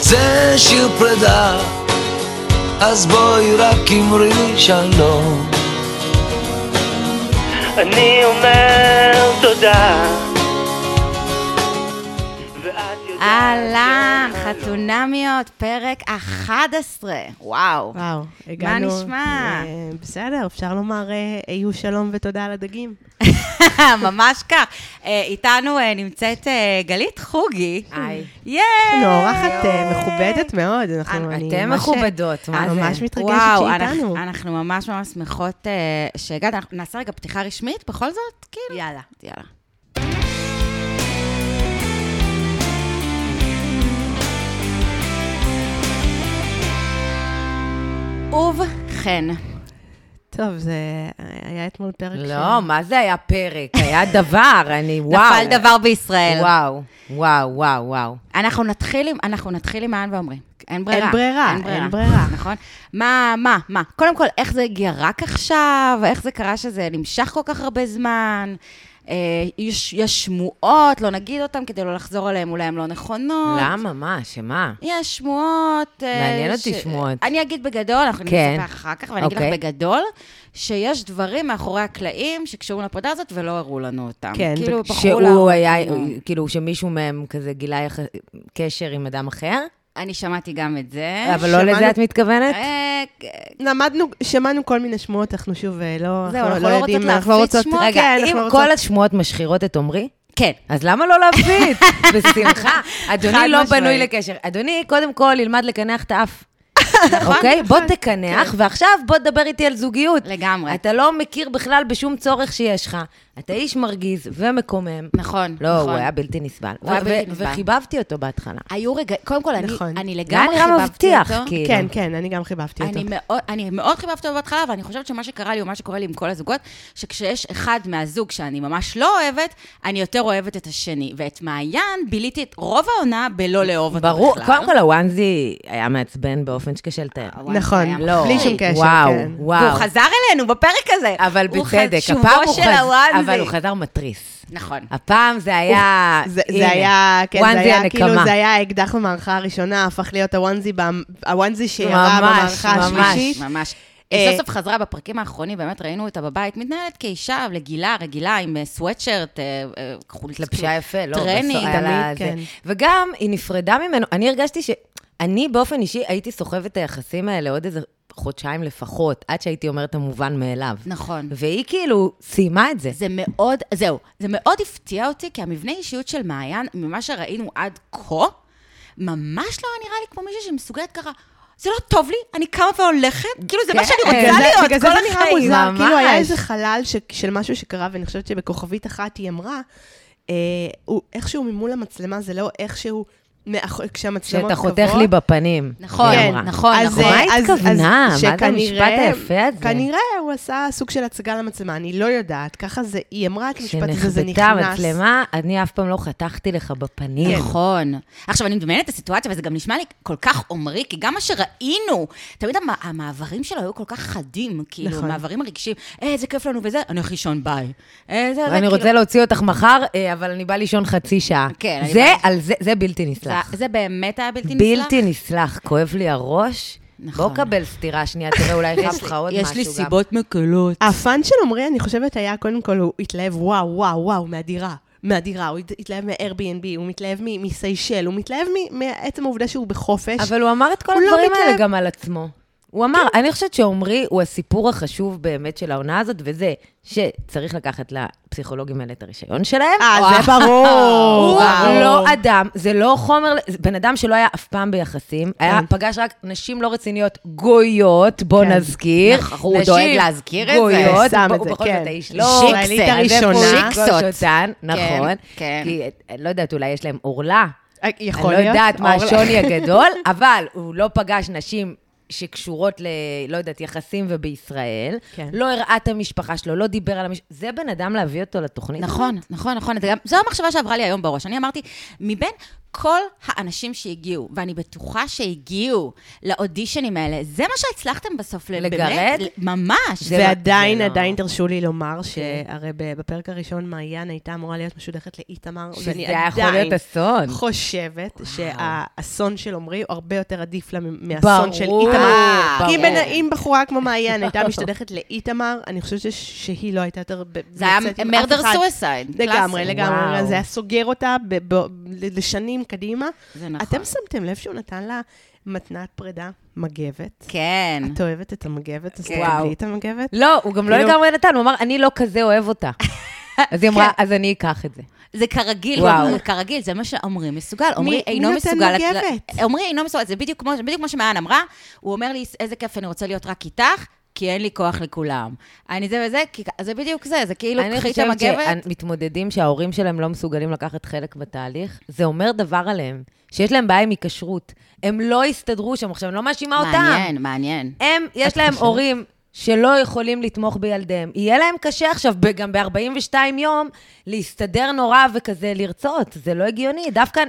זה שיר פרידה, אז בואי רק אמרי שלום. אני אומר תודה. אהלן, חתונמיות, פרק 11. וואו. וואו, הגענו... נשמע? אה, בסדר, אפשר לומר אה, היו שלום ותודה על הדגים. ממש כך. אה, איתנו אה, נמצאת אה, גלית חוגי. היי. ייי! אנחנו אורחת אה, מכובדת מאוד, אנחנו... אני אתן ממש- מכובדות, אה, מה זה? ממש מתרגשת וואו, שהיא אנחנו- איתנו. אנחנו ממש ממש שמחות אה, שהגעת. אנחנו נעשה רגע פתיחה רשמית, בכל זאת? כאילו. יאללה. יאללה. ובכן, טוב, זה היה אתמול פרק ש... לא, מה זה היה פרק? היה דבר, אני וואו. נפל דבר בישראל. וואו, וואו, וואו, וואו. אנחנו נתחיל עם, אנחנו נתחיל עם האן ואומרי. אין ברירה. אין ברירה, אין ברירה. נכון? מה, מה, מה? קודם כל, איך זה הגיע רק עכשיו? איך זה קרה שזה נמשך כל כך הרבה זמן? אה, יש, יש שמועות, לא נגיד אותן כדי לא לחזור עליהן, אולי הן לא נכונות. למה? מה? שמה? יש שמועות. אה, מעניין אותי שמועות. אני אגיד בגדול, אנחנו כן. נספח אחר כך, ואני אגיד לך אוקיי. בגדול, שיש דברים מאחורי הקלעים שקשורים לפרידה הזאת ולא הראו לנו אותם. כן, כאילו, בחרו לנו- שהוא היה, כאילו, שמישהו מהם כזה גילה יח- קשר עם אדם אחר? אני שמעתי גם את זה. אבל לא לזה שמענו- את מתכוונת? אה, למדנו, שמענו כל מיני שמועות, אנחנו שוב אה, לא... זהו, אנחנו לא רוצות יודעים, אנחנו להפיץ רוצות- שמועות. רגע, כן, אם אנחנו רוצות- כל השמועות משחירות את עמרי, כן. אז למה לא להפיץ? בשמחה. חד אדוני לא משמעית. בנוי לקשר. אדוני, קודם כל, ילמד לקנח את האף. אוקיי? בוא תקנח, ועכשיו בוא תדבר איתי על זוגיות. לגמרי. אתה לא מכיר בכלל בשום צורך שיש לך. אתה איש מרגיז ומקומם. נכון, לא, נכון. הוא היה בלתי נסבל. הוא היה ו- בלתי ו- נסבל. וחיבבתי אותו בהתחלה. היו רגעים, קודם כל, אני, נכון. אני זה היה לגמרי נראה חיבבתי מבטיח, אותו. כאילו. כן, כן, אני גם חיבבתי אותו. אני מאוד, אני מאוד חיבבתי אותו בהתחלה, אבל אני חושבת שמה שקרה לי, או מה שקורה לי עם כל הזוגות, שכשיש אחד מהזוג שאני ממש לא אוהבת, אני יותר אוהבת את השני. ואת מעיין ביליתי את רוב העונה בלא לאהוב אותו ברור, בכלל. קודם כל הוואנזי היה מעצבן באופן שקשה לתאר. הוואנזי נכון, היה לא. בלי שום קשר, וואו, כן. והוא וואו. חזר אלינו בפרק הזה. אבל הוא חז- בצדק, שובו הפעם הוא של חזר, הוואנזי. אבל הוא חזר מתריס. נכון. הפעם זה היה... זה, זה הנה, היה, כן, זה וואנזי היה הנקמה. כאילו, זה היה האקדח במערכה הראשונה, הפך להיות הוואנזי, בה- הוואנזי שירה ממש, במערכה ממש. השלישית. ממש. אה, היא סוף סוף חזרה בפרקים האחרונים, באמת ראינו אותה בבית, מתנהלת כאישה רגילה, רגילה, עם אה, סוואטשרט, אה, אה, חולצה. התלבשה יפה, לא, טרנינג, בסוף היה לה תמיד, זה. כן. וגם, היא נפרדה ממנו, אני הרגשתי ש... אני באופן אישי הייתי סוחבת את היחסים האלה עוד איזה חודשיים לפחות, עד שהייתי אומרת את המובן מאליו. נכון. והיא כאילו סיימה את זה. זה מאוד, זהו, זה מאוד הפתיע אותי, כי המבנה אישיות של מעיין, ממה שראינו עד כה, ממש לא נראה לי כמו מישהי שמסוגלת ככה, זה לא טוב לי, אני קמה והולכת, כאילו זה מה כן, שאני בגלל רוצה זה- להיות בגלל כל אה, זה זה נראה החיים. מוזר, ממש. כאילו היה איזה חלל ש- של משהו שקרה, ואני חושבת שבכוכבית אחת היא אמרה, אה, הוא איכשהו ממול המצלמה, זה לא איכשהו, מאח- כשהמצלמות שאתה קבועות. חותך לי בפנים. נכון, היא כן, אמרה. נכון, אז, נכון. אה, מה היא אז- אז התכוונה? מה זה המשפט שכנראה- היפה הזה? כנראה הוא עשה סוג של הצגה למצלמה, אני לא יודעת. ככה זה, היא אמרה את המשפט הזה, זה נכנס. כשנחבטה המצלמה, אני אף פעם לא חתכתי לך בפנים. נכון. עכשיו, אני מדמיינת את הסיטואציה, וזה גם נשמע לי כל כך עומרי, כי גם מה שראינו, תמיד המ- המעברים שלו היו כל כך חדים, כאילו, נכון. המעברים הרגשיים, אה, איזה כיף לנו וזה, אני הולך לישון, ביי. אה, זה, זה, אני רוצה להוציא אותך מחר, אה, אבל אני באה לישון חצי שעה. כן, אני זה, באה על זה, זה בלתי נסלח. זה, זה באמת היה בלתי נסלח? בלתי נסלח, כואב לי הראש. נכון. בוא קבל סטירה שנייה, תראה, אולי יש חב לך לי- עוד משהו יש גם. לי סיבות מקלות. הפאן של עמרי, אני חושבת, היה קודם כל, הוא התלהב, וואו, וואו, וואו, מהדירה. מהדירה, הוא הת- התלהב מ-Airbnb, הוא מתלהב מ- מסיישל, הוא מתלהב מ- מעצם העובדה שהוא בחופש. אבל הוא אמר את כל הוא לא הדברים האלה מתלהב. גם על עצמו. הוא אמר, כן. אני חושבת שעמרי הוא הסיפור החשוב באמת של העונה הזאת, וזה שצריך לקחת לפסיכולוגים האלה את הרישיון שלהם. אה, זה ברור. הוא ברור. לא אדם, זה לא חומר, זה בן אדם שלא היה אף פעם ביחסים, כן. היה פגש רק נשים לא רציניות גויות, בוא כן. נזכיר. נכון, הוא דואג להזכיר את זה. גויות, שם הוא את זה, בכל כן. זאת האיש לא... הישראלית שיקסה, הראשונה. איפה הוא יפגוש אותן, נכון. כן. כי, אה, לא יודעת, אולי יש להם עורלה. אה, יכול אני לא להיות. יודעת מה אורלה. השוני הגדול, אבל הוא לא פגש נשים שקשורות ל... לא יודעת, יחסים ובישראל. כן. לא הראה את המשפחה שלו, לא דיבר על המשפחה. זה בן אדם להביא אותו לתוכנית. נכון, נכון, נכון. זה גם- זו המחשבה שעברה לי היום בראש. אני אמרתי, מבין כל כל האנשים שהגיעו, ואני בטוחה שהגיעו לאודישנים האלה, זה מה שהצלחתם בסוף ל- לגרד? באמת, ל- ממש. זה ועדיין, זה לא- עדיין תרשו לי לומר שהרי ב- בפרק הראשון מעיין הייתה אמורה להיות משודכת לאיתמר, שזה ואני היה יכול עדיין להיות אסון. חושבת שהאסון של עמרי הוא הרבה יותר עדיף לה מ- מהאסון של איתמר. אה, כי אם ברור. בן- אם בחורה כמו מעיין הייתה משתדכת לאיתמר, אני חושבת ש- שהיא לא הייתה יותר... ב- זה היה יוצאת עם אף מרדר אחד. סויסייד. לגמרי, וואו. לגמרי, זה היה סוגר אותה ב- ב- לשנים קדימה. זה נכון. אתם שמתם לב שהוא נתן לה מתנת פרידה מגבת? כן. את אוהבת את המגבת? אז כן. תקבלי את המגבת? לא, הוא גם לא כאילו- לגמרי נתן, הוא אמר, אני לא כזה אוהב אותה. אז היא אמרה, אז אני אקח את זה. זה כרגיל, וואו. וואו. כרגיל, זה מה שעמרי מסוגל. עמרי מי אינו נותן מסוגל... מגבת? עמרי אינו מסוגל, זה בדיוק כמו, בדיוק כמו שמעיין אמרה, הוא אומר לי, איזה כיף, אני רוצה להיות רק איתך, כי אין לי כוח לכולם. אני זה וזה, כי זה בדיוק זה, זה כאילו, אני קחי את המגבת. חושבת שמתמודדים שההורים שלהם לא מסוגלים לקחת חלק בתהליך, זה אומר דבר עליהם, שיש להם בעיה עם היקשרות. הם לא הסתדרו שם, עכשיו אני לא מאשימה אותם. מעניין, מעניין. הם, יש להם הורים שלא יכולים לתמוך בילדיהם. יהיה להם קשה עכשיו, ב- גם ב-42 יום, להסתדר נורא וכזה לרצות. זה לא הגיוני. דווקא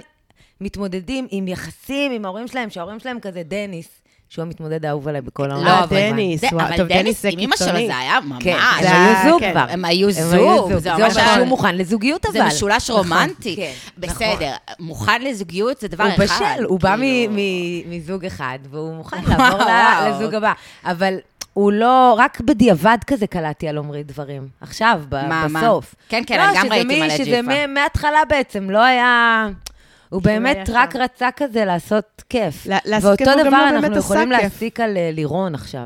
מתמודדים עם יחסים עם ההורים שלהם, שההורים שלהם כזה דניס, שהוא המתמודד האהוב עליי בכל העולם. לא, אה, אבל- דניס, זה- וואו, אבל טוב, דניס דניס, זה עם אמא שלו קיצוני. זה היה ממש... כן, הם זה היו היה- זוג כן, כבר. הם היו היו זוג, זה זה ממש אומר היה- נכון. שהוא מוכן לזוגיות, אבל. זה משולש נכון, רומנטי. כן, נכון. בסדר, מוכן לזוגיות זה דבר הוא אחד. בשל, הוא בא כאילו. מ- מ- מזוג אחד, והוא מוכן וואו, לעבור ל- וואו. לזוג הבא. אבל הוא לא, רק בדיעבד כזה קלטתי על עומרי דברים. עכשיו, ב- מה, מה? בסוף. כן, כן, לא, אני גם שזה ראיתי מי- מלא שזה ג'יפה. מ- מההתחלה בעצם, לא היה... הוא באמת כאילו, היה רק שם. רצה כזה לעשות כיף. לה- לעשות כיף, הוא ואותו גם דבר לא באמת אנחנו עשה יכולים כיף. להסיק על אה, לירון עכשיו.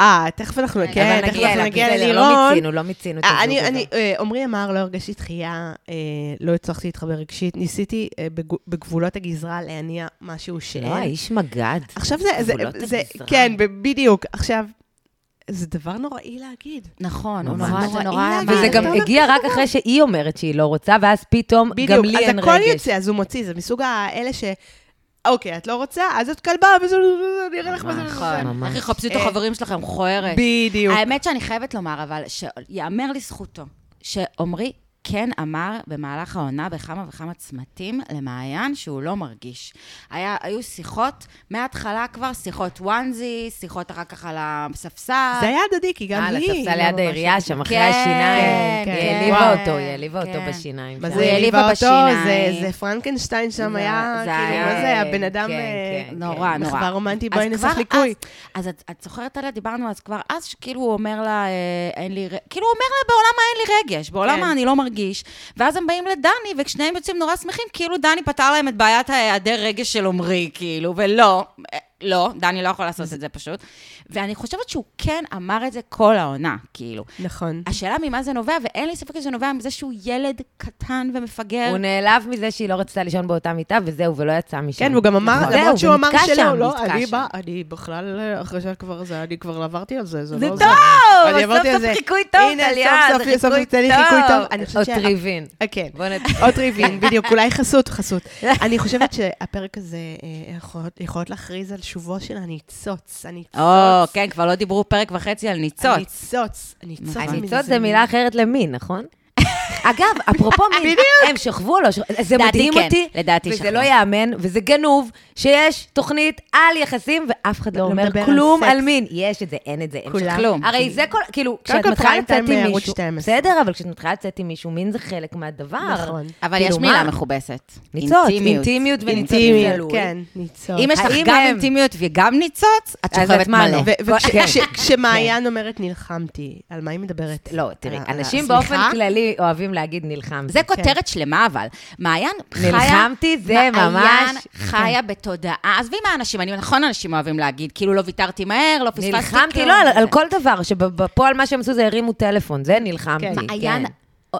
אה, תכף אנחנו, כן, אבל תכף אנחנו אליו, נגיע בסדר, ללירון. לא מיצינו, לא מיצינו את אה, הזוג אני, הזה. אני, אה, עמרי אמר, לא הרגשתי דחייה, אה, לא הצלחתי להתחבר רגשית, ניסיתי אה, בגו- בגבולות הגזרה להניע משהו שאין. לא, האיש מגד. לא עכשיו זה, זה, גבולות זה, הגזרה. כן, ב- בדיוק. עכשיו, זה דבר נוראי להגיד. נכון, הוא ממש. נורא זה נורא נורא נורא... להגיד. וזה אתה גם אומר הגיע רק אחרי שהיא אומרת שהיא לא רוצה, ואז פתאום גם בדיוק, לי אין אז רגש. הכל יוצא, אז הוא מוציא, זה מסוג האלה ש... אוקיי, את לא רוצה? אז את כלבה, וזה... נראה לך מה זה... נכון. ממש. איך יחפשו את אה, החברים שלכם, זה- חוערת. בדיוק. האמת שאני חייבת לומר, אבל, שיאמר לזכותו, שעמרי כן אמר במהלך העונה בכמה וכמה צמתים למעיין שהוא לא מרגיש. היה, היו שיחות, מההתחלה כבר שיחות וואנזי, שיחות אחר כך על הספסל. זה היה הדדי, כי גם על היא... הספסל לא אה, ליד ממש- העירייה שם, אחרי כן, השיניים. כן, היא כן. העליבה וואו. אותו, היא העליבה אותו כן. בשיניים. מה שם. זה העליב העליבה אותו? בשיניים. זה- זה פרנקנשטיין שם זה- היה, זה כאילו, היה- מה זה, הבן אדם... כן, אה, כן. נורא, נורא. מחווה רומנטית, אז בואי נעשה כבר חיקוי. אז, אז את, את זוכרת עליה, דיברנו אז כבר אז, שכאילו הוא אומר לה, אה, אין לי, ר- כאילו הוא אומר לה, בעולם האין לי רגש, בעולם כן. האני לא מרגיש. ואז הם באים לדני, וכשניהם יוצאים נורא שמחים, כאילו דני פתר להם את בעיית ההיעדר רגש של עמרי, כאילו, ולא, אה, לא, דני לא יכול לעשות את זה פשוט. ואני חושבת שהוא כן אמר את זה כל העונה, כאילו. נכון. אה, השאלה ממה זה נובע, ואין לי ספק שזה נובע מזה שהוא ילד קטן ומפגר. הוא נעלב מזה שהיא לא רצתה לישון באותה מיטה, וזהו, ולא יצא משם. כן, והוא גם אמר, נכון. למרות זהו, שהוא אמר ונתקע שלא, שם, לא, נתקע אני שם. בא, אני בכלל, אה, אחרי שכבר זה, אני כבר עברתי על זה, זה זה לא זה. טוב! אני סוף עברתי על סוף זה. חיקוי טוב, הנה, סוף טליה, סוף- זה סוף חיקוי יצא לי חיקוי טוב. אני חושבת עוד שה- ריבין. אה, כן. בוא נ... עוד ריבין, בדיוק, אולי חסות, חסות. אני חושבת שהפרק הזה, אה, יכולות- יכולות להכריז על שובו של הניצוץ. הניצוץ. או, כן, כבר לא דיברו פרק וחצי על ניצוץ. הניצוץ. הניצוץ. הניצוץ נכון. זה מילה אחרת למין, נכון? אגב, אפרופו מין, הם שכבו או לא שכבו? זה לדעתי מדהים כן, אותי, לדעתי וזה שכבו. לא ייאמן, וזה גנוב, שיש תוכנית על יחסים, ואף אחד לא לא אומר מדבר על כלום סקס. על מין. יש את זה, אין את זה. הם כולם. שכבו. כלום. הרי זה כל, כאילו, כשאת כל מתחילה פריים לצאת טיים עם מערוץ מישהו, 12. בסדר, אבל כשאת מתחילה לצאת עם מישהו, מין זה חלק מהדבר. נכון. אבל כאילו, יש מילה מה? מכובסת. ניצוץ, אינטימיות. אינטימיות אינטימיות, צלול. כן, ניצוץ. אם יש לך האם גם הם- אינטימיות וגם ניצוץ, את אז שוכבת את מה מלא. לא? ו- וכש- כן. כש- כשמעיין אומרת נלחמתי, על מה היא מדברת? לא, תראי, על- על אנשים השמיכה? באופן כללי אוהבים להגיד נלחמתי. זה כותרת שלמה, אבל. מעיין חיה... נלחמתי, זה מעיין ממש- חיה בתודעה. עזבי מה אנשים, אני נכון אנשים אוהבים להגיד, כאילו לא ויתרתי מהר, לא פספסתי נלחמתי, כלום. לא, על, על זה. כל דבר, שבפועל מה שהם עשו זה הרימו טלפון, זה נלחמתי, כן. כן. מעיין,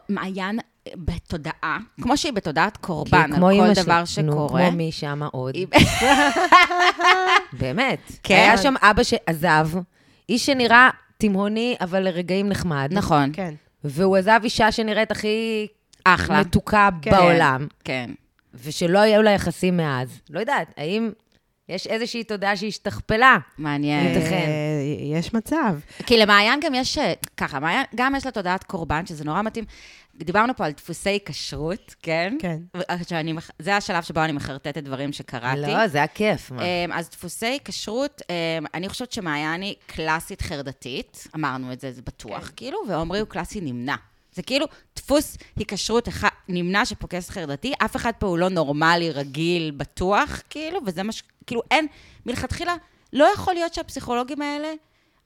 מעיין בתודעה, כמו שהיא בתודעת כי קורבן, על כן, כמו אמא כל שלי, דבר נו, שקורה. כמו מי שמה עוד. היא- באמת. כן. היה שם אבא שעזב, איש שנראה תימהוני, אבל לרגעים נחמד. נכון. כן. והוא עזב אישה שנראית הכי אחלה. מתוקה כן, בעולם, כן. ושלא היו לה יחסים מאז. לא יודעת, האם יש איזושהי תודעה שהיא השתכפלה. מעניין. ייתכן. אה, יש מצב. כי למעיין גם יש, אה, ככה, מעיין, גם יש לה תודעת קורבן, שזה נורא מתאים. דיברנו פה על דפוסי כשרות, כן? כן. שאני, מח- זה השלב שבו אני מחרטטת דברים שקראתי. לא, זה היה כיף. מה. אמ, אז דפוסי כשרות, אמ, אני חושבת שמעיין היא קלאסית חרדתית, אמרנו את זה, זה כן. בטוח, כאילו, ועומרי הוא קלאסי נמנע. זה כאילו, דפוס היא כשרות אח- נמנע שפוקס חרדתי, אף אחד פה הוא לא נורמלי, רגיל, בטוח, כאילו, וזה מה ש... כאילו, אין, מלכתחילה, לא יכול להיות שהפסיכולוגים האלה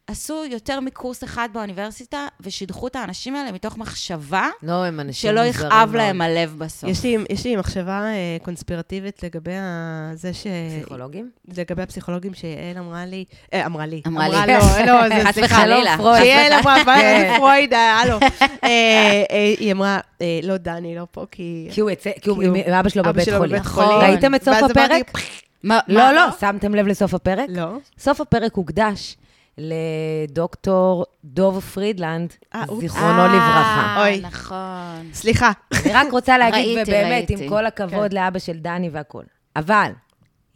עשו יותר מקורס אחד באוניברסיטה, ושידחו את האנשים האלה מתוך מחשבה לא, הם אנשים שלא מוזרים יכאב מאוד. להם הלב בסוף. יש לי, יש לי מחשבה אה, קונספירטיבית לגבי ה- זה ש... פסיכולוגים? לגבי הפסיכולוגים שיעל אמרה לי, אה, אמרה לי. אמרה לי. לא, לא, זה חס סליחה. וחלילה. לא, פרויד. שיעל אמרה, אבל כן. פרויד, אה, הלו. אה, אה, היא אמרה, אה, לא, דני לא פה, כי... כי הוא יצא, כי הוא- כי הוא- אבא שלו בבית חולים. נכון. חולים. ראיתם את סוף ואז אמרתי, הפרק? מה- מה- לא, לא, שמתם לב לסוף הפרק? לא. סוף הפרק הוקדש לדוקטור דוב פרידלנד, אה, אופס. זיכרונו לברכה. אה, אוי. נכון. סליחה. אני רק רוצה להגיד, ראיתי, ובאמת, ראיתי. עם כל הכבוד כן. לאבא של דני והכול. אבל,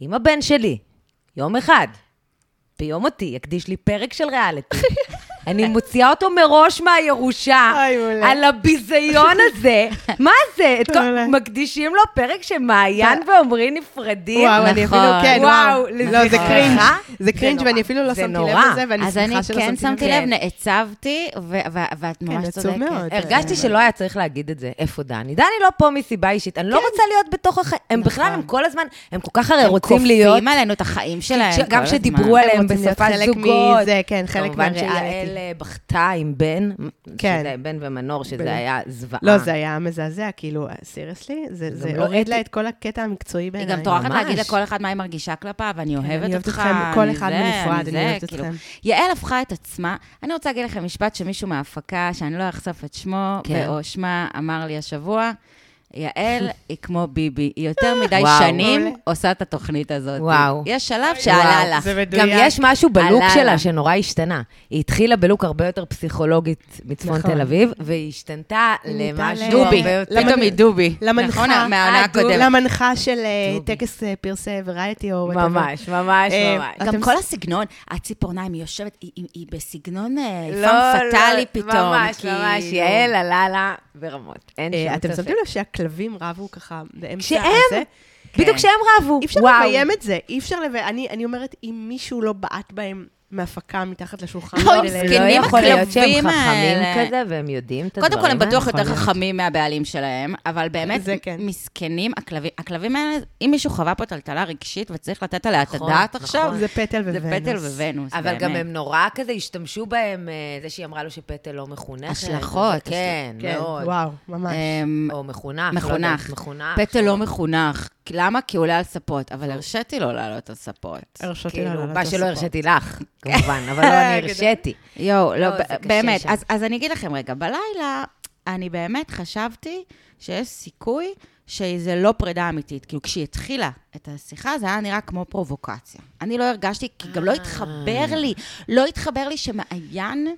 אם הבן שלי, יום אחד, ביום מותי, יקדיש לי פרק של ריאליטי, אני מוציאה אותו מראש מהירושה, אוי, מעולה. על הביזיון הזה. מה זה? את כל- מעולה. מקדישים לו פרק שמעיין ועומרי נפרדים? וואו, אני אפילו, נכון. כן, וואו, וואו. לזכרך. לא, זה קרינג'. זה זה קרינג' נורא. ואני אפילו לא זה שמתי לב נורא. לזה, ואני אז אני שמחה שלא כן שמתי לב, לב. נעצבתי, ו- ו- ואת ממש עצוב צודקת. מאוד. הרגשתי שלא היה צריך להגיד את זה. איפה דני? דני לא פה מסיבה אישית. אני לא כן. רוצה להיות בתוך החיים. הם בכלל, נכון. הם כל הזמן, הם כל כך הרי הם רוצים להיות... כופים עלינו את החיים שלהם כל גם הזמן. שדיברו עליהם רוצים להיות בשפה חלק זוגות. מזה, כן, חלק כמובן מהריאליטי. שיעל אה, בכתה עם בן, כן. שזה בן ומנור, שזה בן. היה זוועה. לא, זה היה מזעזע, כאילו, סירסלי? זה אה. לא הוריד לה אתי. את כל הקטע המקצועי היא בעיניי. גם טורחת ממש. להגיד לכל אחד מה היא מרגישה כלפיו, אני אוהבת כן, אני אוהבת אותך, אתכם, כל אני אחד זה, בנפרד, אני אני זה", אוהבת כאילו. אתכם. יעל הפכה את עצמה. אני רוצה להגיד לכם משפט שמישהו מההפקה, שאני לא אחשוף את שמו כן. או שמה, אמר לי השבוע, יעל היא כמו ביבי, היא יותר מדי וואו. שנים מעולה. עושה את התוכנית הזאת. וואו. יש שלב וואו, שעלה לך. זה מדויק. גם יש משהו בלוק עלה לה. שלה שנורא השתנה. היא התחילה בלוק הרבה יותר פסיכולוגית מצפון נכון. תל אביב, והיא השתנתה היא נהייתה למשהו ל- הרבה דובי, יותר... למנ- פתאום היא דובי. למנחה. נכון, מהעונה אה, דובי. הקודמת. למנחה של אה, דובי. טקס אה, פרסי וריאטי או... whatever. ממש, ממש, אה, ממש. אתם גם ס- כל הסגנון, הציפורניים, היא יושבת, היא- היא היא בסגנון אה, לא, פאם לא, פטאלי פתאום. ממש, כאילו. ממש, יעל עלה לה ברמות. אין אה, שום אתם ספק. שמתם לב שהכלבים רבו ככה באמצע כשהם- הזה? בדיוק כשהם רבו. אי אפשר וואו. לביים את זה, אי אפשר לביים. אני אני אומרת, אם מישהו לא בעט בהם מהפקה מתחת לשולחן, אוי, האלה, זה מסכנים לא יכול להיות שהם הכלבים חכמים האלה. כזה, והם יודעים את הדברים קודם כל, הם בטוח האלה, יותר יכול להיות. חכמים מהבעלים שלהם, אבל באמת, זה כן. מסכנים, הכלבים- הכלבים האלה, אם מישהו חווה פה טלטלה רגשית וצריך לתת עליה את נכון, הדעת נכון. עכשיו, זה פטל זה וונוס. פטל וונוס, אבל גם באמת. הם נורא כזה השתמשו בהם, אה, זה שהיא אמרה לו שפטל לא מחונכת. השלכות, כן, כן, מאוד. וואו, ממש. אמ, או מחונך. לא מחונך. יודעת, מחונך. פטל לא מחונך. למה? כי הוא עולה על ספות, אבל הרשיתי לו לעלות על ספות. הרשיתי לה כאילו, לא לעלות מה על שלא הספורט. הרשיתי לך, כמובן, אבל לא, אני הרשיתי. יואו, לא, לא, ב- זה קשה באמת. שם. אז, אז אני אגיד לכם רגע, בלילה אני באמת חשבתי שיש סיכוי שזה לא פרידה אמיתית. כאילו, כשהיא התחילה את השיחה, זה היה נראה כמו פרובוקציה. אני לא הרגשתי, כי גם אה. לא התחבר לי, לא התחבר לי שמעיין,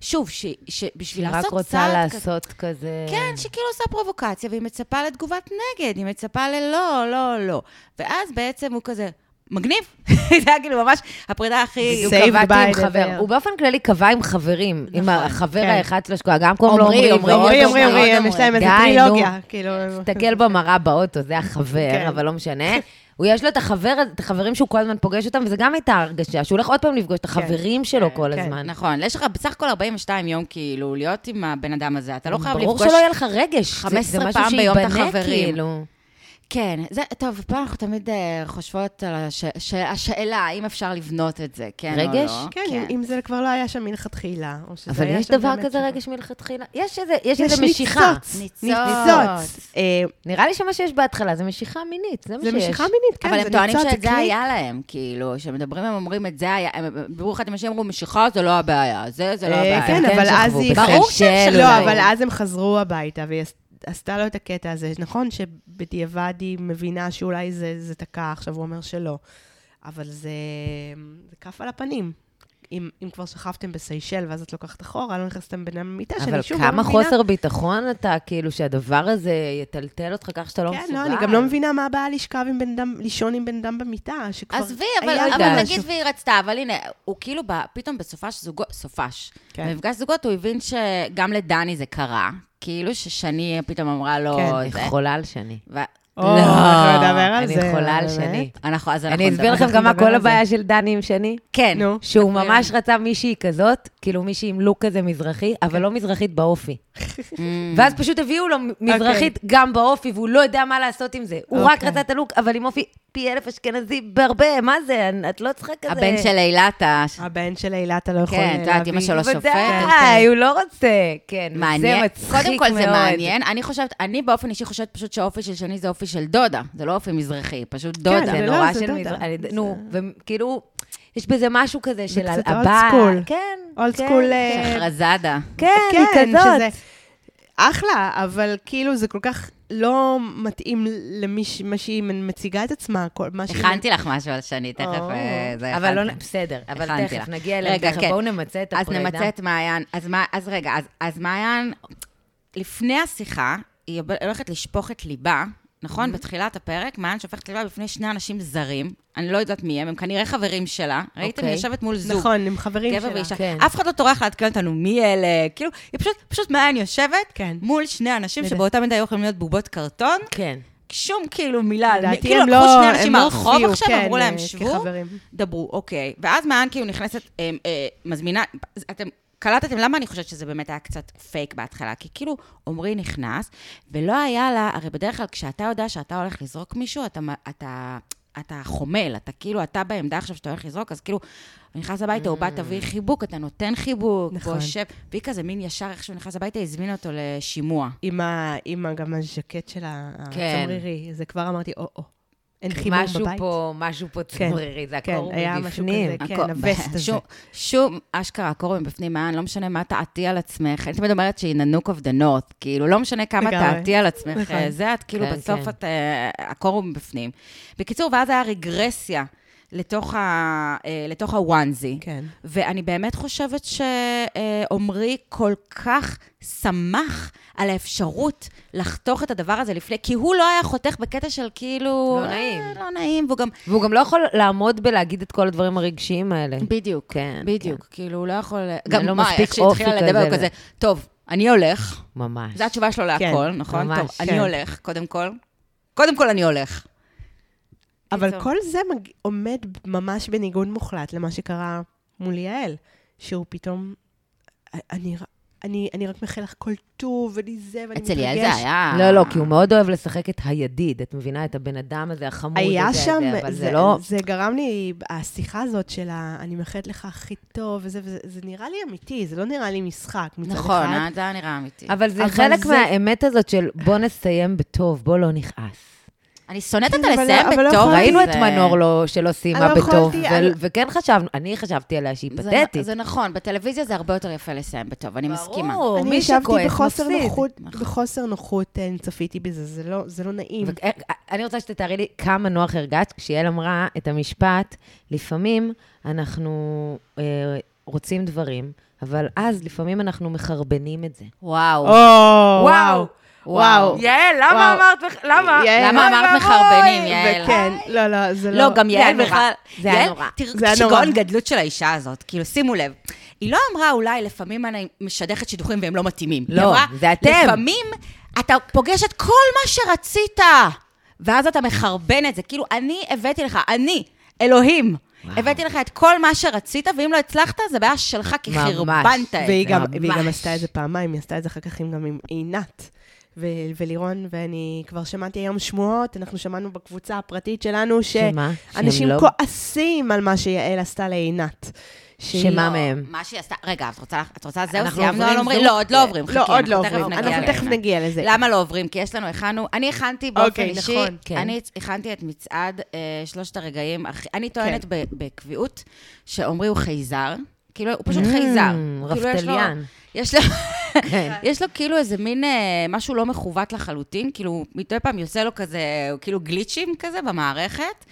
שוב, ש, שבשביל היא לעשות צעד... רק רוצה כזה- לעשות אה. כזה... כן, שכאילו עושה פרובוקציה, והיא מצפה לתגובת נגד, היא מצפה ללא, לא, לא. ואז בעצם הוא כזה, מגניב. זה היה כאילו ממש הפרידה הכי... הוא Saved קבעתי עם by the חבר. bear. הוא באופן כללי קבע עם חברים, עם החבר כן. האחד שלו שקורה, גם קוראים לו עומרי, עומרי, עומרי, ועוד עומרי, עומרי, ועוד עומרי, הם- יש להם איזה די, נו. טרילוגיה, כאילו... הם- תסתכל במראה באוטו, זה החבר, כן. אבל לא משנה. הוא יש לו את החבר, את החברים שהוא כל הזמן פוגש אותם, וזה גם הייתה הרגשה, שהוא הולך עוד פעם לפגוש את החברים שלו כל כן. הזמן. נכון, יש לך בסך הכל 42 יום כאילו להיות עם הבן אדם הזה, אתה לא חייב לפגוש... ברור שלא יהיה לך רגש, זה- 15 זה משהו פעם ביום את שייבנה החברים. כאילו. כן, זה, טוב, פעם אנחנו תמיד אה, חושבות על הש... ש... השאלה, האם אפשר לבנות את זה, כן או לא. רגש? כן, אם- אם זה כבר לא היה שם מלכתחילה, או שזה אבל היה יש שם דבר באמת שם. כזה רגש מלכתחילה? יש איזה- יש יש איזה משיכה. ניצוץ. ניצוץ. ניצוץ. אה, נראה לי שמה שיש בהתחלה זה משיכה מינית, זה מה שיש. זה משיכה מינית, כן, אבל זה הם טוענים ניצוץ, שאת זה הקליק. היה להם, כאילו, כשמדברים, הם אומרים את זה היה, הם הם דיברו אחד עם השני, אמרו, משיכה זה לא הבעיה, זה, זה לא אה, הבעיה. כן, כן, אבל שכבו אז היא... בחדר. ברור שאפשר. לא, אולי. אבל אז הם חזרו הביתה, והיא עש- עשתה לו את הקטע הזה. נכון שבדיעבד היא מבינה שאולי זה זה תקע, עכשיו הוא אומר שלא. אבל זה זה כף על הפנים. אם, אם כבר שכבתם בסיישל ואז את לוקחת אחורה, לא נכנסתם בינם למיטה, אבל שאני שוב לא כמה מבינה... חוסר ביטחון אתה, כאילו, שהדבר הזה יטלטל אותך כך שאתה לא כן, מסוגל. לא, אני גם לא מבינה מה הבעיה לשכב עם בן אדם, לישון עם בן אדם במיטה, שכבר לא עזבי, אבל, היה אבל משהו. נגיד והיא רצתה, אבל הנה, הוא כאילו ב, פתאום בסופש זוגות, סופש, כן. כן. במפגש זוגות הוא הבין שגם לדני זה קרה, כאילו ששני פתאום אמרה לו, כן. אני זה. חולה על שני. לא, ו... או, אנחנו נדבר על אני זה, חולה על באמת? שני. אנחנו, אז אנחנו אני אסביר לכם גם מה נדבר כל על זה. הבעיה של דני עם שני. כן. נו. שהוא תספרי ממש רצה מישהי כזאת, כאילו מישהי עם לוק כזה מזרחי, אבל לא מזרחית באופי. ואז פשוט הביאו לו מזרחית גם באופי, והוא לא יודע מה לעשות עם זה. הוא רק אוקיי. רצה את הלוק, אבל עם אופי פי אלף אשכנזי בהרבה, מה זה? את לא צריכה כזה... הבן של אילת, ה- הבן של אילת, אתה לא יכול כן, את יודעת, אמא שלו ודאי, שופטת. הוא לא רוצה. כן, זה מעניין. מצחיק מאוד. קודם כל זה מעניין. אני חושבת, אני באופן אישי חושבת פשוט שהאופי של שני זה אופי של דודה. זה לא אופי מזרחי, פשוט דודה. כן, זה זה לא, נורא זה של דודה. מזרח... נו, וכאילו, יש בזה משהו כזה של קצת על old הבת. school. כן, אולד כן. סקול... שחרזדה. כן, היא כזאת. שזה אחלה, אבל כאילו זה כל כך לא מתאים למי ש- מה שהיא מציגה את עצמה, כל מה שהיא... הכנתי לך משהו על שני, תכף או. אה, זה אבל לא, הכנתי. בסדר, אבל הכנתי תכף לך. נגיע אליהם, רגע, תכף כן. בואו נמצה את אז הפרידה. נמצה את מעיין. אז מה- אז רגע, אז- אז מעיין, לפני השיחה, היא הולכת לשפוך את ליבה. Mm-hmm. נכון? בתחילת הפרק, מעיין שופכת את ליבה בפני שני אנשים זרים, אני לא יודעת מי הם, הם כנראה חברים שלה. ראיתם, היא אוקיי. יושבת מול זוג. נכון, הם חברים שלה. גבר ואישה. כן. אף אחד לא טורח לעדכן אותנו מי אלה. כאילו, היא פשוט, פשוט מעיין יושבת כן. מול שני אנשים בדיוק. שבאותה מידה היו יכולים להיות בובות קרטון. כן. שום כאילו מילה. על מי- לדעתי כאילו, הם לקחו לא- שני הם אנשים לא מהרחוב הופיעו, עכשיו, כן, אמרו להם, אה, שבו, כחברים." דברו, אוקיי. ואז מעיין כאילו נכנסת, אה, אה, מזמינה, אתם... קלטתם למה אני חושבת שזה באמת היה קצת פייק בהתחלה? כי כאילו, עמרי נכנס, ולא היה לה, הרי בדרך כלל כשאתה יודע שאתה הולך לזרוק מישהו, אתה, מ- אתה, אתה חומל, אתה כאילו, אתה בעמדה עכשיו שאתה הולך לזרוק, אז כאילו, הוא נכנס הביתה, הוא בא, תביא חיבוק, אתה נותן חיבוק, נכון. נכון. הוא יושב, והיא כזה מין ישר, איך שהוא נכנס הביתה, הזמין אותו לשימוע. עם ה- עם ה- גם הז'קט שלה, כן. הצמרירי, זה כבר אמרתי, או-או. אין חיבור בבית. משהו פה, משהו פה כן, צמרירי, זה הכל כן, היה משהו מבפנים. כזה. כן, הכל- הווסט הזה. שום- שום אשכרה קוראים בפנים מעיין, לא משנה מה תעטי על עצמך. אני תמיד אומרת שהיא ננוק אוף דה נורת, כאילו, לא משנה כמה לגמרי. תעטי על עצמך, נכון. זה את, כאילו, כן, בסוף כן. את, אה, הקוראים בפנים. בקיצור, ואז היה רגרסיה לתוך ה- אה, לתוך הוואנזי. כן. ואני באמת חושבת שעמרי כל כך שמח על האפשרות לחתוך את הדבר הזה לפני, כי הוא לא היה חותך בקטע של כאילו... לא נעים. "אה, לא נעים, והוא גם... והוא גם לא יכול לעמוד בלהגיד את כל הדברים הרגשיים האלה. בדיוק, כן, בדיוק. כאילו, הוא לא יכול... לא גם מה, מספיק איך שהתחילה אופי לדבר, הוא כזה. כזה, טוב, אני הולך. כן, ממש. זו התשובה שלו להכל, כן, נכון? ממש, טוב, כן. אני הולך, קודם כל. קודם כל אני הולך. אבל קיצור. כל זה מג... עומד ממש בניגוד מוחלט למה שקרה מול יעל, שהוא פתאום... אני, אני, אני רק מאחל לך כל טוב, ואני זה, ואני מתרגש. אצל יעל זה היה... אה. לא, לא, כי הוא מאוד אוהב לשחק את הידיד, את מבינה? את הבן אדם הזה, החמוד הזה, היה הזה, שם, אבל זה, זה לא... זה גרם לי, השיחה הזאת של ה- אני מאחלת לך הכי טוב, וזה, וזה, זה נראה לי אמיתי, זה לא נראה לי משחק מצד נכון, אחד. אה, זה היה נראה אמיתי. אבל זה אבל חלק זה- מהאמת הזאת של בוא נסיים בטוב, בוא לא נכעס. אני שונאת את כן, אבל- הלסיים אבל לא בטוב. יכולה- ראינו זה- את מנור לא- שלא סיימה לא בטוב, יכולתי, ו- אני- וכן חשבנו, אני חשבתי עליה שהיא זה- פתטית. זה נכון, בטלוויזיה זה הרבה יותר יפה לסיים בטוב, אני מסכימה. ברור, אני מי ישבתי שכועס בחוסר מפסיד. נוחות, נכון. בחוסר נוחות אה, צפיתי בזה, זה לא, זה לא נעים. ו- אה, אני רוצה שתתארי לי כמה נוח הרגשת כשיעל אמרה את המשפט, לפעמים אנחנו אה, רוצים דברים, אבל אז לפעמים אנחנו מחרבנים את זה. וואו. וואו, וואו. יעל, וואו. אמרת, למה? יעל, למה אוי אמרת מחרבנים, יעל? וכן, לא, לא, זה לא... לא, גם היה יעל נורא. בכלל... זה היה יעל, נורא. זה תראו, היה נורא. שיגעון גדלות של האישה הזאת. כאילו, שימו לב, היא לא אמרה אולי לפעמים אני משדכת שידוכים והם לא מתאימים. היא לא, אמרה, זה אתם. לפעמים אתה פוגש את כל מה שרצית, ואז אתה מחרבן את זה. כאילו, אני הבאתי לך, אני, אלוהים. הבאתי לך את כל מה שרצית, ואם לא הצלחת, זה בעיה שלך, כי ממש. חרבנת את זה. והיא גם, ממש. והיא גם עשתה את זה פעמיים, היא עשתה את זה אחר כך עם- גם עם עינת ו- ולירון, ואני כבר שמעתי היום שמועות, אנחנו שמענו בקבוצה הפרטית שלנו, שמה? שהם שאנשים לא- כועסים על מה שיעל עשתה לעינת. שהיא- שמה לא, מהם? מה שהיא עשתה, רגע, את רוצה, את רוצה זהו, אנחנו סיימנו עוברים על עומרי? זוג? לא, עוד לא עוברים, חכי, לא, עוד לא תכף עוברים. נגיע אנחנו תכף לעינת. נגיע לזה. למה לא עוברים? כי יש לנו, הכנו, אני הכנתי באופן אוקיי, אישי, נכון, כן. אני הכנתי את כן. מצעד אה, שלושת הרגעים, הכי- אני טוענת ב- בקביעות שעמרי הוא חייזר. כאילו, הוא פשוט חייזר. Mm, כאילו, יש לו- רפתליאן. יש לו... כן. יש לו כאילו איזה מין אה, משהו לא מכוות לחלוטין, כאילו, מדי פעם יוצא לו כזה, כאילו גליצ'ים כזה במערכת.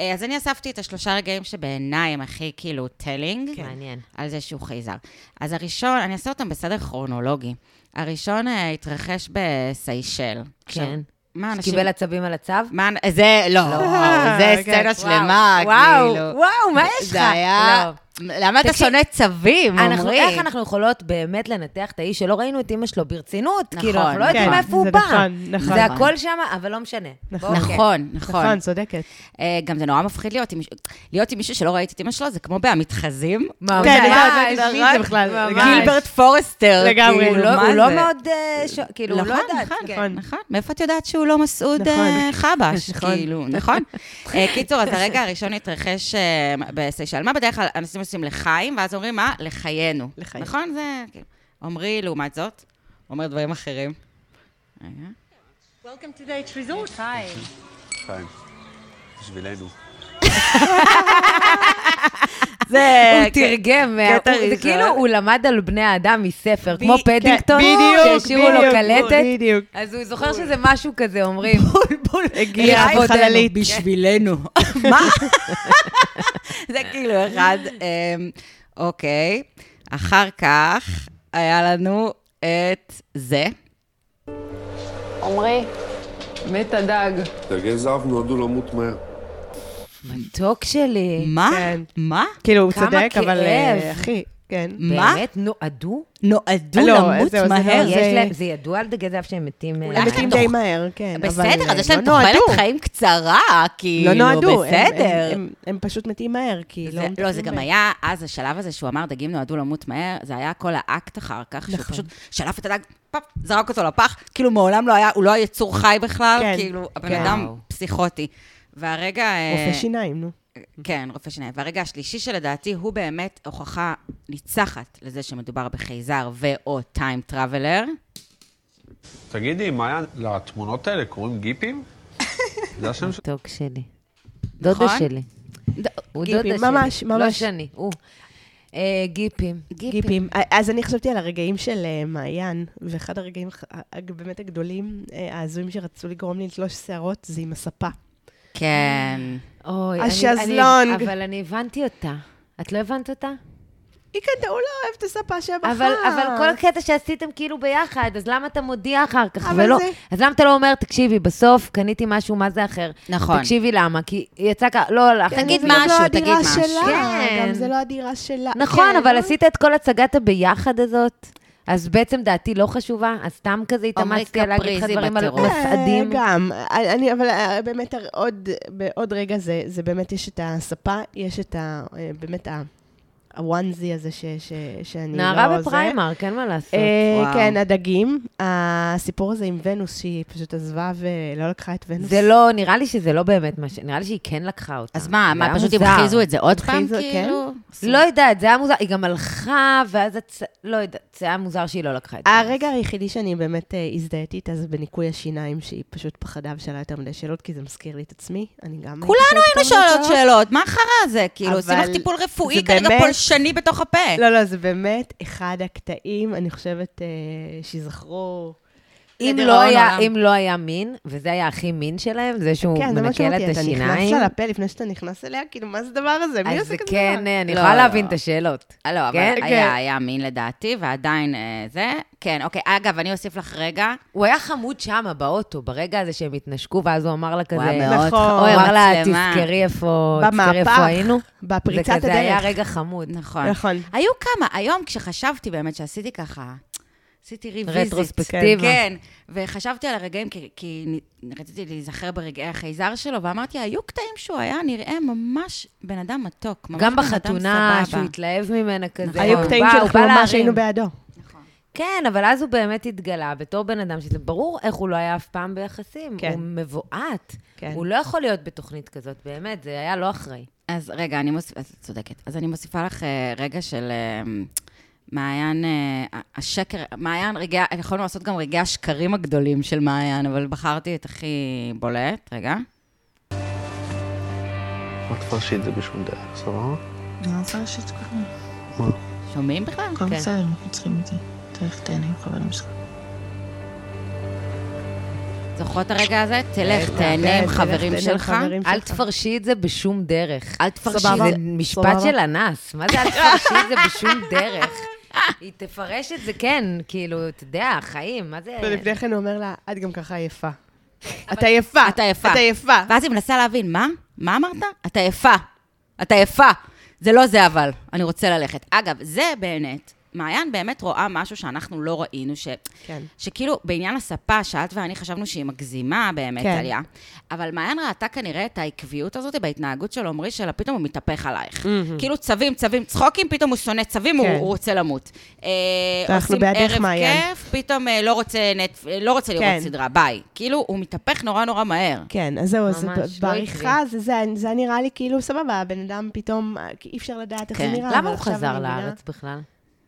אה, אז אני אספתי את השלושה רגעים שבעיניי הם הכי כאילו טלינג. מעניין. על זה שהוא חייזר. אז הראשון, אני אעשה אותם בסדר כרונולוגי. הראשון אה, התרחש בסיישל. עכשיו, כן. מה אנשים... קיבל עצבים על הצו? מה... זה, לא, אה, זה סצנה שלמה, אוקיי. וואו, כאילו. וואו, מה יש לך? זה היה... לא. למה אתה תקשיב, שונא צווים, אנחנו, עמרי? איך אנחנו יכולות באמת לנתח את האיש שלא ראינו את אימא שלו ברצינות? נכון, כאילו, אנחנו לא יודעים כן, מאיפה הוא זה בא. נכון, נכון. זה הכל שם, אבל לא משנה. נכון. בואו, כן. נכון, נכון. נכון, צודקת. אה, גם זה נורא מפחיד להיות עם מישהו- להיות עם מישהו שלא ראיתי את אמא שלו, זה כמו במתחזים. נכון. ממש. כן, אני יודעת, לא יודעת מי זה בכלל, ממש. לגמרי. גילברט פורסטר. לגמרי. כאילו, הוא לא- מה הוא לא זה? מאוד, אה, ש- כאילו, הוא לא נכון, יודעת. נכון, כן. נכון, נכון. מאיפה את יודעת שהוא לא מסעוד נכון. אה, חבש? נכון. כאילו, נכון? אה, קיצור, אז הרגע הראשון התרחש אה, בסיישל. מה בדרך כלל אנשים עושים לחיים, ואז אומרים, מה? לחיינו. לחיים. נכון? זה... כאילו. עמרי, לעומת זאת, אומר דברים אחרים. רגע. Welcome to Date Resort. Hi. חיים, בשבילנו. זה... כן. הוא תרגם. מה- קטע הוא- זה ראשון. כאילו הוא למד על בני האדם מספר, כמו כן, פדינגטון, בדיוק, שהשאירו לו בדיוק, קלטת. בדיוק. אז הוא זוכר שזה משהו כזה, אומרים. בולבול. הגיע חללית. כן. בשבילנו. מה? זה כאילו אחד. אמ, אוקיי. אחר כך היה לנו את זה. עמרי, מת הדג. דגי זהב נועדו למות מהר. מתוק שלי. מה? כן. מה? כאילו, הוא כמה צודק, אבל אה, כאב. אחי, כן. מה? באמת נועדו? נועדו לא, למות זהו, זה מהר. לא- יש זה- להם- זה ידוע על דגי זהב שהם מתים. אה, הם מהר. מתים די מהר, כן. אבל, בסדר, אז אה, יש להם לא נועדו. תוחלת חיים קצרה, כאילו, לא נועדו, הם- הם- בסדר. הם- הם פשוט מתים מהר, כי לא... זה- לא, זה מטפלים גם בהם. היה, אז השלב הזה שהוא אמר, דגים נועדו למות מהר, זה היה כל האקט אחר כך, שהוא נכון. פשוט שלף את הדג, פאפ, זרק אותו לפח, כאילו מעולם לא היה, הוא לא היה יצור חי בכלל, כן, כאילו, הבן כן. אדם פסיכוטי. והרגע... אה, רופא שיניים, נו. כן, רופא שיניים. והרגע השלישי שלדעתי הוא באמת הוכחה ניצחת לזה שמדובר בחייזר ו/או טיים טראבלר. תגידי, מאיה, לתמונות האלה קוראים גיפים? זה השם של... מתוק שלי. דודה נכון? שלי. הוא גיפים, דודה שלי. ממש, לא ממש. שני, הוא. אה, גיפים. גיפים. אז אני חשבתי על הרגעים של אה, מעיין, ואחד הרגעים הח- ה- באמת הגדולים, אה, ההזויים שרצו לגרום לי לתלוש שערות, זה עם הספה. כן. אוי, אני- השזלונג. אני- אבל אני הבנתי אותה. את לא הבנת אותה? היא כנראה לא אוהבת את הספה שבחר. אבל, אבל כל הקטע שעשיתם כאילו ביחד, אז למה אתה מודיע אחר כך? אבל ולא, זה- אז למה אתה לא אומר, תקשיבי, בסוף קניתי משהו, מה זה אחר? נכון. תקשיבי למה, כי יצא ככה, לא הלך. תגיד זה מה... גם לא משהו, תגיד הדירה משהו. שלה, כן. גם זה לא הדירה שלה. נכון, כן, אבל לא? עשית את כל הצגת הביחד הזאת, אז בעצם דעתי לא חשובה, אז סתם כזה אוקיי, התאמצתי על להגיד לך קפריזי דברים על בטירוף. אה, מסעדים. גם, אה, אני, אבל אה, באמת הר- עוד, בעוד רגע זה, זה באמת, יש את הספה, יש את ה... אה, באמת ה... הוואנזי הזה ש, ש, שאני לא... נערה זה. בפריימרק, אין מה לעשות. אה, וואו. כן, הדגים. הסיפור הזה עם ונוס, שהיא פשוט עזבה ולא לקחה את ונוס. זה לא, נראה לי שזה לא באמת מה ש... נראה לי שהיא כן לקחה אותה. אז מה, זה מה, היה פשוט מוזר. המחיזו את זה עוד פעם, המחיזו, כן. כאילו? לא יודעת, זה היה מוזר, היא גם הלכה, ואז הצ... לא יודעת, זה היה מוזר שהיא לא לקחה את זה. הרגע היחידי שאני באמת אה, הזדהיתי איתה זה בניקוי השיניים, שהיא פשוט פחדה ושאלה יותר מדי שאלות, כי זה מזכיר לי את עצמי. אני גם... כולנו היינו שואלות שאלות. שאלות, מה חרא זה? כאילו, אבל עושים לך טיפול רפואי זה כרגע באמת- פולשני בתוך הפה. לא, לא, זה באמת אחד הקטעים, אני חושבת, אה, שיזכרו... אם לדיראון לא, היה, עולם. אם לא היה מין, וזה היה הכי מין שלהם, זה שהוא כן, זה מה מנקה לה שאמרתי, את אתה נכנס השיניים, לה לפה לפני שאתה נכנס אליה? כאילו, מה זה הדבר הזה? מי אז עושה זה כזה דבר? כן, אה, אני לא, יכולה לא. להבין את השאלות. אה, לא, אבל כן? היה, היה מין לדעתי, ועדיין אה, זה. כן, אוקיי. אגב, אני אוסיף לך רגע. הוא היה חמוד שם, באוטו, ברגע הזה שהם התנשקו, ואז הוא אמר לה כזה... הוא היה מאוד נכון. הוא אמר לה, מצלמה. תזכרי איפה, תזכרי במהפך, איפה היינו. בפריצת זה כזה היה הדרך. רגע חמוד. נכון. נכון. היו כמה, היום כשחשבתי באמת שעשיתי ככה, עשיתי ריוויזיט. רטרוספקטיבה. כן, וחשבתי על הרגעים, כי, כי נ- רציתי להיזכר ברגעי החייזר שלו, ואמרתי, היו קטעים שהוא היה נראה ממש בן אדם מתוק, ממש גם בן אדם בחתונה, סבבה. שהוא התלהב ממנה כזה. נכון. היו הוא קטעים בא- הוא שאנחנו בא ממש להרים. היינו בעדו. כן, אבל אז הוא באמת התגלה בתור בן אדם שזה ברור איך הוא לא היה אף פעם ביחסים. כן. הוא מבועת. כן. הוא לא יכול להיות בתוכנית כזאת, באמת, זה היה לא אחראי. אז רגע, אני מוסיפה, את צודקת. אז אני מוסיפה לך אה, רגע של אה, מעיין, אה, השקר, מעיין, רגע, יכולנו לעשות גם רגעי השקרים הגדולים של מעיין, אבל בחרתי את הכי בולט, רגע. מה תפרשי את זה בשביל דרך, סבבה? מה צריך שתקופה? מה? שומעים בכלל? הכל כן. בסדר, אנחנו צריכים את זה. צריך תהנה עם חברים שלך. זוכרות את הרגע הזה? תלך, בטח, תהנה כן, עם תלך, חברים תהנה עם שלך. חברים אל שלך. תפרשי את זה בשום דרך. אל תפרשי את סבבה. זה. משפט סבבה. של אנס. מה זה אל תפרשי את זה בשום דרך? היא תפרש את זה, כן, כאילו, אתה יודע, חיים, מה זה... ולפני כן הוא אומר לה, את גם ככה עייפה. את עייפה. אתה יפה. את עייפה. ואז היא מנסה להבין, מה? מה אמרת? אתה יפה. אתה יפה. זה לא זה אבל, אני רוצה ללכת. אגב, זה באמת, מעיין באמת רואה משהו שאנחנו לא ראינו, ש... כן. שכאילו בעניין הספה, שאת ואני חשבנו שהיא מגזימה באמת, כן. עליה, אבל מעיין ראתה כנראה את העקביות הזאת בהתנהגות של עמרי, שלה פתאום הוא מתהפך עלייך. כאילו צווים, צווים, צחוקים, פתאום הוא שונא צווים, הוא, כן. הוא רוצה למות. אה, אנחנו עושים בעדך, ערב מעיין. כיף, פתאום אה, לא רוצה, נט... אה, לא רוצה לראות כן. סדרה, ביי. כאילו, הוא מתהפך נורא נורא מהר. כן, אז זהו, אז ממש, לא עקבי. בעריכה זה- זה זה היה נראה לי כאילו סבבה, הבן אדם פתאום, אה, אי אפשר לדעת איך זה כן. נראה. למה אבל הוא עכשיו אני חזר מבינה. לארץ בכלל?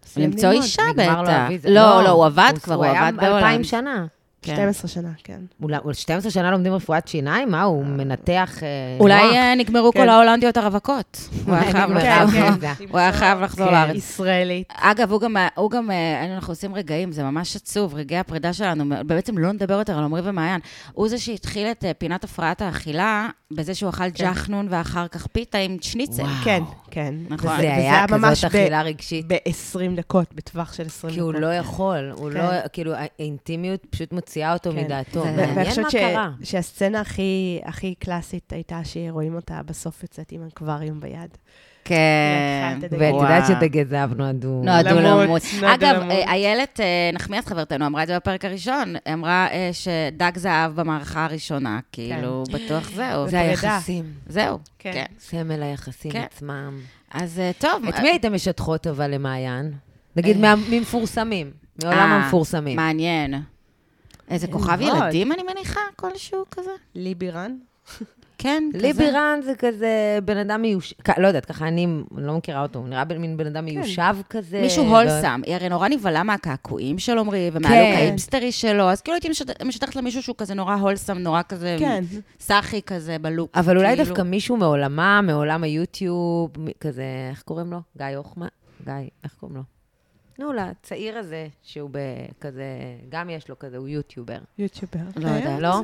סיים למצוא ללמוד. אישה נגמר לו בטח. הוויזה. לא, לא, הוא עבד כבר, הוא היה עבד בהולנד. 2,000 שנה. כן. 12 שנה, כן. אולי- אולי 12 שנה לומדים רפואת שיניים? מה, הוא מנתח... אה, מוח? אולי אה, נגמרו כל כן. ההולנדיות הרווקות. הוא היה חייב נגמרו. לחזור. כן, כן. הוא היה חייב לחזור כן. לא לארץ. ישראלית. אגב, הוא גם, הוא גם, אה, אנחנו עושים רגעים, זה ממש עצוב, רגעי הפרידה שלנו, בעצם לא נדבר יותר על עמרי ומעיין. הוא זה שהתחיל את אה, פינת הפרעת האכילה, בזה שהוא אכל ג'חנון ואחר כך פיתה עם שניצל. כן, כן. נכון. וזה- זה וזה היה ממש כזאת ב- אכילה רגשית. ב-20 דקות, בטווח של 20 כי דקות. הוא לא יכול, הוא כן. לא, כאילו, האינטימיות פשוט מוציאה אותו כן. מדעתו. זה- ו- מעניין ואני מה חושבת ש- קרה. שהסצנה הכי, הכי קלאסית הייתה שרואים אותה בסוף יוצאת עם אקווריום ביד. כן. לקחה את הדגל. ואת וואו. לא, יודעת שתגזב נועדו. נועדו למות, למות. נועדו אגב, למות. אה, איילת אה, נחמיאס חברתנו אמרה את זה בפרק הראשון, אמרה אה, שדג זהב במערכה הראשונה, כאילו, בטוח זהו. זה כן. פרידה. היחסים. זהו. כן. כן. סמל היחסים כן. עצמם. אז אה, טוב. את מי הייתם משטחות אבל למעיין? נגיד מה- ממפורסמים, מעולם אה, המפורסמים. מעניין. איזה כוכב אה, מאוד. ילדים, אני מניחה, כלשהו כזה? ליבירן? כן, כזה. ליבירן זה כזה בן אדם מיושב, כ- לא יודעת, ככה אני לא מכירה אותו, הוא נראה בין- מין בן אדם מיושב כזה. מישהו לא- הולסם, היא הרי נורא נבהלה מהקעקועים של עמרי, כן. ומהלוק האיפסטרי שלו, אז כאילו הייתי משת- משטחת למישהו שהוא כזה נורא הולסם, נורא כזה, כן. סאחי כזה בלוק. אבל אולי כאילו. דווקא מישהו מעולמה, מעולם היוטיוב, מ- כזה, איך קוראים לו? גיא הוחמן? גיא, איך קוראים לו? נו, לצעיר הזה, שהוא ב- כזה, גם יש לו כזה, הוא יוטיובר. יוטיובר. לא יודעת. לא?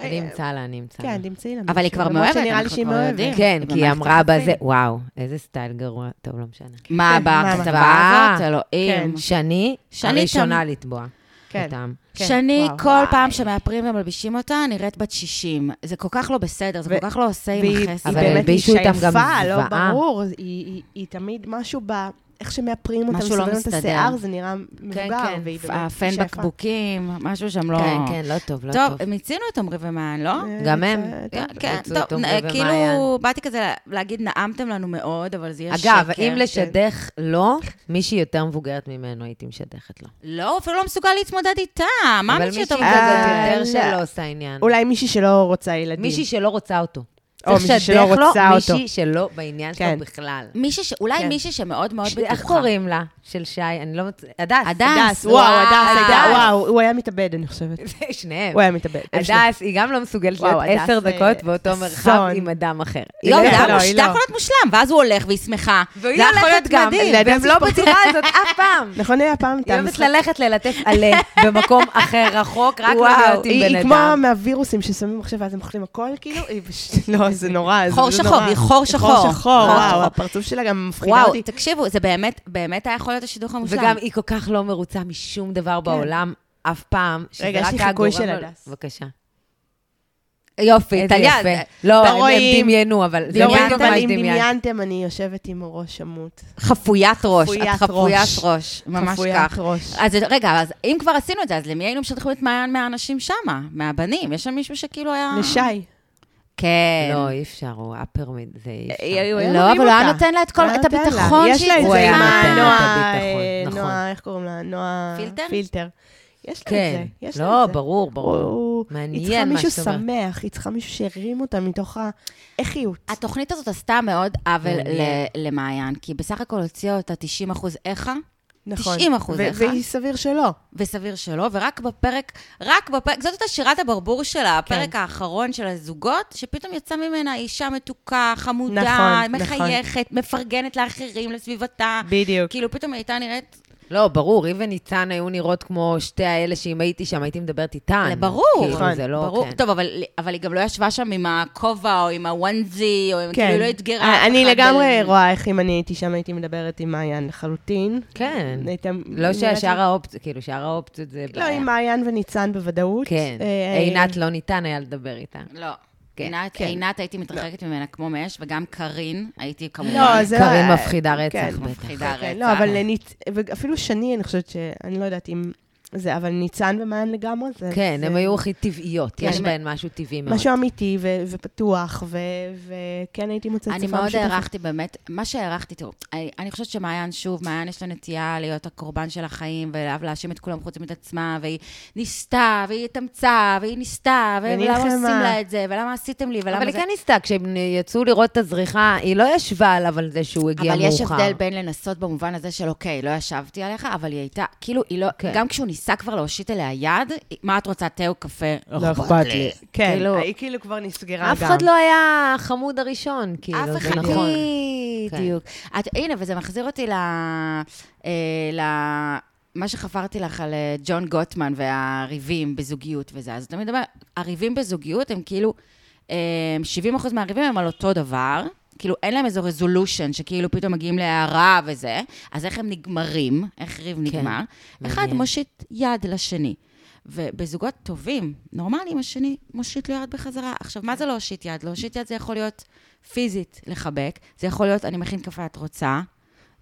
אה, אני אמצא לה, אני אמצא לה. כן, תמצאי לה. אבל היא מישהו. כבר למרות מאוהבת, שנראה לי אנחנו שהיא כבר מאוהבת. יודעים. כן, היא כי היא במערכת אמרה בזה, יחסים. וואו, איזה סטייל גרוע. טוב, לא משנה. מה, כן, מה, בכתבה מה? הזאת, אלוהים. שני, שני הראשונה תם. לתבוע. כן. אותם. כן, שני, וואו, כל פעם שמאפרים ומלבישים אותה, נראית בת 60. זה כל כך לא בסדר, זה ו- כל כך לא עושה עם והיא החסר. היא אבל באמת הלבישו אישה איתם גם יפה, לא זוועה. ברור. היא- היא- היא תמיד משהו ב... איך שמאפרים אותה, משהו לא מסדרים את מסתדר. השיער, זה נראה מבוגר, כן. והיא באמת הפן אישה יפה. בקבוקים, משהו שם לא... כן, כן, לא טוב, לא טוב. טוב, מיצינו את עמרי ומען, לא? אה, גם זה- הם. טוב. כן, מיצו את טוב, עמרי נ- ומעיין. כאילו, באתי כזה לה- להגיד, נאמתם לנו מאוד, אבל זה יהיה שקר. אגב, אם כן. לשדך לא, מישהי יותר מבוגרת ממנו הייתי משדכת לו. לא, הוא אפילו לא מסוגל להתמודד איתה. מה אבל מישהו מישהי יותר כזאת מבוגרת? יותר אה, שלא עושה עניין. אולי מישהי שלא רוצה ילדים. מישהי שלא רוצה אותו. או צריך מישהי שלא לשדך לו רוצה אותו. מישהי שלא בעניין שלו כן. בכלל. מישהי ש- אולי כן. מישהי שמאוד מאוד ש- בטוחה. איך קוראים לה? של שי, אני לא מצ... הדס. הדס, וואו, אה, הדס, הייתה- הדס. וואו, הוא היה מתאבד, אני חושבת. שניהם. הוא היה מתאבד. הם שניהם. הדס, היא גם לא מסוגלת וואו, להיות הדס, עשר אה, דקות באותו אסון. מרחב עם אדם אחר. היא לא, לא זה יכולה. היה לא, מוש- היא זה לא. יכול להיות מושלם, ואז הוא הולך והיא שמחה. והיא זה יכול להיות הולכת גם. מדהים, לדס והם יש לא פה- בדירה הזאת אף פעם. נכון, היה פעם את היא אוהבת המשחק. ללכת ללטף עלה במקום אחר, רחוק, רק לא להיות עם היא, בן היא כמו אדם. מהווירוסים ששמים עכשיו ואז הם אוכלים הכל, כאילו, היא פשוט... לא, זה נורא, זה חור פשוט שחור, נורא. היא חור שחור. חור שחור, חור וואו, שחור. הפרצוף שלה גם מפחידה וואו, אותי. תקשיבו, זה באמת, באמת היה יכול להיות השידוך המושלם. וגם היא כל כך לא מרוצה משום דבר בעולם, אף פעם, שזה רק כן. רגע, יש לי היה חיקוי גורם של לו- הדס. בבקשה. יופי, איזה טליה, יפה. זה- לא, הם- הם רואים. דמיינו, אבל זה לא רואים, מה אבל אם שדמיינת. דמיינתם, אני יושבת עם ראש שמוט. חפוית ראש. חפוית את חפוית ראש. ראש, ממש חפוית כך. ראש. אז רגע, אז אם כבר עשינו את זה, אז למי היינו משלחים את מעיין מהאנשים שמה? מהבנים? יש שם מישהו שכאילו היה... לשי. כן. לא, אי אפשר, הוא אפר מזה, אי אפשר. לא, אבל הוא היה נותן לה את כל- את הביטחון שהיא שהיא לא, צריכה. יש הוא לה את זה היה עם נותן לה את הנועה, הביטחון, אה, נכון. נועה, איך קוראים לה? נועה... פילטר? פילטר. יש לה את כן. זה, יש לה את זה. לא, ברור, ברור. ברור. מעניין היא צריכה מה מישהו שאת אומרת. שמח, היא צריכה מישהו שהרים אותה מתוך ה- החיות. התוכנית הזאת עשתה מאוד עוול מעניין. ל- למעיין, כי בסך הכל הוציאה אותה 90 אחוז איכה, נכון. 90 אחוז ו- אחד. והיא סביר שלא. וסביר שלא, ורק בפרק, רק בפרק, זאת הייתה שירת הברבור שלה, הפרק כן. האחרון של הזוגות, שפתאום יצא ממנה אישה מתוקה, חמודה, נכון, נכון. מחייכת, מפרגנת לאחרים, לסביבתה. בדיוק. כאילו, פתאום היא הייתה נראית... לא, ברור, היא וניצן היו נראות כמו שתי האלה שאם הייתי שם, הייתי מדברת איתן. ברור, כאילו, נכון, זה לא... כן, ברור, כן. טוב, אבל, אבל היא גם לא ישבה שם עם הכובע או עם הוונזי, או עם, כן. כאילו היא לא אתגרה אה, אף אני אחד לגמרי על- רואה איך אם אני הייתי שם, הייתי מדברת עם מעיין לחלוטין. כן. הייתה- לא נראית שהשאר האופציות, כאילו, שאר האופציות זה לא, בעיה. עם מעיין וניצן בוודאות. כן. אה, עינת לא ניתן היה לדבר איתה. לא. כן, עינת, כן. עינת הייתי מתרחקת ממנה כמו מאש, וגם קארין, הייתי כמובן... לא, זה... קארין אה, מפחידה כן, רצח, בטח. מפחידה רצח. כן, לא, אבל אה. לניצ... ואפילו שני, אני חושבת ש... אני לא יודעת אם זה, אבל ניצן ומעיין לגמרי זה... כן, זה הן היו הכי טבעיות, יש כן. בהן משהו טבעי מאוד. משהו אמיתי ו- ופתוח, ו- וכן הייתי מוצאת אני שפה מאוד משותפת. הערכתי באמת, מה שהערכתי, תראו, אני, אני חושבת שמעיין, שוב, מעיין יש לה נטייה להיות הקורבן של החיים, ולאו להאשים את כולם חוץ מאת עצמה, והיא ניסתה, והיא התאמצה, והיא ניסתה, ו- ולמה ונלחמה. עושים לה את זה, ולמה עשיתם לי, ולמה אבל היא זה... כן ניסתה, כשהם יצאו לראות את הזריחה, היא לא ישבה עליו על זה שהוא הגיע אבל מאוחר. יש הבדל בין לנסות במובן הזה של, אוקיי, לא ישבתי עליך, אבל היא הייתה, כאילו, היא לא, כן. גם כשהוא ניסה כבר להושיט אליה יד, היא- מה את רוצה, תה או קפה? לא אכפת לי. כן, כאילו- היא כאילו כבר נסגרה גם. אף אחד לא היה החמוד הראשון, כאילו, אף זה אחד, לא- נכון. כן. בדיוק. את- הנה, וזה מחזיר אותי ל... אה, ל... מה שחפרתי לך על אה, ג'ון גוטמן והריבים בזוגיות וזה, אז אתה מדבר, הריבים בזוגיות הם כאילו, אה, 70% מהריבים הם על אותו דבר, כאילו אין להם איזו רזולושן, שכאילו פתאום מגיעים להערה וזה, אז איך הם נגמרים, איך ריב נגמר? אחד כן. מעניין. מושיט יד לשני. ובזוגות טובים, נורמליים, השני מושיט לו יד בחזרה. עכשיו, מה זה להושיט יד? להושיט יד זה יכול להיות פיזית לחבק, זה יכול להיות אני מכין קפה, את רוצה,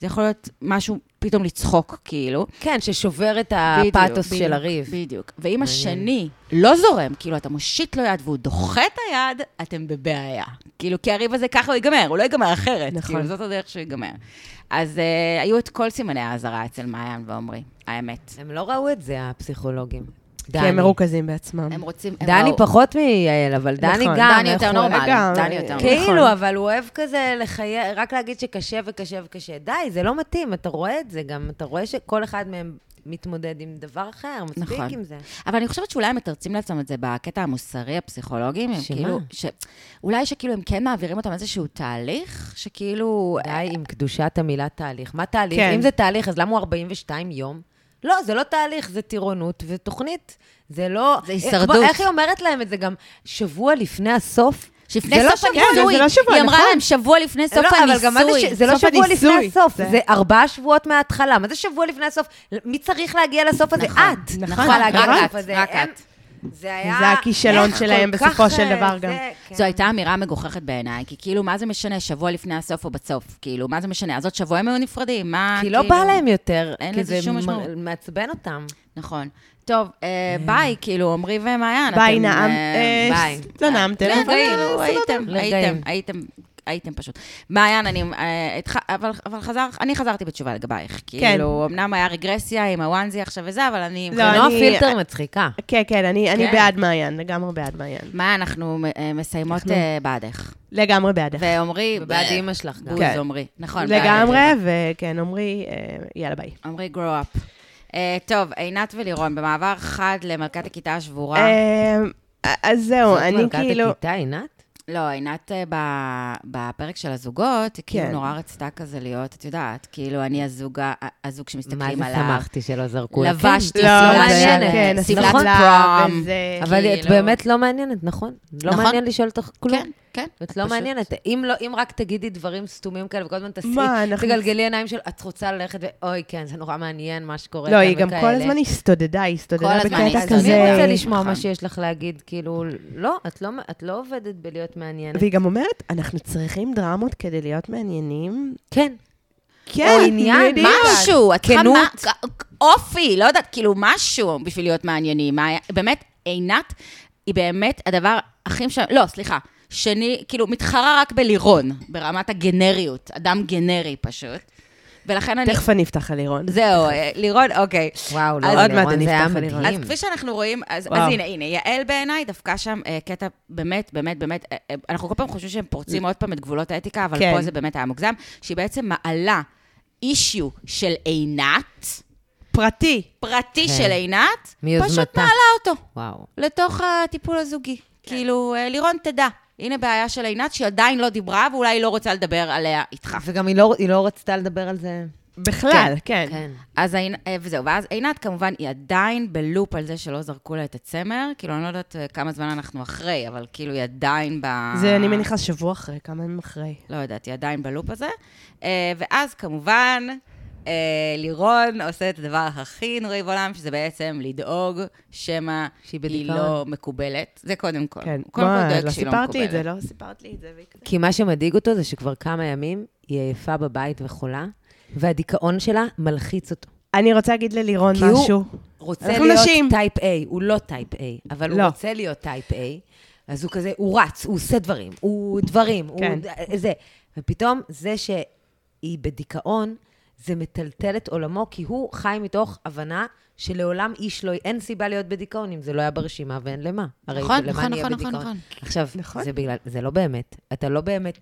זה יכול להיות משהו, פתאום לצחוק, כאילו. כן, ששובר את בדיוק, הפאתוס בדיוק, של הריב. בדיוק. ואם השני לא זורם, כאילו, אתה מושיט לו יד והוא דוחה את היד, אתם בבעיה. כאילו, כי הריב הזה ככה הוא ייגמר, הוא לא ייגמר אחרת. נכון. כאילו, זאת הדרך שהוא ייגמר. אז אה, היו את כל סימני האזהרה אצל מעיין ועמרי, האמת. הם לא ראו את זה, הפסיכולוגים. כי הם דני. מרוכזים בעצמם. הם רוצים... הם לא- דני ראו. פחות מיעל, אבל דני נכון. גם. דני איך יותר הוא- נורמלי. רגע, דני יותר אה, נכון. כאילו, אבל הוא אוהב כזה לחייב, רק להגיד שקשה וקשה וקשה. די, זה לא מתאים, אתה רואה את זה גם, אתה רואה שכל אחד מהם מתמודד עם דבר אחר, מספיק נכון. עם זה. אבל אני חושבת שאולי הם מתרצים לעצמם את זה בקטע המוסרי, הפסיכולוגי, הם שמה? כאילו... ש... אולי שכאילו הם כן מעבירים אותם איזשהו תהליך, שכאילו... די עם קדושת המילה תהליך. מה תהליך? כן. אם זה תהליך, אז למה הוא 42 יום? לא, זה לא תהליך, זה טירונות ותוכנית. זה לא... זה איך- הישרדות. בוא, איך היא אומרת להם את זה גם? שבוע לפני הסוף? שלפני זה לא סוף שבוע, הניסוי, זה לא שבוע, היא אמרה נכון. להם שבוע לפני סוף לא, אבל גם מה זה, ש- הניסוי. זה לא סוף שבוע הניסוי. לפני הסוף, זה- זה ארבעה שבועות מההתחלה. מה זה שבוע לפני הסוף? מי צריך להגיע לסוף הזה? נכון, את. נכון, צריכה להגיע רק לסוף את, הזה. רק הם- את. זה היה... זה הכישלון איך שלהם כל כך, בסופו של אה, דבר זה, גם. כן. זו הייתה אמירה מגוחכת בעיניי, כי כאילו, מה זה משנה, שבוע לפני הסוף או בסוף? כאילו, מה זה משנה? אז עוד שבוע הם היו נפרדים, מה... כי לא כאילו- בא להם יותר, אין כי לזה זה שום מ- משמעות. מעצבן אותם. נכון. טוב, אה, ביי, כאילו, עמרי ומעיין. ביי, אתם, נעם. אה, אה, ביי. לא אה, נעמתם. כן, אבל כן, סבבה. הייתם, הייתם, לרגעים. הייתם, הייתם פשוט. מעיין, אני, אה, התח- אבל אבל חזר, אני חזרתי בתשובה לגבייך. כאילו, אמנם היה רגרסיה עם הוואנזי עכשיו וזה, אבל אני... לא, נועה אני- פילטר מצחיקה. כן, כן, אני אני כן. בעד מעיין, לגמרי בעד מעיין. מה, אנחנו אה, מסיימות אה, בעדך. לגמרי בעדך. ועמרי... ובעד אה, אימא שלך גם. בוז כן. עמרי. נכון. לגמרי, וכן, עמרי, אה, יאללה ביי. עמרי grow up. אה, טוב, עינת ולירון, במעבר חד למלכת הכיתה השבורה. אה, אז זהו, זאת אני מלכת כאילו... הכיתה, לא, עינת? לא, עינת אה, ב- בפרק של הזוגות, היא כאילו כן. נורא רצתה כזה להיות, את יודעת, כאילו, אני הזוג ה- הזוג מה שמסתכלים זה עליו. שמחתי שלא זרקו לה. לבשתי, לא, שמלה זה- מעניינת, כן, שמלת נכון. פראם. וזה- אבל את כאילו- באמת לא מעניינת, נכון? לא נכון. מעניין לשאול אותך כלום. כן, כן. את לא פשוט- מעניינת. אם לא- אם רק תגידי דברים סתומים כאלה, וכל הזמן מה, תעשי, אנחנו- תגלגלי עיניים של, את רוצה ללכת, ואוי, כן, זה נורא מעניין מה שקורה לא, כאן היא גם כל וכאלה." הזמן הסתודדה, היא הסתודדה הזמן היא בקטע הסתודדה. אז מי רוצה כזה. לשמוע נכון. מה שיש לך להגיד? כאילו, לא, את לא- את לא עובדת בלהיות מעניינת. והיא גם אומרת, אנחנו צריכים דרמות כדי להיות מעניינים. כן. כן, עניין, בדיוק. משהו, את צריכה כנות. מה- אופי, לא יודעת, כאילו משהו בשביל להיות מעניינים. מה- באמת, עינת היא באמת הדבר הכי משנה, לא, סליחה, שני, כאילו, מתחרה רק בלירון, ברמת הגנריות, אדם גנרי פשוט. ולכן אני... תכף אני אפתח על לירון. זהו, אה, לירון, אוקיי. וואו, לא, אז עוד מעט לירון, אני זה היה אפתח על לירון. מדהים. אז כפי שאנחנו רואים, אז, וואו. אז הנה, הנה, יעל בעיניי דווקא שם אה, קטע באמת, באמת, באמת, אה, אה, אנחנו כל פעם חושבים שהם פורצים עוד פעם את גבולות האתיקה, אבל כן. פה זה באמת היה מוגזם, שהיא בעצם מעלה אישיו של עינת, פרטי. פרטי כן. של עינת, פשוט מיוזמתה. מעלה אותו וואו. לתוך הטיפול הזוגי. כן. כאילו, אה, לירון, תדע, הנה בעיה של עינת שהיא עדיין לא דיברה ואולי היא לא רוצה לדבר עליה איתך. וגם היא לא- היא לא רצתה לדבר על זה. בכלל, כן. אז עינת, וזהו, ואז עינת כמובן היא עדיין בלופ על זה שלא זרקו לה את הצמר, כאילו אני לא יודעת אה, כמה זמן אנחנו אחרי, אבל כאילו היא עדיין ב... זה, אני מניחה, שבוע אחרי, כמה ימים אחרי. לא יודעת, היא עדיין בלופ הזה. אה, ואז כמובן, אה, לירון עושה את הדבר הכי נוראי בעולם, שזה בעצם לדאוג שמא שהיא היא בדיכאון. לא מקובלת. זה קודם כל. כן. הוא קודם כל וואי, דואג לא שהיא לא סיפרת לי מקובלת. את זה, לא סיפרת לי את זה. ויקטור. כי מה שמדאיג אותו זה שכבר כמה ימים היא עייפה בבית וחולה, והדיכאון שלה מלחיץ אותו. אני רוצה להגיד ללירון כי הוא משהו. רוצה אנחנו להיות נשים. טייפ A, הוא לא טייפ A, אבל הוא לא. רוצה להיות טייפ A, אז הוא כזה, הוא רץ, הוא עושה דברים, הוא דברים, כן. הוא זה. ופתאום זה שהיא בדיכאון, זה מטלטל את עולמו, כי הוא חי מתוך הבנה שלעולם איש לא, אין סיבה להיות בדיכאון אם זה לא היה ברשימה ואין למה. הרי נכון, למה נכון, אני אהיה נכון, בדיכאון? נכון, נכון. עכשיו, נכון. זה בגלל, זה לא באמת, אתה לא באמת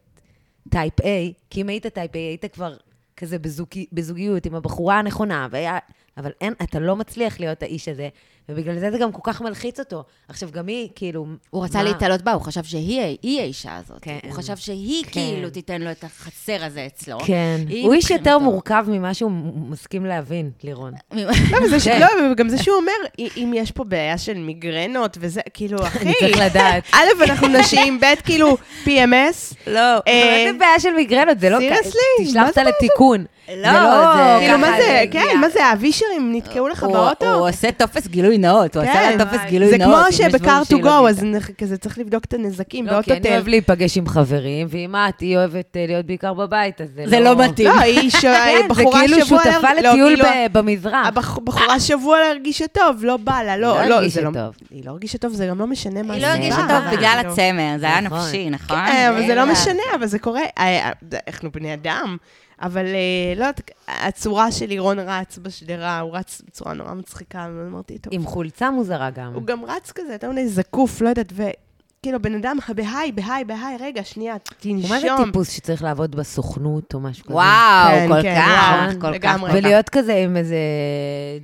טייפ A, כי אם היית טייפ A, היית כבר כזה בזוגי, בזוגיות עם הבחורה הנכונה, והיה, אבל אין, אתה לא מצליח להיות האיש הזה, ובגלל זה זה גם כל כך מלחיץ אותו. עכשיו, גם היא, כאילו... הוא רצה מה- להתעלות בה, הוא חשב שהיא היא האישה הזאת. כן. הוא חשב שהיא כן. כאילו תיתן לו את החסר הזה אצלו. כן. היא הוא איש יותר מבחינתו- מורכב ממה שהוא מ- מסכים להבין, לירון. לא, וזה ש- כן. לא, וגם זה שהוא אומר, "אי- אם יש פה בעיה של מיגרנות וזה, כאילו, אחי, אני צריך לדעת. א', אנחנו נשים, ב', כאילו, PMS. לא, אה, איזה בעיה של מיגרנות, זה לא... seriously? תשלח מה זה אותה לתיקון. זה לא, זה- כאילו, מה ככה, זה, זה כן, מה זה, האבישרים נתקעו לך הוא- באוטו? הוא עושה טופס גילוי נאות, הוא כן. עשה לה טופס וואי. גילוי זה נאות. כמו אם יש דברים שבקאר טו שהיא לא גו, גילתה. אז נח- כזה צריך לבדוק את הנזקים לא, כי באוטו אני טל. אוהב להיפגש עם חברים, ועם את, היא אוהבת אה, להיות בעיקר בבית, אז זה לא... זה לא מתאים. לא, היא ש- כן, זה בחורה כאילו שבוע... שותפה לא, לטיול כאילו, ב- במזרח. הבח- בחורה שבוע לא הרגישה טוב, לא בא לה, לא, לא לא, הרגישה זה לא... טוב. היא לא הרגישה טוב, זה גם לא משנה מה היא זה. לא הרגישה הסיבה. טוב בגלל כאילו. הצמר, זה היה נכון. נפשי, נכון? אה, אבל זה לא אה, משנה, אבל זה קורה. אה, אה, אנחנו בני אדם, אבל אה, לא יודעת, הצורה של לירון רץ בשדרה, הוא רץ בצורה נורא מצחיקה, ואמרתי, טוב. עם חולצה מוזרה גם. הוא גם רץ כזה, אתה מיני זקוף, לא יודעת, וכאילו, בן אדם, בהיי, בהיי, בהיי, רגע, שנייה, הוא מה זה תנשום. טיפוס שצריך לעבוד בסוכנות או משהו כזה? נכון. וואו, כן, כל כן, כך, וואו, כל כך. לגמרי. ולהיות כזה עם איזה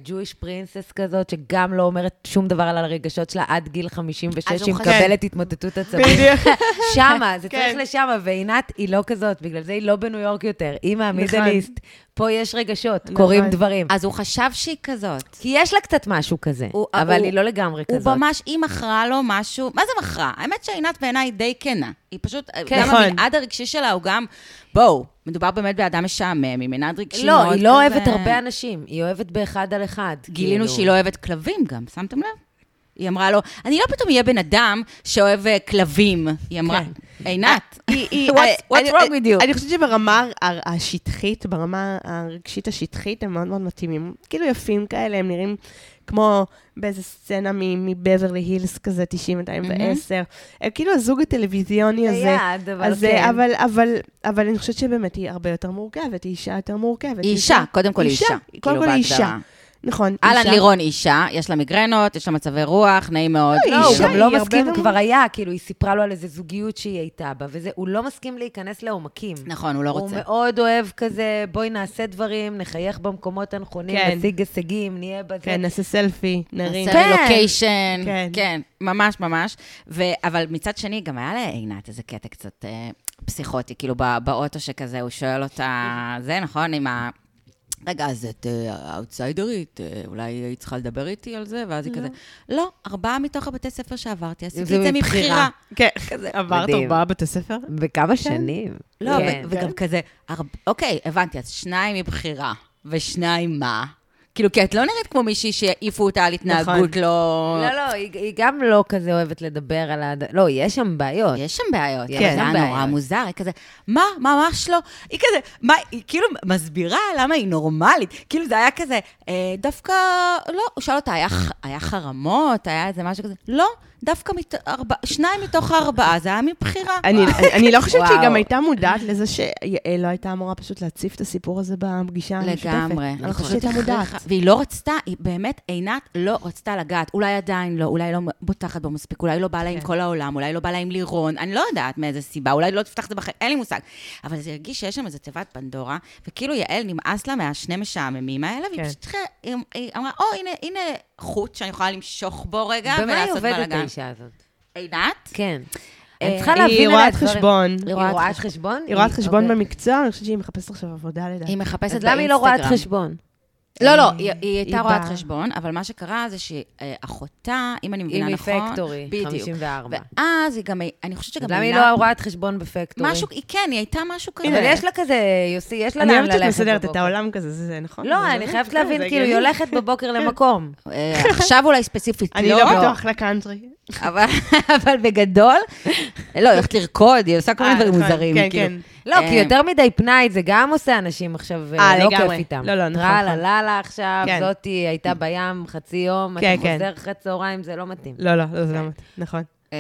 Jewish princess כזאת, שגם לא אומרת שום דבר על הרגשות שלה עד גיל 56, אז הוא שהיא חשב- מקבלת התמוטטות עצמית. בדיוק. שמה, זה כן. צריך לשמה, ועינת היא לא כזאת, בגלל זה היא לא בניו יורק יותר. היא מהמידליסט, פה יש רגשות, קורים דברים. אז הוא חשב שהיא כזאת. כי יש לה קצת משהו כזה, הוא- אבל הוא- היא לא לגמרי הוא כזאת. ממש, היא מכרה לו משהו, מה זה מכרה? האמת שעינת בעיניי די כנה. היא פשוט, גם נכון. המנעד הרגשי שלה הוא גם, בואו, מדובר באמת באדם משעמם, עם מנעד רגשי מאוד לא, היא כזה- לא אוהבת הרבה אנשים, היא אוהבת באחד על אחד. גילינו כאילו. שהיא לא אוהבת כלבים גם, שמתם לב? היא אמרה לו, אני לא פתאום אהיה בן אדם שאוהב אה, כלבים. היא אמרה, עינת, אה, היא- היא- what's what's אני- wrong with you? אני חושבת שברמה הר- השטחית, ברמה הרגשית השטחית, הם מאוד מאוד מתאימים. כאילו יפים כאלה, הם נראים כמו באיזה סצנה מ- מבברלי הילס כזה, 90-210. הם כאילו הזוג הטלוויזיוני הזה. ליד, אבל אז, כן. אבל, אבל, אבל אני חושבת שבאמת היא הרבה יותר מורכבת, היא אישה יותר מורכבת. היא אישה, קודם כל היא אישה. קודם כאילו, כל היא בהגדרה. אישה. נכון, אהלן אישה. לירון היא אישה, יש לה מיגרנות, יש לה מצבי רוח, נעים מאוד. היא לא, הוא אישה, גם לא היא הרבה מסכים, יותר- כבר היה, כאילו, היא סיפרה לו על איזה זוגיות שהיא הייתה בה, וזה, הוא לא מסכים להיכנס לעומקים. נכון, הוא לא הוא רוצה. מאוד אוהב כזה, בואי נעשה דברים, נחייך במקומות הנכונים, כן. נשיג הישגים, נהיה בזה. כן, נעשה סלפי, נרים. סרט כן. לוקיישן, כן. כן, ממש ממש. ו- אבל מצד שני, גם היה לעינת איזה קטע קצת אה, פסיכוטי, כאילו בא- באוטו שכזה, הוא שואל אותה, זה נכון, עם ה... רגע, אז את אה, אאוטסיידרית, אה, אולי היא צריכה לדבר איתי על זה? ואז היא כזה, לא, ארבעה מתוך הבתי ספר שעברתי, עשיתי את זה מבחירה. כן, עברת מדהים. ארבעה בתי ספר? בכמה שנים? נכון. כן. לא, ו- כן. וגם כזה, ארבע- אוקיי, הבנתי, אז שניים מבחירה, ושניים מה? כאילו, כי את לא נראית כמו מישהי שהעיפו אותה על נכון. התנהגות לא... לא, לא, היא היא גם לא כזה אוהבת לדבר על ה... לא, יש שם בעיות. יש שם בעיות, כן, אבל זה שם היה נורא בעיות. מוזר, היא כזה, מה, מה, ממש לא? היא כזה, מה, היא כאילו מסבירה למה היא נורמלית, כאילו זה היה כזה, אה, דווקא, לא, הוא שאל אותה, היה, ח- היה חרמות, היה איזה משהו כזה, לא, דווקא מת... ארבע... שניים מתוך הארבעה, זה היה מבחירה. אני, אני לא חושבת שהיא וואו. גם הייתה מודעת לזה שיעל לא הייתה אמורה פשוט להציף את הסיפור הזה בפגישה המשותפת. לגמרי. אני לא אני חושבת פשוט שהייתה מודעת. הכריחה- והיא לא רצתה, היא באמת, עינת לא רצתה לגעת. אולי עדיין לא, אולי לא בוטחת בו מספיק, אולי לא בא לה עם כל העולם, אולי לא בא לה עם לירון, אני לא יודעת מאיזה סיבה, אולי לא תפתח את זה בחיים, אין לי מושג. אבל זה הרגיש שיש שם איזה תיבת פנדורה, וכאילו יעל נמאס לה מהשני משעממים האלה, והיא כן. פשוט התחילה- היא- היא אמרה, או, הנה- הנה חוט שאני יכולה למשוך בו רגע במה היא ולעשות עובדת, בלאגן. האישה הזאת? עינת? כן. אה, אני צריכה היא להבין עליה רואת דברים. חשבון. היא רואת חשבון? היא רואת חשבון אוקיי. במקצוע, אני חושבת שהיא מחפשת עכשיו עבודה לדעתי. היא מחפשת אז למה היא לא רואת באינסטגרם. חשבון? לא, לא, היא היא הייתה היא רואת באה- חשבון, אבל מה שקרה זה שאחותה, אם אני היא מבינה נכון... מפקטורי, בדיוק. 54. ואז היא גם, אני חושבת אז שגם למה היא עינת- לא רואת חשבון בפקטורי? משהו, היא כן, היא הייתה משהו כזה. אבל יש לה כזה, יוסי, יש לה לאן אני ללכת אוהבת שאת בבוקר. מסדרת את העולם כזה, זה- זה נכון? זה- לא, אני זה- חייבת זה- להבין, זה כאילו, היא הגיוני. הולכת בבוקר למקום. אה, עכשיו אולי ספציפית, כאילו, אני לא בטוח לקאנטרי. אבל- אבל בגדול, לא, היא הולכת לרקוד, היא עושה כל מיני אה, דברים נכון, מוזרים. כן, כאילו. כן. לא, כי אה, יותר מדי פנאי, זה גם עושה אנשים עכשיו, אה, אה, לא לגמרי. כיף איתם. לא, לא, נכון, טרלה, נכון. לאללה עכשיו, כן. זאתי הייתה בים חצי יום, אתה כן, כן. חוזר אחרי צהריים, זה לא מתאים. לא, לא, לא, זה לא מתאים. נכון. אה,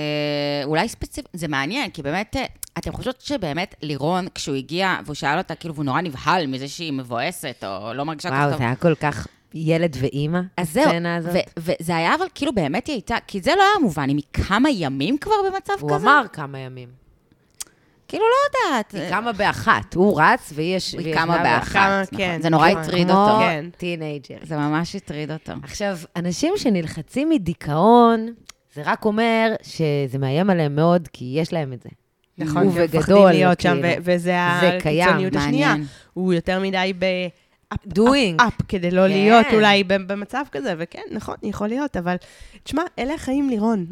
אולי ספציפית, זה מעניין, כי באמת, אה, אתם חושבות שבאמת לירון, כשהוא הגיע, והוא שאל אותה, כאילו, והוא נורא נבהל מזה שהיא מבואסת, או לא מרגישה כל כך וואו, טוב. זה היה כל כך ילד ואימא, אז זהו, הסצנה הזאת. ו- וזה היה אבל כאילו באמת היא הייתה, כי זה לא היה מובן, היא מכמה ימים כבר במצב כזה? הוא אמר כמה ימים. כאילו, לא יודעת. היא קמה באחת, הוא רץ ויש... היא ויש קמה לה באחת, כמה- נכון. כן, זה נורא נכון. הטריד כמו אותו. כן. טינג'ר. זה ממש הטריד אותו. עכשיו, אנשים שנלחצים מדיכאון, זה רק אומר שזה מאיים עליהם מאוד, כי יש להם את זה. נכון, ובגדול, הם מפחדים להיות שם, כאילו. ו- וזה זה קיים, הקיצוניות השנייה. מעניין. הוא יותר מדי ב... Doing. אפ כדי לא להיות כן. אולי ב- במצב כזה, וכן, נכון, יכול להיות, אבל תשמע, אלה החיים, לירון.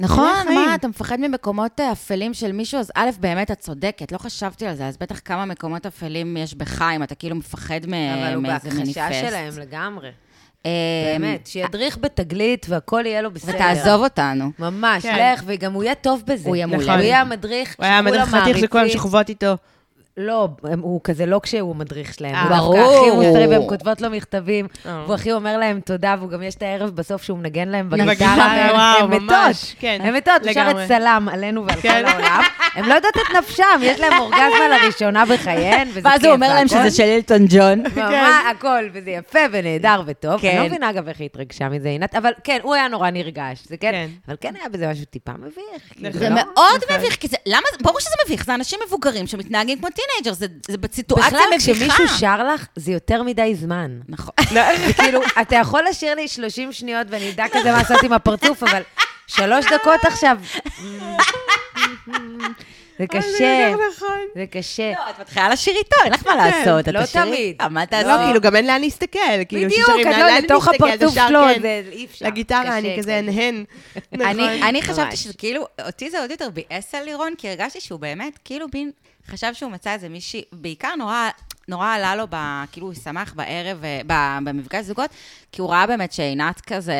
נכון, החיים. מה, אתה מפחד ממקומות אה, אפלים של מישהו? אז א', באמת, את צודקת, לא חשבתי על זה, אז בטח כמה מקומות אפלים יש בך, אם אתה כאילו מפחד מ- אה, אבל הוא מאיזה מניפסט. בהכחשה שלהם לגמרי. אה, באמת, שידריך בתגלית והכל יהיה לו בסדר. ותעזוב אותנו. ממש, כן. לך, וגם הוא יהיה טוב בזה. הוא יהיה נכון. מעולה. הוא יהיה המדריך הוא היה המדריך שכולם חתיך שכולם מעריצים. שוכבות איתו. לא, הם- הוא כזה לא כשהוא מדריך שלהם. אה, הוא דווקא ברור. הכי מוסרי, והן כותבות לו מכתבים, אה. והוא הכי אומר להם תודה, והוא גם יש את הערב בסוף שהוא מנגן להם בגיטרה, בגיטרה, והן- וואו, הן מתות. ממש, כן, הן מתות, הוא שר לגמרי. את סלם עלינו ועל כל כן. העולם. הן לא יודעות את נפשם, יש להם אורגזמה לראשונה בחייהן, וזה כיף. ואז הוא אומר להם והכל. שזה של אילטון ג'ון. כן. ממש, הכל, וזה יפה ונהדר וטוב. אני כן. לא מבינה, אגב, איך היא התרגשה מזה, עינת, אבל כן, הוא היה נורא נרגש, זה כן, כן. אבל כן היה בזה משהו טיפה מביך. כאילו, נכון. זה לא? מאוד מביך, כי זה, למה, זה- ברור שזה מביך, זה אנשים מבוגרים שמתנהגים כמו טינג'ר, זה זה בסיטואציה בכלל, מביכה. כשמישהו שר לך, זה יותר מדי זמן. נכון. זה כאילו, אתה יכול לשיר לי 30 שניות ואני אדע כזה מה לעשות עם הפרצוף, אבל שלוש דקות עכשיו... זה קשה, נכון. זה קשה. לא, את מתחילה לשיר איתו, אין לך מה לעשות. את לא תשאירי תמיד. איתו, מה תעשי? לא, כאילו, גם אין לאן להסתכל. כאילו, בדיוק, ששרים, את "לאן לא אני לתוך מסתכל?" הפרצוף ישר, שלו, כן. זה אי אפשר. לגיטרה, אני קשה, כן. כזה קשה. הנהן. נכון. אני, אני חשבתי ממש. שזה כאילו, אותי זה עוד יותר ביאס על לירון, כי הרגשתי שהוא באמת, כאילו בין, חשב שהוא מצא איזה מישהי, בעיקר נורא, נורא עלה לו, ב, כאילו הוא שמח בערב, אה, ב- במפגש זוגות, כי הוא ראה באמת שעינת כזה,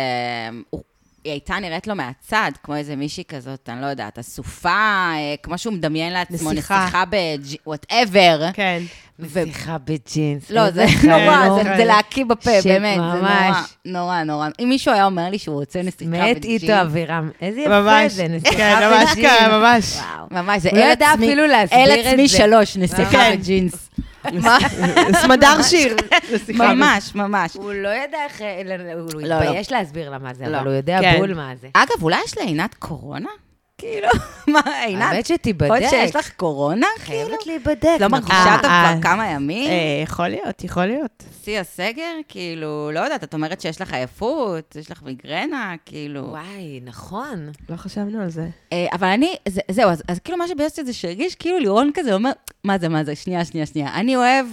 הוא, היא הייתה נראית לו מהצד, כמו איזה מישהי כזאת, אני לא יודעת, אסופה, אה, כמו שהוא מדמיין לעצמו, נסיכה. נסיכה בג' וואטאבר. כן. נסיכה בג'ינס. לא, זה איזה נורא, חלום. זה- זה להקיא בפה, ש- באמת, זה נורא, אוקיי, ממש. נורא, נורא. אם מישהו היה אומר לי שהוא רוצה נסיכה בג'ינס... מת איתו אבירם. איזה יפה ממש. זה, נסיכה כן, ממש, בג'ינס. כן, ממש. וואו. ממש, זה הוא לא אל ידע עצמי, אפילו להסביר את אל עצמי זה. שלוש, נסיכה כן. בג'ינס. מה? סמדר שיר. נסיכה. ממש, ממש. הוא לא ידע איך... אה, הוא לא. התבייש להסביר לה מה זה, לא. אבל הוא יודע כן. בול מה זה. אגב, אולי יש לעינת קורונה? כאילו, מה, עינת? האמת שתיבדק. עוד שיש לך קורונה? כאילו? חייבת להיבדק. נכון? לא מרגישה אה, אותה אה. כבר כמה ימים? אה, יכול להיות, יכול להיות. שיא הסגר? כאילו, לא יודעת, את אומרת שיש לך עייפות, יש לך מיגרנה, כאילו... וואי, נכון. לא חשבנו על זה. אה, אבל אני, זה- זהו, אז, אז כאילו מה שביאס אותי זה שהרגיש כאילו לירון כזה אומר, מה זה, מה זה, שנייה, שנייה, שנייה. אני אוהב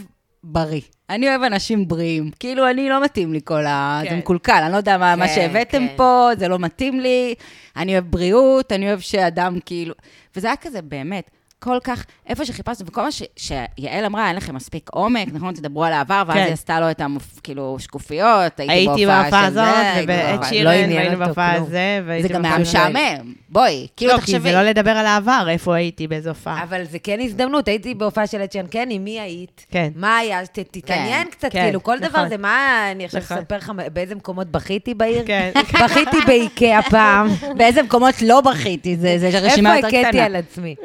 בריא. אני אוהב אנשים בריאים. כאילו, אני לא מתאים לי כל ה... זה כן. מקולקל, אני לא יודע מה, מה כן, שהבאתם כן. פה, זה לא מתאים לי. אני אוהב בריאות, אני אוהב שאדם כאילו... וזה היה כזה, באמת, כל כך, איפה שחיפשנו, וכל מה ש, שיעל אמרה, אין לכם מספיק עומק, נכון? תדברו על העבר, ואז כן. היא עשתה לו את המופ... כאילו, שקופיות, הייתי הייתי בהופעה בהופעה של הזאת, זה, הייתי ובעת בהופעה- לא שירן, עניין והיינו אותו בהופעה כלום. הזה, זה והייתי גם בהופעה היה של- משעמם, בואי, כאילו, לא, כי תחשבי. זה לא לדבר על העבר, איפה הייתי, באיזה הופעה. אבל זה כן הזדמנות, הייתי בהופעה של אצ'ן כן, עם מי היית? כן. מה היה? ת- תתעניין כן, קצת, כן, כאילו, כל נכון. דבר זה מה, אני עכשיו נכון. אספר לך מה- באיזה מקומות בכיתי בעיר? כן. בכיתי באיקאה פעם. באיזה מקומות לא בכיתי, זה זה רשימה יותר איפה הכיתי קטנה. על עצמי?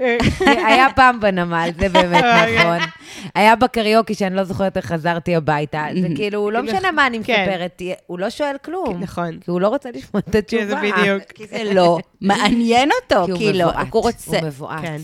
היה פעם בנמל, זה באמת נכון. היה בקריוקי שאני לא זוכרת איך חזרתי הביתה. זה כאילו, לא משנה מה אני כן. מספרת, תה- הוא לא שואל כלום. נכון. כי הוא לא רוצה לשמוע את התשובה. כן, זה בדיוק. כי זה לא מעניין אותו, כי הוא כאילו, מבועת, הוא רוצה... הוא מבועת. כן,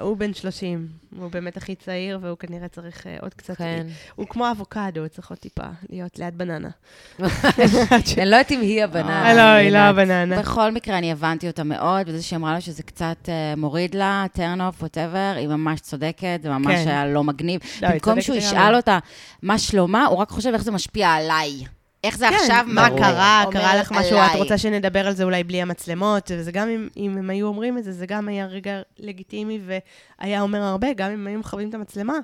הוא בן 30, הוא באמת הכי צעיר, והוא כנראה צריך אה, עוד קצת... כן. הוא כמו אבוקדו, הוא צריך עוד טיפה להיות ליד בננה. אני לא יודעת אם היא הבנה. אה, לא, היא לא הבננה. בכל מקרה, אני הבנתי אותה מאוד, בזה שהיא אמרה לו שזה קצת אה, מוריד לה, turn off, whatever, היא ממש צודקת, זה ממש כן. היה לא מגניב. לא, היא במקום צודקת שהוא לגמרי. ישאל אותה מה שלומה, הוא רק חושב איך זה משפיע עליי. איך זה עכשיו, כן, מה הוא קרה, אומר קרה לך משהו, את עליי. רוצה שנדבר על זה אולי בלי המצלמות, וזה גם אם, אם הם היו אומרים את זה, זה גם היה רגע לגיטימי והיה אומר הרבה, גם אם היו מכבים את המצלמה.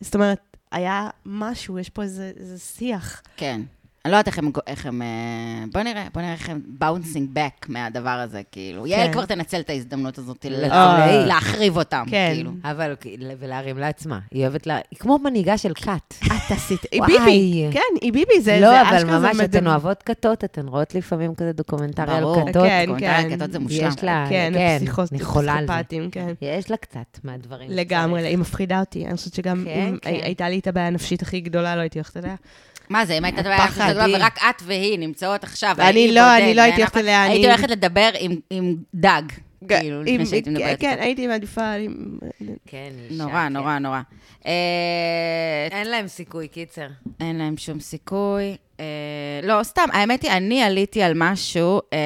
זאת אומרת, היה משהו, יש פה איזה, איזה שיח. כן. אני לא יודעת איך הם, איך הם... אה, בוא נראה, בוא נראה איך הם באונסינג בק מהדבר הזה, כאילו. יעל כבר תנצל את ההזדמנות הזאת ל- כן. אה. להחריב אותם, כן. כאילו. אבל, אוקיי, ולהרים לעצמה. היא אוהבת לה... היא כמו מנהיגה של כת. את עשית, היא וואי. ביבי. כן, היא ביבי, זה לא, זה אבל אשכרה, זה ממש, אתן מדבר- אוהבות כתות, אתן רואות לפעמים כזה דוקומנטרי על ברור. אוקיי. כתות. כן, קומנטרי כן. על כתות זה מושלם. יש לה, כן, כן, הפסיכוס- אני חולה על זה. הפסיכופטים, כן. יש לה קצת מהדברים. לגמרי, היא מפחידה אותי. אני חושבת שגם כן, אם כן. הי- הייתה לי את הבעיה הנפשית הכי גדולה, לא הייתי הולכת אליה. מה זה, אם הייתה דבר הכי פחד, גדולה, היא- ורק את והיא נמצאות עכשיו, אני והיא לא, בודד, אני לא הייתי ואין אף הולכת אחד- אליה, אני- הייתי הולכת לדבר עם- עם דג, כאילו, אם- לפני שהייתי מדברת. כן, איתו. הייתי מעדיפה... עם- כן, היא אישה, נורא, כן. נורא, נורא. אה, אין להם סיכוי, קיצר. אין להם שום סיכוי. אה, לא, סתם, האמת היא, אני עליתי על משהו, אה,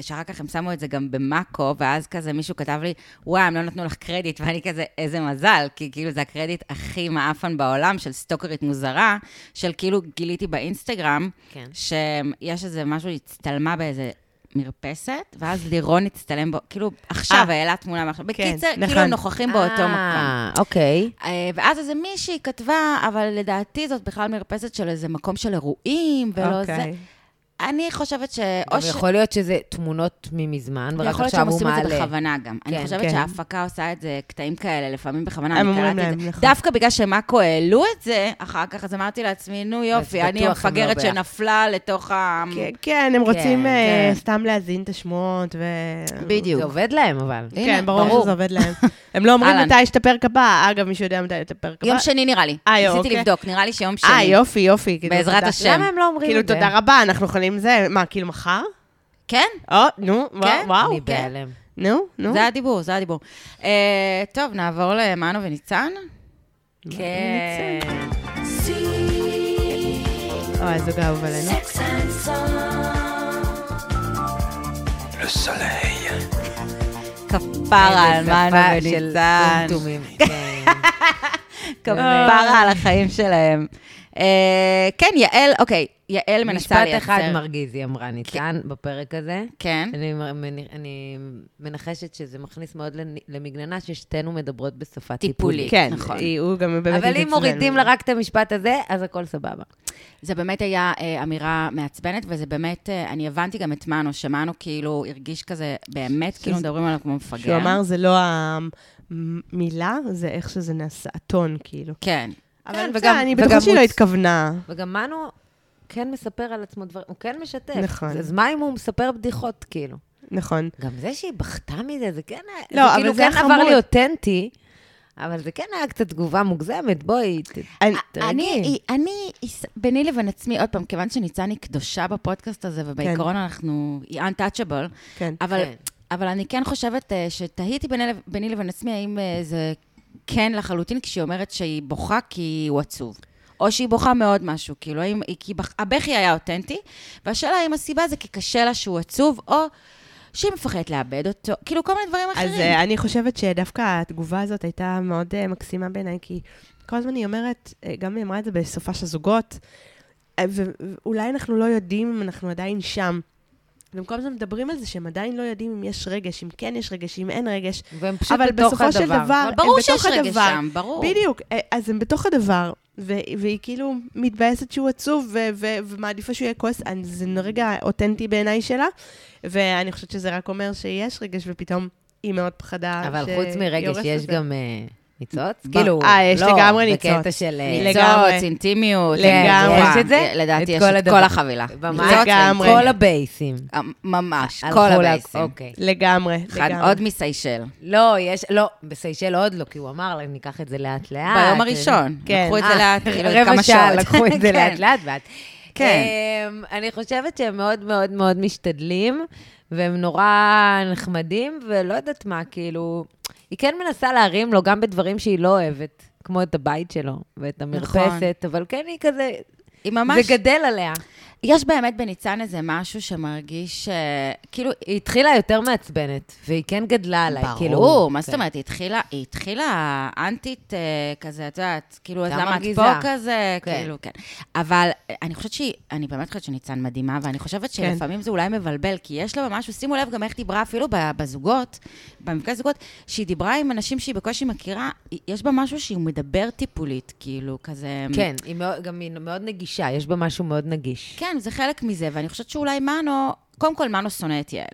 שאחר כך הם שמו את זה גם במאקו, ואז כזה מישהו כתב לי, וואי, הם לא נתנו לך קרדיט, ואני כזה, איזה מזל, כי כאילו זה הקרדיט הכי מעפן בעולם של סטוקרית מוזרה, של כאילו גיליתי באינסטגרם, כן. שיש איזה משהו, היא הצטלמה באיזה... מרפסת, ואז לירון הצטלם בו, כאילו, עכשיו אה. העלה תמונה מעכשיו. בקיצר, כאילו נכון. הם נוכחים באותו מקום. אה, אוקיי. אה, ואז איזה מישהי כתבה, אבל לדעתי זאת בכלל מרפסת של איזה מקום של אירועים, ולא okay. זה. אוקיי. אני חושבת ש... גם או ש... יכול להיות שזה תמונות ממזמן, ורק יכול להיות עכשיו שהם הוא עושים את זה מעלה. בכוונה גם. כן, אני חושבת כן. שההפקה עושה את זה קטעים כאלה, לפעמים בכוונה, הם אני אומרים קראתי את להם, זה. נכון. דווקא בגלל שמאקו העלו את זה, אחר כך, אז אמרתי לעצמי, נו יופי, אז אני בטוח הם לא המפגרת ביחד. שנפלה לתוך ה... כן, כן, הם רוצים אה, כן. סתם להזין את השמועות ו... בדיוק. זה עובד להם, אבל. כן, הנה, ברור שזה עובד להם. הם לא אומרים אהלן. מתי יש את הפרק הבא. אגב, מישהו יודע מתי יש את הפרק הבא? יום שני נראה לי. אה, יו, ניסיתי אוקיי. לבדוק, נראה לי שיום שני. אה, יופי, יופי. כאילו, בעזרת תודה. השם. למה הם לא אומרים כאילו, את זה? תודה רבה, אנחנו יכולים זה. מה, כאילו מחר? כן? או, נו, וואו, כן, וואו. כן. אני בהלם. נו, נו. זה הדיבור, זה הדיבור. אה, טוב, נעבור למנו וניצן? כן. אוי, זוג אהוב עלינו. כפרה על מנו שפה של וניצן, טומטומים. כן. כפרה על החיים שלהם. אה, כן, יעל, אוקיי, יעל מנסה משפט לייצר. אחד מרגיז, היא אמרה ניצן, בפרק הזה. כן. אני, מ- אני מנחשת שזה מכניס מאוד לנ- למגננה ששתינו מדברות בשפה טיפולית. טיפולית. כן, נכון. היא- הוא גם באמת... אבל אם התעצבן. מורידים לה רק את המשפט הזה, אז הכל סבבה. זה באמת היה אה, אמירה מעצבנת, וזה באמת, אה, אני הבנתי גם את מנו, שמנו כאילו הרגיש כזה, באמת, כאילו מדברים עליו כמו מפגר. שהוא אמר, זה לא המילה, זה איך שזה נעשה, הטון, כאילו. כן. אבל וגם- בסדר, אני בטוחה וגם שהיא הוא- לא התכוונה. וגם מנו כן מספר על עצמו דברים, הוא כן משתף. נכון. אז מה אם הוא מספר בדיחות, כאילו? נכון. גם זה שהיא בכתה מזה, זה כן היה... לא, אבל כאילו זה היה כן עבר לי חמוד. אותנטי, אבל זה כן היה קצת תגובה מוגזמת, בואי, ת- אני- אה, תרגי. אני, אני, ביני לבין עצמי, עוד פעם, כיוון שניצן היא קדושה בפודקאסט הזה, ובעיקרון אנחנו, היא untouchable, כן. אבל, כן. אבל אני כן חושבת אה, שתהיתי ביני, לב- ביני לבין עצמי האם אה, זה כן לחלוטין כשהיא אומרת שהיא בוכה כי הוא עצוב. או שהיא בוכה מאוד משהו, כאילו, האם, היא- כי בח- הבכי היה אותנטי, והשאלה האם הסיבה זה כי קשה לה שהוא עצוב, או שהיא מפחדת לאבד אותו, כאילו, כל מיני דברים אחרים. אז אה, אני חושבת שדווקא התגובה הזאת הייתה מאוד אה, מקסימה בעיניי, כי כל הזמן היא אומרת, אה, גם היא אמרה את זה בסופה של זוגות, אה, ו- ואולי אנחנו לא יודעים אם אנחנו עדיין שם. במקום זה מדברים על זה שהם עדיין לא יודעים אם יש רגש, אם כן יש רגש, אם אין רגש. והם פשוט אבל בתוך בסופו של דבר, הדבר. אבל הם ברור בתוך שיש רגש הדבר. שם, ברור. בדיוק, אה, אז הם בתוך הדבר, ו- והיא כאילו מתבאסת שהוא עצוב, ו- ו- ומעדיפה שהוא יהיה כועס, אני- זה רגע אותנטי בעיניי שלה, ואני חושבת שזה רק אומר שיש רגש, ופתאום היא מאוד פחדה. אבל ש- חוץ מרגש, יורס יש לזה. גם אה, ניצוץ? ב- כאילו, אה, יש לא, לגמרי ניצוץ. בקטע של... אה, לגמרי. ניצוץ, אינטימיות. לגמרי. אה, כן, יש את זה? לדעתי את יש כל את הדבר. כל החבילה. במה? ניצוץ, לגמרי. כל הבייסים. אה, ממש, הלכו כל לה- הבייסים. אוקיי. לגמרי, אחד לגמרי. עוד מסיישל. לא, יש, לא, בסיישל עוד לא, כי הוא אמר להם, ניקח את זה לאט-לאט. ביום הראשון. כן. לקחו את זה אה, לאט, כאילו, רבע כמה שעה שעות. לקחו את זה כן. לאט-לאט, ואת... כן. אמ, אני חושבת שהם מאוד מאוד מאוד משתדלים, והם נורא נחמדים, ולא יודעת מה, כאילו... היא כן מנסה להרים לו גם בדברים שהיא לא אוהבת, כמו את הבית שלו, ואת המרפסת, אבל כן היא כזה... היא נכון. ממש... זה גדל עליה. יש באמת בניצן איזה משהו שמרגיש... אה, כאילו, היא התחילה יותר מעצבנת, והיא כן גדלה עליי. כאילו, ברור, מה זאת כן. אומרת? היא התחילה, היא התחילה אנטית אה, כזה, את יודעת, כאילו, אז גם למה את מרגיזה. פה כזה? כן. כאילו, כן. אבל אה, אני חושבת שהיא, אני באמת חושבת שניצן מדהימה, ואני חושבת כן. שלפעמים זה אולי מבלבל, כי יש לה משהו, שימו לב גם איך דיברה אפילו ב- בזוגות, במפגש זוגות, שהיא דיברה עם אנשים שהיא בקושי מכירה, היא- יש בה משהו שהיא מדבר טיפולית, כאילו, כזה... כן, היא מאוד, גם היא מאוד נגישה, יש בה משהו מאוד נגיש. כן, זה חלק מזה, ואני חושבת שאולי מנו, קודם כל מנו שונא את יעל.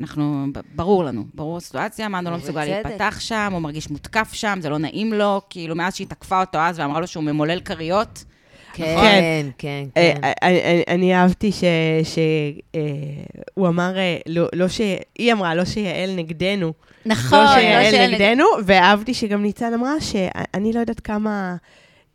אנחנו, ב- ברור לנו, ברור הסיטואציה, מנו לא מסוגל ובצדק. להיפתח שם, הוא מרגיש מותקף שם, זה לא נעים לו, כאילו, מאז שהיא תקפה אותו אז ואמרה לו שהוא ממולל כריות. כן, כן, אה, כן. אני- אני- אני אהבתי שהוא אמר, אה, לא- לא ש... היא אמרה, לא שיעל נגדנו. נכון, לא שיעל נגדנו, ואהבתי שגם ניצן אמרה שאני לא יודעת כמה...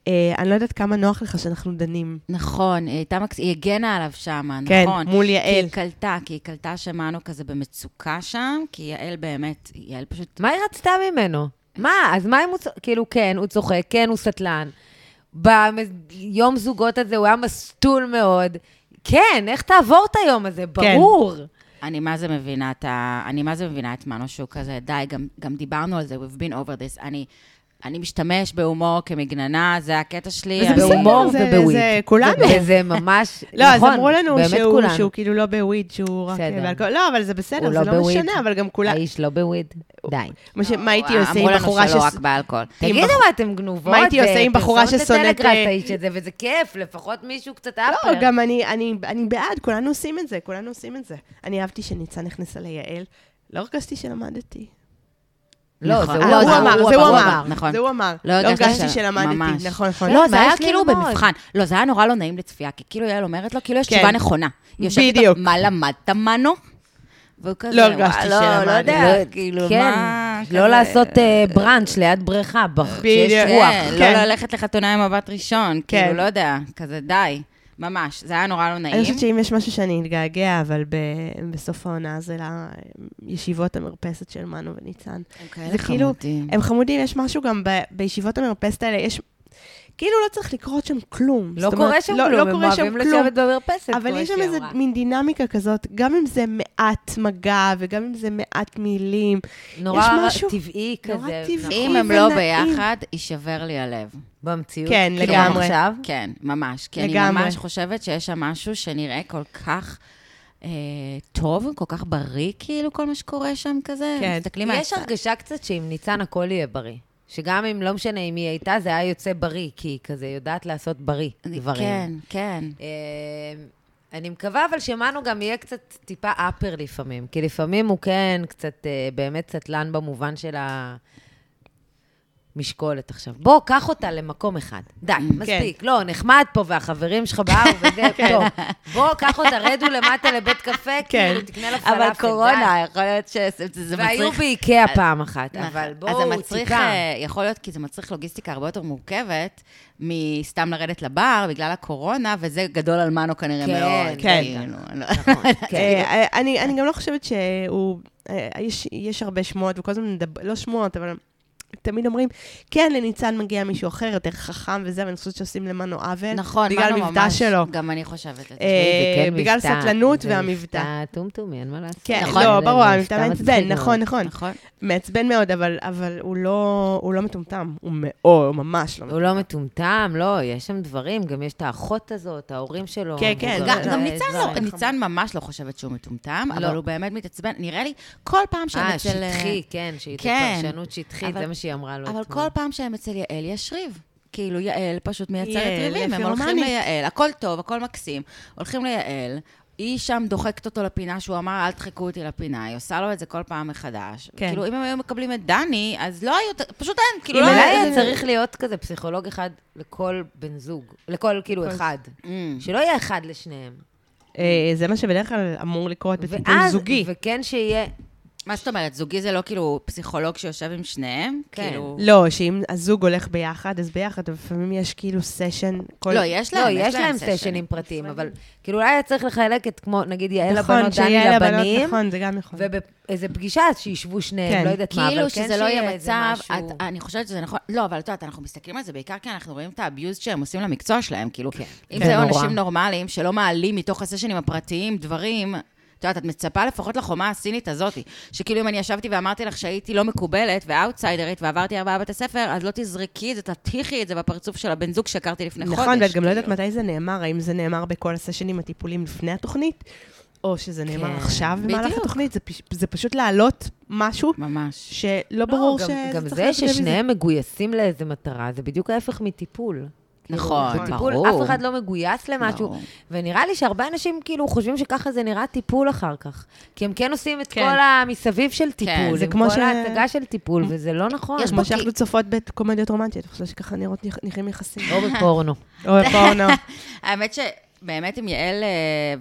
אה, אני לא יודעת כמה נוח לך שאנחנו דנים. נכון, היא הייתה מקס... היא הגנה עליו שם, כן, נכון. מול כי יעל. היא קלטה, כי היא קלטה שמנו כזה במצוקה שם, כי יעל באמת, יעל פשוט... מה היא רצתה ממנו? מה, אז מה אם הוא צוחק? כאילו, כן, הוא צוחק, כן, הוא סטלן. ביום זוגות הזה הוא היה מסטול מאוד. כן, איך תעבור את היום הזה? כן. ברור. אני מה זה מבינה את ה... אני מה זה מבינה את מנו שהוא כזה, די, גם, גם דיברנו על זה, we've been over this. אני, אני משתמש בהומור כמגננה, זה הקטע שלי. וזה אני- בסדר, כן. בהומור זה- ובוויד. זה כולנו. וזה ממש, לא, אז נכון, אמרו לנו באמת שהוא- כולנו. שהוא כאילו לא בוויד, שהוא רק בסדר. באלכוהול. לא, אבל זה הוא בסדר, לא זה לא בוויד. משנה, אבל גם כולם... האיש לא בוויד, די. מה ש- מה הייתי עושה עם אה, אמרו לנו בחורה שלא רק ש... באלכוהול. אם תגידו, בחור- מה, אתם גנובות? מה הייתי עושה זה עם בחורה פרסומת ששונאת, לטלגרס אה, האיש הזה, וזה כיף, לפחות מישהו קצת אפר. לא, גם אני, אני, אני בעד, כולנו עושים את זה, כולנו עושים את זה. אני אהבתי שניצן נכנסה ליעל, לא הרגשתי שלמדתי. לא, זה נכון. הוא אה, הוא אמר, זה הוא אמר, נכון. זה הוא אמר. לא לא הרגשתי הרגשתי של- ממש. שלמדתי, נכון, נכון. לא, מה זה היה יש לי כאילו ללמוד? במבחן. לא, זה היה נורא לא נעים לצפייה, כי כאילו יעל אומרת לו, כאילו יש כן. תשובה נכונה. היא יושבת איתו, בדיוק. מה למדת מנו? והוא כזה, לא הרגשתי "וואי, לא, שלמדתי." לא יודע, כאילו, כן, מה... כזה- לא לעשות אה, בראנץ' ליד בריכה, בח- שיש בדיוק. רוח. כן, כן. לא ללכת לחתונה עם מבט ראשון, כן. כאילו, לא יודע, כזה די, ממש, זה היה נורא לא אני נעים. חושבת שאם יש משהו שאני אתגעגע, אבל ב- בסוף העונה זה לישיבות המרפסת של מנו וניצן. הם אוקיי, כאלה זה כאילו, חמודים. הם חמודים, יש משהו גם ב- בישיבות המרפסת האלה, יש... כאילו לא צריך לקרות שם כלום. לא זאת אומרת, קורה שם לא- כלום, לא הם קורה שם אוהבים כלום. לשבת במרפסת, אבל כמו יש שם שהיא איזה אמרה. מין דינמיקה כזאת, גם אם זה מעט מגע וגם אם זה מעט מילים. נורא יש משהו- טבעי כזה. נורא טבעי. אם הם אוי, לא ונעים. ביחד, יישבר לי הלב. נכון, במציאות. כן, כאילו, לגמרי. עכשיו. כן, ממש. כי אני לגמרי. ממש חושבת שיש שם משהו שנראה כל כך אה, טוב, כל כך בריא, כאילו, כל מה שקורה שם כזה. כן. מסתכלים יש הרגשה קצת שעם ניצן הכל יהיה בריא. שגם אם, לא משנה אם היא הייתה, זה היה יוצא בריא, כי היא כזה יודעת לעשות בריא דברים. כן, כן. אה, אני מקווה אבל שמנו גם יהיה קצת טיפה אפר לפעמים, כי לפעמים הוא כן קצת, אה, באמת סטלן במובן של המשקולת עכשיו. בוא, קח אותה למקום אחד. די, כן. מספיק. לא, נחמד פה, והחברים שלך באו, וזה כן. טוב. בוא, קח אותה, רדו למטה לבית קפה, כן. כאילו, תקנה לה פלאפל. אבל די. קורונה, יכול להיות שזה והיו מצריך... באיקאה אה, פעם אחת, נכון. אבל אז זה בואו, מצריך, טיפה. אה, יכול להיות, כי זה מצריך לוגיסטיקה הרבה יותר מורכבת מסתם לרדת לבר בגלל הקורונה, וזה גדול על מנו כנראה כן, מאוד. כן. כאילו, לא- כן. אה, אה, אני אני גם לא חושבת שהוא... אה, יש- יש הרבה שמועות, וכל הזמן מדבר... לא שמועות, אבל תמיד אומרים, כן, לניצן מגיע מישהו אחר, יותר חכם וזה, ואני חושבת שעושים למנו עוול. נכון, בגלל מנו המבטא ממש, שלו. גם אני חושבת את זה. אה, זה כן בגלל מבטא, סטלנות זה והמבטא. מבטא טומטומי, אין מה לעשות. כן, נכון. לא, זה ברור, מבטא המבטא מעצבן, מצחיק מאוד. נכון, נכון. נכון. מעצבן מאוד, אבל, אבל הוא, לא, הוא לא מטומטם, הוא מאוד, הוא ממש לא מטומטם. הוא לא מטומטם, לא, יש שם דברים, גם יש את האחות הזאת, ההורים שלו. כן, כן. המבוגרים, גם זה- גם יש ניצן דברים. לא, ניצן ממש לא חושבת שהוא מטומטם, לא. אבל הוא באמת מתעצבן. נראה לי, כל פעם שהם אה, אצל... שטחי, כן, שהיא כן. פרשנות שטחית, אבל- זה מה שהיא אמרה לו אבל כל פעם שהם אצל יעל, יש ריב. כאילו, יעל פשוט מייצרת יעל, ריבים, הם פירומנית. הולכים ליעל, הכל טוב, הכל מקסים. הולכים ליעל, היא שם דוחקת אותו לפינה, שהוא אמר, אל תדחקו אותי לפינה, היא עושה לו את זה כל פעם מחדש. כן. כאילו, אם הם היו מקבלים את דני, אז לא היו, פשוט אין, כאילו, כאילו, לא אולי היה... היה צריך להיות כזה פסיכולוג אחד לכל בן זוג, לכל כאילו אחד. Mm. שלא יהיה אחד לשניהם. אה, זה מה שבדרך כלל אמור לקרות בטיפול ואז, זוגי. וכן שיהיה... מה זאת אומרת, זוגי זה לא כאילו פסיכולוג שיושב עם שניהם? כן. כאילו... לא, שאם הזוג הולך ביחד, אז ביחד, אבל לפעמים יש כאילו סשן. כל... לא, יש להם, לא, יש להם סשנים פרטיים, אבל כאילו אולי היה צריך לחלק את כמו, נגיד, יעל נכון, הבנות, דני שיהיה לבנות, לבנים, נכון, זה גם נכון. ובאיזה פגישה אז שישבו שניהם, כן. לא יודעת מה, אבל כן כאילו שיהיה שזה לא יהיה איזה מצב, משהו- את- אני חושבת שזה נכון, לא, אבל את יודעת, אנחנו מסתכלים על זה בעיקר כי אנחנו רואים את הביוז שהם עושים למקצוע שלהם, כאילו, אם כן, זה היו נורא. אנשים נורמליים שלא מעלים מתוך הסשנים הפרטיים דברים, את יודעת, את מצפה לפחות לחומה הסינית הזאת, שכאילו אם אני ישבתי ואמרתי לך שהייתי לא מקובלת ואאוטסיידרית ועברתי ארבעה בתי ספר, אז לא תזרקי את זה, תטיחי את זה בפרצוף של הבן זוג שהכרתי לפני חודש. נכון, ואת גם לא כאילו. יודעת מתי זה נאמר, האם זה נאמר בכל הסשנים הטיפולים לפני התוכנית, או שזה נאמר כן, עכשיו במהלך בדיוק. התוכנית, זה פש- זה פשוט להעלות משהו ממש. שלא לא, ברור גם- שזה גם צריך זה להיות רוויזיה. ששניהם מגויסים לאיזה מטרה, זה בדיוק ההפך מטיפול. כאילו, נכון, בטיפול ברור. אף אחד לא מגויס למשהו, ברור. ונראה לי שהרבה אנשים כאילו חושבים שככה זה נראה טיפול אחר כך. כי הם כן עושים את כן. כל המסביב כן, של טיפול, זה עם כמו כל ש- ההצגה של טיפול, וזה לא נכון. כמו שאנחנו צופות בקומדיות רומנטיות, אני חושבת שככה נראות נכ- נכים יחסים. או לא בפורנו. או פורנו. האמת שבאמת עם יעל אה,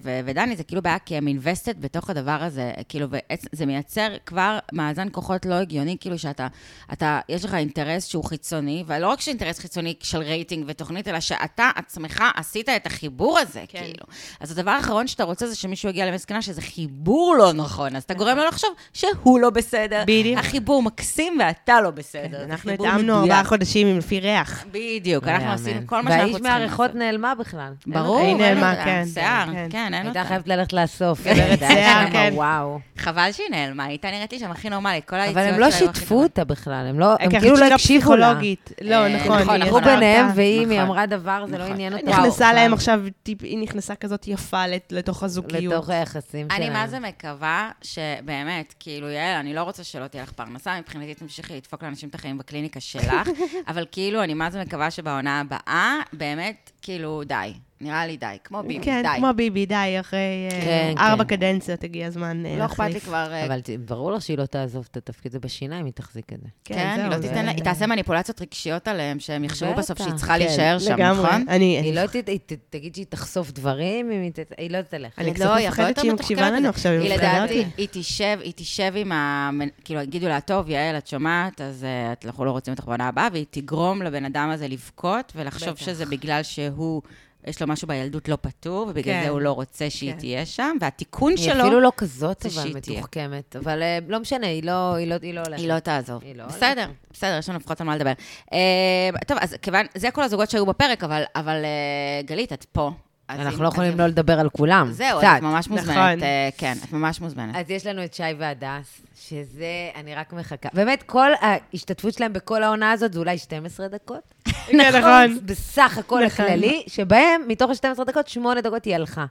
ו- ודני זה כאילו בעיה, כי הם invested בתוך הדבר הזה, כאילו, וזה מייצר כבר מאזן כוחות לא הגיוני, כאילו שאתה, אתה, יש לך אינטרס שהוא חיצוני, ולא רק שאינטרס חיצוני של רייטינג ותוכנית, אלא שאתה עצמך עשית את החיבור הזה, כן. כאילו. אז הדבר האחרון שאתה רוצה זה שמישהו יגיע למסקנה שזה חיבור לא נכון, אז אתה גורם לו לחשוב שהוא לא בסדר. בדיוק. החיבור מקסים ואתה לא בסדר. זה אנחנו חיבור התאמנו מדויק. ארבעה חודשים עם לפי ריח. בדיוק, לא אנחנו יאמן. עשינו כל מה שאנחנו והאיש צריכים נכון. מהריחות נעלמה בכלל. ברור, הנה, אין מה, אותה. כן, שיער, כן. כן, אין הייתה אותה. חייבת ללכת לאסוף. גברת היא הייתה שיער, שם, כן. וואו. חבל שהיא נעלמה, היא הייתה נראית לי שם הכי נורמלית, כל היציאות אבל שלה הם לא היו הכי שיתפו נורמליות. אותה בכלל, הם לא- הם כי אני כאילו לא חושבת שהיא הקשיבו לה. פסיכולוגית. לא, אה, נכון. נכון, היא הלכו נכון. יצאה ביניהם, אותה. ואם היא נכון. אמרה דבר, זה לא נכון. עניין אותה. נכנסה וואו. להם עכשיו, טיפ- היא נכנסה כזאת יפה לת- לתוך הזוגיות. לתוך היחסים שלהם. כאילו, אני מה זה מקווה שבאמת, כאילו, יעל, אני לא רוצה שלא תהיה לך פרנסה, מבחינתי תמשיכי לדפוק לאנשים את החיים בקליניקה שלך, אבל כאילו, אני מה זה מקווה שבעונה הבאה, באמת, כאילו, די. נראה לי די, כמו ביבי, כן, די. לא כמו ביבי, די, אחרי אה, כן, ארבע כן. קדנציות הגיע הזמן אה, לא להחליף. אכפת לי כבר... אה, אבל ת- ברור לך שהיא לא תעזוב את התפקיד, זה בשיניים היא תחזיק את זה. כן, היא זהו, לא זה- תיתן לה, היא תעשה מניפולציות רגשיות עליהם, שהם יחשבו בטח. בסוף שהיא צריכה כן, להישאר שם, לגמרי. נכון? אני- היא אני לא ת- היא ת- תגיד שהיא תחשוף דברים, אם היא ת- היא לא תלך. אני לא, קצת היא הרבה מפחדת יותר שהיא מתוחכמת מקשיבה לנו מזה. עכשיו, היא מפחידה לדעתי, אותי. היא תשב, היא תשב עם ה... כאילו, יגידו לה, טוב, יעל, את שומעת, אז אה, את- אנחנו לא רוצים אותך בעונה הבאה, והיא תגרום לבן אדם הזה לבכות ולחשוב בטח. שזה בגלל שהוא, יש לו משהו בילדות לא פתור, ובגלל כן. זה הוא לא רוצה שהיא כן. תהיה שם, והתיקון היא שלו, אפילו לא כזאת, זה אבל שהיא תהיה. מתוחכמת. אבל אה, לא משנה, היא לא היא לא- היא לא הולכת. היא לא תעזוב. היא לא בסדר, בסדר, יש לנו לפחות על מה לדבר. אה, טוב, אז כיוון, זה כל הזוגות שהיו בפרק, אבל- אבל אה, גלית, את פה. אז אם- אנחנו לא אז יכולים אם- לא לדבר על כולם. זהו, אז קצת. את ממש מוזמנת. נכון. אה, כן, את ממש מוזמנת. אז יש לנו את שי והדס, שזה, אני רק מחכה. באמת, כל ההשתתפות שלהם בכל העונה הזאת זה אולי 12 דקות. כן, נכון, בסך הכל נכון. הכללי, שבהם, מתוך ה-12 דקות, 8 דקות היא הלכה.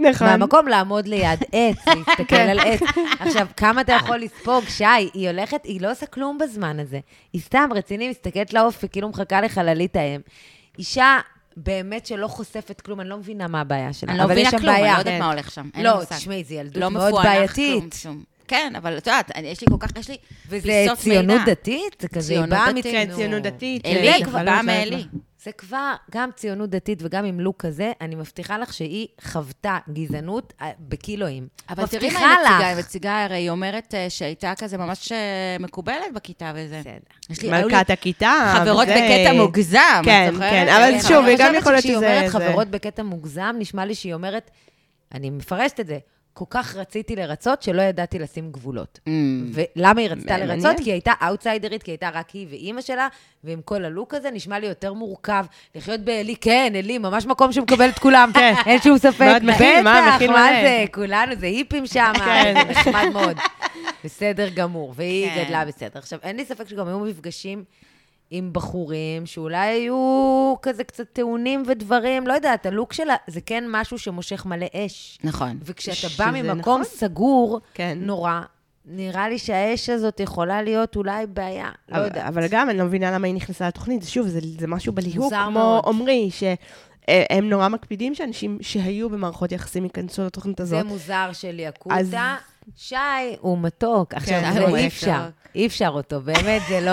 נכון. מהמקום לעמוד ליד עץ, להסתכל על עץ. עכשיו, כמה אתה יכול לספוג, שי? היא הולכת, היא לא עושה כלום בזמן הזה. היא סתם רצינית, מסתכלת לאופק, כאילו מחכה לחללית האם. אישה באמת שלא חושפת כלום, אני לא מבינה מה הבעיה שלה. אני לא אבל יש מבינה שם כלום, אני בעיה. לא יודעת מה הולך שם. אין לי לא, מושג. תשמעי, זו ילדות לא מאוד מפוענח, בעייתית. כלום, שום. כן, אבל את יודעת, אני- יש לי כל כך, יש לי וזה פיסות מידע. ציונות דתית? זה כזה, היא ציונות באה דתית. מצ- כן, נו. ציונות דתית. אלי אה, כבר אבל באה לא יודעת מאלי. זה כבר, גם ציונות דתית וגם עם לוק כזה, אני מבטיחה לך שהיא חוותה גזענות אה, בקילואים. אבל תראי מה מבטיחה היא מציגה, היא לך. מציגה, הרי היא אומרת אה, שהייתה כזה ממש אה, מקובלת בכיתה וזה. בסדר. יש לי- מה. היו לי מלכת הכיתה. חברות זה- בקטע מוגזם, את כן, זוכרת? כן, אבל כן, שוב, אני גם חושבת יכול להיות שכשהיא שזה- אומרת זה- חברות בקטע מוגזם, נשמע לי שהיא אומרת, אני מפרשת את זה, כל כך רציתי לרצות, שלא ידעתי לשים גבולות. Mm. ולמה היא רצתה מעניין. לרצות? כי היא הייתה אאוטסיידרית, כי היא הייתה רק היא ואימא שלה, ועם כל הלוק הזה נשמע לי יותר מורכב. לחיות בעלי, כן, עלי, ממש מקום שמקבל את כולם, כן. אין שום ספק. מאוד מכיל, מה, בטח, מכיל מה מלא. זה, כולנו, זה היפים שם, כן. זה נחמד מאוד. בסדר גמור, והיא כן. גדלה בסדר. עכשיו, אין לי ספק שגם היו מפגשים עם בחורים, שאולי היו כזה קצת טעונים ודברים, לא יודעת, הלוק שלה, זה כן משהו שמושך מלא אש. נכון. וכשאתה שזה נכון. בא ממקום סגור, כן. נורא, נראה לי שהאש הזאת יכולה להיות אולי בעיה, לא אבל- יודעת. אבל גם אני לא מבינה למה היא נכנסה לתוכנית. שוב, זה, זה משהו בליהוק, מוזר כמו מאוד. עמרי, שהם נורא מקפידים שאנשים שהיו במערכות יחסים ייכנסו לתוכנית הזאת. זה מוזר של אז- כן, יקוטה. שי הוא מתוק. עכשיו, שי זה הוא אי מתוק. אפשר. אי אפשר אותו, באמת, זה לא...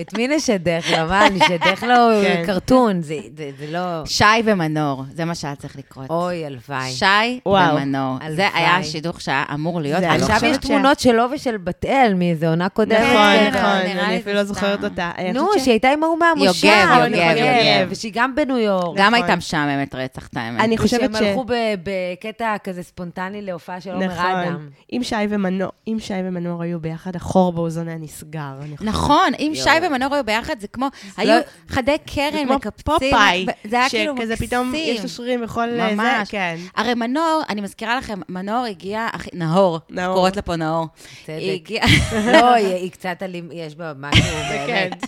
את מי נשדך לו? מה, נשדך לו כן. קרטון, זה זה- זה לא... שי ומנור, זה מה שהיה צריך לקרות. אוי, הלוואי. שי וואו. ומנור. זה הלוואי. היה השידוך שהיה אמור להיות. זה אני היה עכשיו חושבת לא יש חושבת ש- תמונות שלו ושל בת אל מאיזה עונה קודמת. נכון, כן, נכון, נראה לי אני זה אפילו לא סתם. זוכרת אותה. אני נו, חושבת ש- שהיא הייתה עם ההוא מהמושב. יוגב, אני יוגב, חושבת, יוגב. ושהיא גם בניו יורק. גם הייתה משעממת רצח, את האמת. נכון. אני חושבת ושהם ש... הלכו ב- בקטע כזה ספונטני להופעה של עומר אדם. נכון. אם שי ומנור, אם שי ומנור היו ביחד, החור באוזון היה נסגר. אני חושבת. נכון, אם שי ומנור היו ביחד, זה כמו, היו חדי לא- זה כן, קרן כמו מקפצים. פופאי, זה היה כאילו מקסים. שכזה פתאום יש לו שרירים בכל אה, ממש. זה, כן. הרי מנור, אני מזכירה לכם, מנור הגיע, אחי- נהור, נהור. קוראת לה פה נהור. צדק. היא הגיעה... לא, היא היא קצת אלים, יש בה משהו כן. באמת.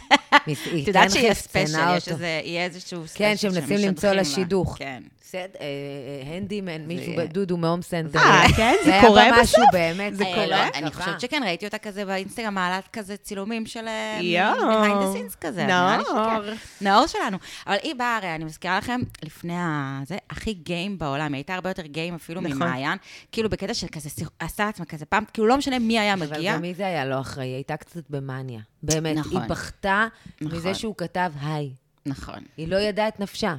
את יודעת שיהיה ספיישל, יש איזה, יהיה איזשהו ספיישל כן, שהם מנסים שמשדכים למצוא לה לה. שידוך. כן. הנדימן, אה, מישהו, יהיה. דודו מהום סנטר. אה, כן? זה היה קורה בה משהו בסוף? באמת. זה אה, קורה? לא, לא, אני קרה. חושבת שכן, ראיתי אותה כזה באינסטגרם, מעלת כזה צילומים של... אה, יואו. behind the scenes כזה. אז נראה לי שכן. נאור. נאור שלנו. אבל היא באה, הרי אני מזכירה לכם, לפני ה... זה הכי גיים בעולם, היא הייתה הרבה יותר גיים אפילו נכון. ממעיין, כאילו בקטע של כזה, שיח- עשה לעצמה כזה פעם, כאילו לא משנה מי היה אבל מגיע. גם מי זה היה לא אחראי? היא הייתה קצת במאניה. באמת, היא נכון. בכתה נכון. מזה שהוא כתב היי. נכון. היא לא ידעה את נפשה.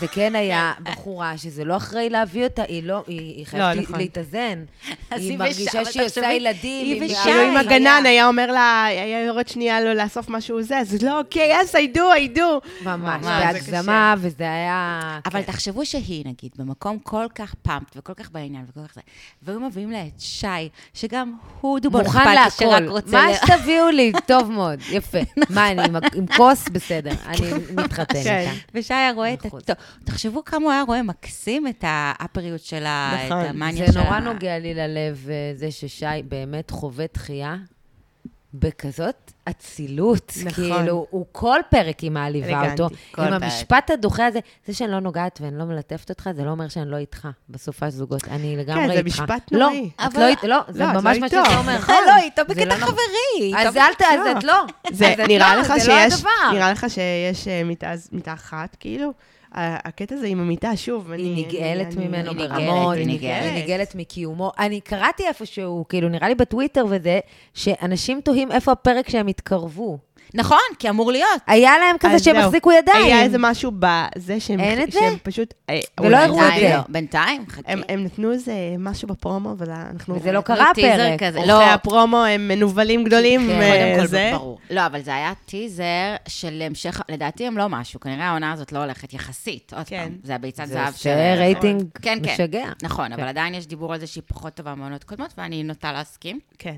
זה כן היה בחורה שזה לא אחראי להביא אותה, היא לא, היא היא חייבת לא, לה- נכון. להתאזן. אז היא היא מרגישה ושי, שהיא תחשבי, עושה ילדים. היא ושי. כאילו אם שי, הגנן היה אומר לה, היה יורד שנייה לו לאסוף משהו זה, אז לא, אוקיי, yes, I do, I do. ממש, ממש, זה בהגזמה, וזה היה... אבל כן. תחשבו שהיא, נגיד, במקום כל כך פאמפט וכל כך בעניין וכל כך זה, והיו מביאים לה את שי, שגם הוא דובון מוכן אכפתי, להכל. שרק רוצה... מה ל- שתביאו לי, טוב מאוד, יפה. מה, אני עם- עם כוס? בסדר, אני נכון. מתחתן כן. איתה. ושי היה רואה את נכון. הטוב. תחשבו כמה הוא היה רואה מקסים את האפריות שלה, את נכון. המאניה שלה. זה נורא נוגע לי ללב, אה, זה ששי באמת חווה דחייה בכזאת אצילות. נכון. כאילו, הוא כל פרק היא מעליבה אלגנטי, אותו. כל עם פרק. המשפט הדוחה הזה, זה שאני לא נוגעת ואני לא מלטפת אותך, זה לא אומר שאני לא איתך בסופה של זוגות. אני לגמרי איתך. כן, זה משפט נוראי. לא, את אבל- לא אית- לא, זה לא, את לא ממש מה איתו. שזה אומר. נכון. לא, איתו זה בקטע לא נכון. חברי. איתו אז אל ת... אז את לא. זה אז את נראה לא, לך זה לא שיש, הדבר. נראה לך שיש אה, מיטה מיטה אחת, כאילו? ה- הקטע הזה עם המיטה, שוב, אני... היא נגאלת אני- ממנו היא נגאלת, ברמות, היא היא נגאלת. נגאלת. היא נגאלת מקיומו. אני קראתי איפשהו, כאילו, נראה לי בטוויטר וזה, שאנשים תוהים איפה הפרק שהם התקרבו. נכון, כי אמור להיות. היה להם כזה אז שהם זהו. החזיקו ידיים. היה איזה משהו בזה שהם... אין את זה? שהם פשוט... אה, ולא אולי- הראו את אולי זה. לא. לא, בינתיים, חכי. הם- הם נתנו איזה משהו בפרומו, אבל אנחנו... וזה לא נתנו קרה אוקיי, טיזר פרק. כזה. עורכי לא, הפרומו הם מנוולים גדולים, כן. אה, קודם זה. כל, ברור. לא, אבל זה היה טיזר של המשך, לדעתי הם לא משהו, כנראה העונה הזאת לא הולכת יחסית, עוד כן. פעם. זה הביצת זה זהב של... עושה רייטינג כן, כן. משגע. נכון, כן. אבל עדיין יש דיבור על זה שהיא פחות טובה מעונות קודמות, ואני נוטה להסכים. כן.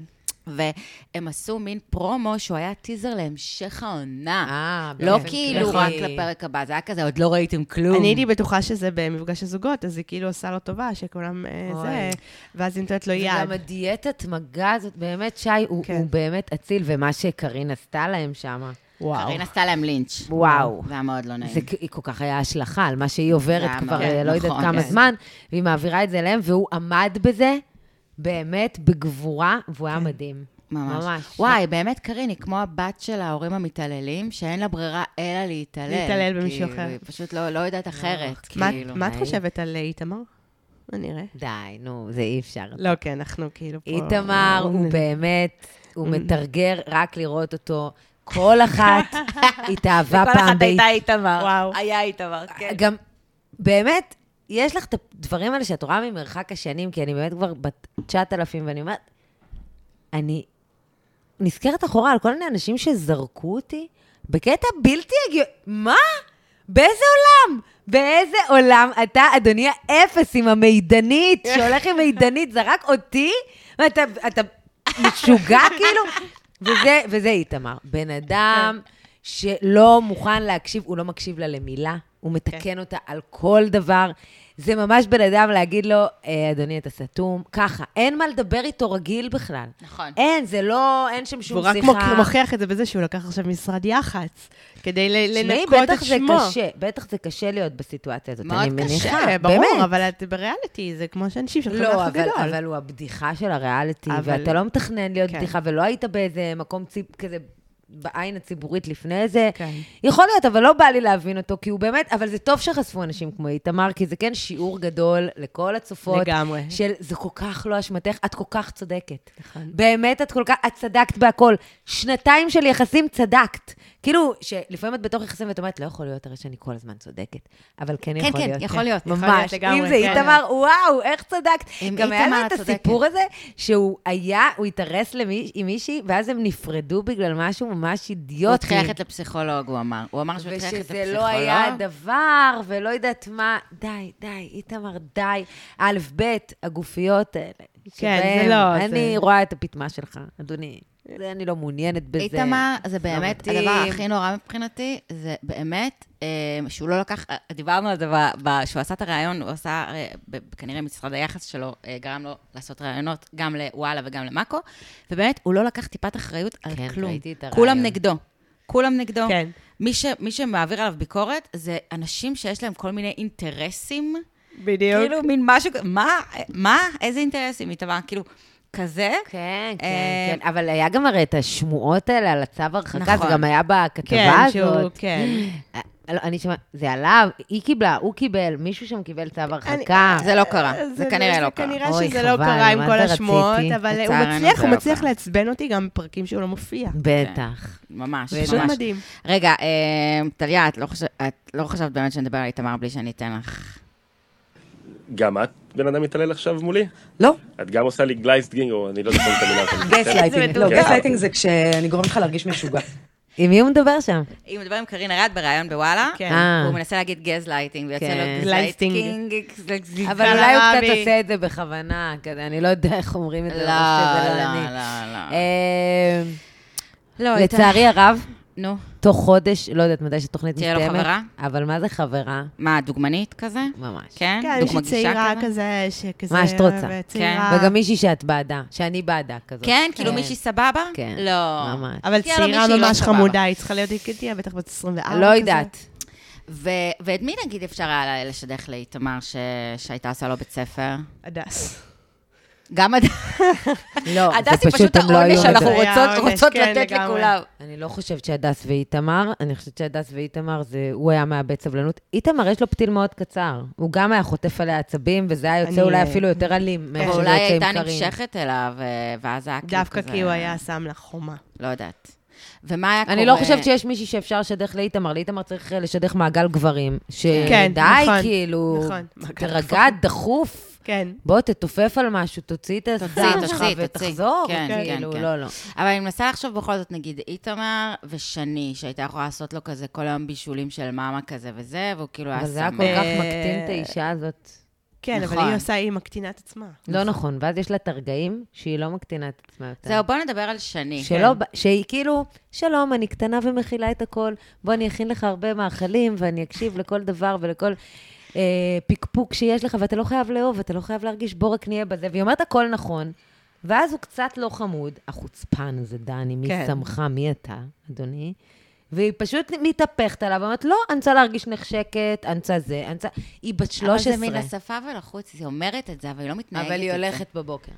והם עשו מין פרומו שהוא היה טיזר להמשך העונה. אה, לא באופן כאילו כללי. רק לפרק הבא, זה היה כזה, עוד לא ראיתם כלום. נכון. אני הייתי בטוחה שזה במפגש הזוגות, אז היא כאילו עושה לו טובה, שכולם אה, אוי. זה, ואז היא נותנת לו יד. וגם הדיאטת מגע הזאת, באמת, שי, הוא כן. הוא באמת אציל, ומה שקרין עשתה להם שם, וואו. קרין עשתה להם לינץ'. וואו. זה היה מאוד לא זה נעים. כ- היא כל כך היה השלכה על מה שהיא עוברת זה כבר היה אה, לא נכון, יודעת כמה כן. זמן, והיא מעבירה את זה אליהם, והוא עמד בזה באמת בגבורה, והוא כן. היה מדהים. ממש. ממש. וואי, באמת, קרין, היא כמו הבת של ההורים המתעללים, שאין לה ברירה אלא להתעלל. להתעלל במישהו כאילו, אחר. היא פשוט לא, לא יודעת אחרת, מה- כאילו. מה את היי. חושבת על אה, איתמר? בוא נראה. די, נו, זה אי אפשר. לא, כן, אנחנו כאילו פה... איתמר אוקיי. הוא באמת, הוא מתרגר רק לראות אותו. כל אחת התאהבה פעם באיתמר. איתמר. וואו. היה איתמר, כן. גם, באמת, יש לך את הדברים האלה שאת רואה ממרחק השנים, כי אני באמת כבר בת 9,000, ואני אומרת, אני נזכרת אחורה על כל מיני אנשים שזרקו אותי בקטע בלתי הגיוני. מה? באיזה עולם? באיזה עולם אתה, אדוני האפס עם המידנית, שהולך עם מידנית, זרק אותי? אתה, אתה משוגע כאילו? וזה, וזה איתמר, בן אדם שלא מוכן להקשיב, הוא לא מקשיב לה למילה, הוא מתקן אותה על כל דבר. זה ממש בן אדם להגיד לו, "אה, אדוני, אתה סתום, ככה. אין מה לדבר איתו רגיל בכלל. נכון. אין, זה לא, אין שם והוא שום רק שיחה. מוכ- מוכיח את זה בזה שהוא לקח עכשיו משרד יח"צ, כדי ל- תשמעי, לנקות את בטח זה שמו. קשה, בטח זה קשה להיות בסיטואציה הזאת, מאוד קשה, אני מניחה. קשה, באמת. ברור, אבל את בריאליטי, זה כמו שאנשים שלך לא, לאח אבל, הגדול. אבל הוא הבדיחה של הריאליטי, אבל- ואתה לא מתכנן להיות כן. בדיחה, ולא היית באיזה מקום ציב, כזה בעין הציבורית לפני זה. כן. יכול להיות, אבל לא בא לי להבין אותו, כי הוא באמת, אבל זה טוב שחשפו אנשים כמו איתמר, כי זה כן שיעור גדול לכל הצופות. לגמרי. של זה כל כך לא אשמתך, את כל כך צודקת. נכון. באמת, את כל כך, את צדקת בהכל. שנתיים של יחסים צדקת. כאילו, שלפעמים את בתוך יחסים ואת אומרת, לא יכול להיות הרי שאני כל הזמן צודקת, אבל כן יכול כן, להיות. יכול להיות. ממש. יכול להיות אם לגמרי, זה כן. איתמר, וואו, איך צדקת. עם גם היה איתמר לו את את צודקת. הסיפור הזה, שהוא היה, הוא התארס למי- עם מישהי, ואז הם נפרדו בגלל משהו ממש הוא אידיוטי. התחיל ללכת לפסיכולוג, הוא אמר. הוא אמר שהוא התחיל ללכת ושזה לפסיכולוג. לא היה דבר, ולא יודעת מה, די, די, איתמר, די. א', ב', הגופיות האלה. כן, זה שבהם לא, אני זה- רואה את הפיטמה שלך, אדוני. זה אני לא מעוניינת בזה. לא איתמר, זה באמת מתאים. הדבר הכי נורא מבחינתי, זה באמת אה, שהוא לא לקח, אה, דיברנו על זה, ב- ב- שהוא עשה את הראיון, הוא עשה, אה, ב- כנראה משרד היחס שלו אה, גרם לו לעשות ראיונות גם לוואלה וגם למאקו, ובאמת, הוא לא לקח טיפת אחריות על כן, כלום. ראיתי את הראיון. כולם נגדו. כולם נגדו. כן. מי, ש, מי שמעביר עליו ביקורת, זה אנשים שיש להם כל מיני אינטרסים. בדיוק. כאילו, מין משהו, כ- מה, מה, איזה אינטרסים, איתמר? כאילו, כזה. כן, אה, כן, כן. אבל היה גם הרי את השמועות האלה על הצו הרחקה, זה נכון. גם היה כן, בכתבה שהוא, הזאת. כן. אה, לא, אני שומעת, זה עליו, היא קיבלה, הוא קיבל, מישהו שם קיבל צו הרחקה. זה לא קרה, זה כנראה לא אה, זה קרה. כנראה אוי, שזה לא חבל, קרה עם מה כל זה השמועות, רציתי. אבל הוא לצערנו מצליח, זה הוא לא מצליח קרה. לעצבן אותי גם בפרקים שהוא לא מופיע. כן, בטח. ממש, וזה ממש. פשוט מדהים. רגע, אה, טליה, את לא חושבת- את לא חשבת באמת שנדבר על איתמר בלי שאני אתן לך. גם את בן אדם מתעלל עכשיו מולי? לא. את גם עושה לי גלייסטגינג, או אני לא זוכר את המילה הזאת. גסלייטינג. לא, מטורף. כן. גסלייטינג זה כשאני גורם לך להרגיש משוגע. עם מי הוא מדבר שם? היא מדבר עם קרין ארד בריאיון בוואלה, כן. אה. והוא מנסה להגיד גזלייטינג, ויוצא כן. לו גזלייטינג. גזלייטינג. אבל אולי הוא קרה קצת בי. עושה את זה בכוונה, כזה, אני לא יודע איך אומרים את לא, זה, אבל שזה לא, אני. לא, לא. אה, לא, איתמר- לצערי הרב, נו, תוך חודש, לא יודעת מתי שהתוכנית תהיה לו מסתיימת. חברה? אבל מה זה חברה? מה, דוגמנית כזה? ממש. כן? כן, דוגמה מישהי גישה צעירה כזה? כזה, שכזה... מה שאת רוצה. כן. צעירה. וגם מישהי שאת בעדה, שאני בעדה כזאת. כן, כאילו מישהי סבבה? כן. לא. ממש. אבל תהיה לו צעירה מישהי לא ממש סבבה. חמודה, היא צריכה להיות, היא תהיה בטח בת 24 כזה. לא יודעת. ו- ואת מי נגיד אפשר היה לשדך לאיתמר ש- שהייתה עושה לו בית ספר? הדס. גם עד... לא, זה הדס היא פשוט פשוט הם לא העונש היו שאנחנו מדברים. מדברים. היה רוצות עונש, רוצות כן, לתת לגמרי. לכולם. אני לא חושבת שהדס ואיתמר, אני חושבת שהדס ואיתמר, זה, הוא היה מאבד סבלנות. איתמר, יש לו פתיל מאוד קצר. הוא גם היה חוטף עליה עצבים, וזה היה יוצא אני, אולי אה, אפילו יותר אלים מאיך שזה יוצא כן. עם ואולי קארין. הייתה נמשכת אליו, אה, ואז היה כאילו דווקא כזה... כי הוא היה שם לה חומה. לא יודעת. ומה היה קורה? אני לא חושבת שיש מישהי שאפשר לשדך לאיתמר. לאיתמר צריך אה, לשדך מעגל גברים. כן, שדי, נכון, כאילו, נכון. מעגל תרגע, דחוף. כן. בוא, תתופף על משהו, תוציא את הסדר שלך תוציא, תוציא. ותחזור. כן, כן, כאילו, כן. לא, לא. אבל אני מנסה לחשוב בכל זאת, נגיד איתמר ושני, שהייתה יכולה לעשות לו כזה כל היום בישולים של מאמה כזה וזה, והוא כאילו היה אבל זה היה כל שמח. כך מקטין את האישה הזאת. כן, אבל נכון. היא עושה, היא מקטינה את עצמה. לא נכון, ואז יש לה את הרגעים שהיא לא מקטינה את עצמה יותר. זהו, כן. בואו נדבר על שני. שלא, ב- שהיא כאילו, שלום, אני קטנה ומכילה את הכל, בוא, אני אכין לך הרבה מאכלים, ואני אקשיב לכל דבר ולכל אה, פקפוק שיש לך, ואתה לא חייב לאהוב, אתה לא חייב להרגיש, בוא רק נהיה בזה. והיא אומרת, הכל נכון, ואז הוא קצת לא חמוד. החוצפן הזה, דני, מי כן. שמך, מי אתה, אדוני? והיא פשוט מתהפכת עליו, ואומרת, לא, אני רוצה להרגיש נחשקת, אני רוצה זה, אני רוצה... היא בת 13. אבל זה מן השפה ולחוץ, היא אומרת את זה, אבל היא לא מתנהגת את אבל זה. היא הולכת בבוקר.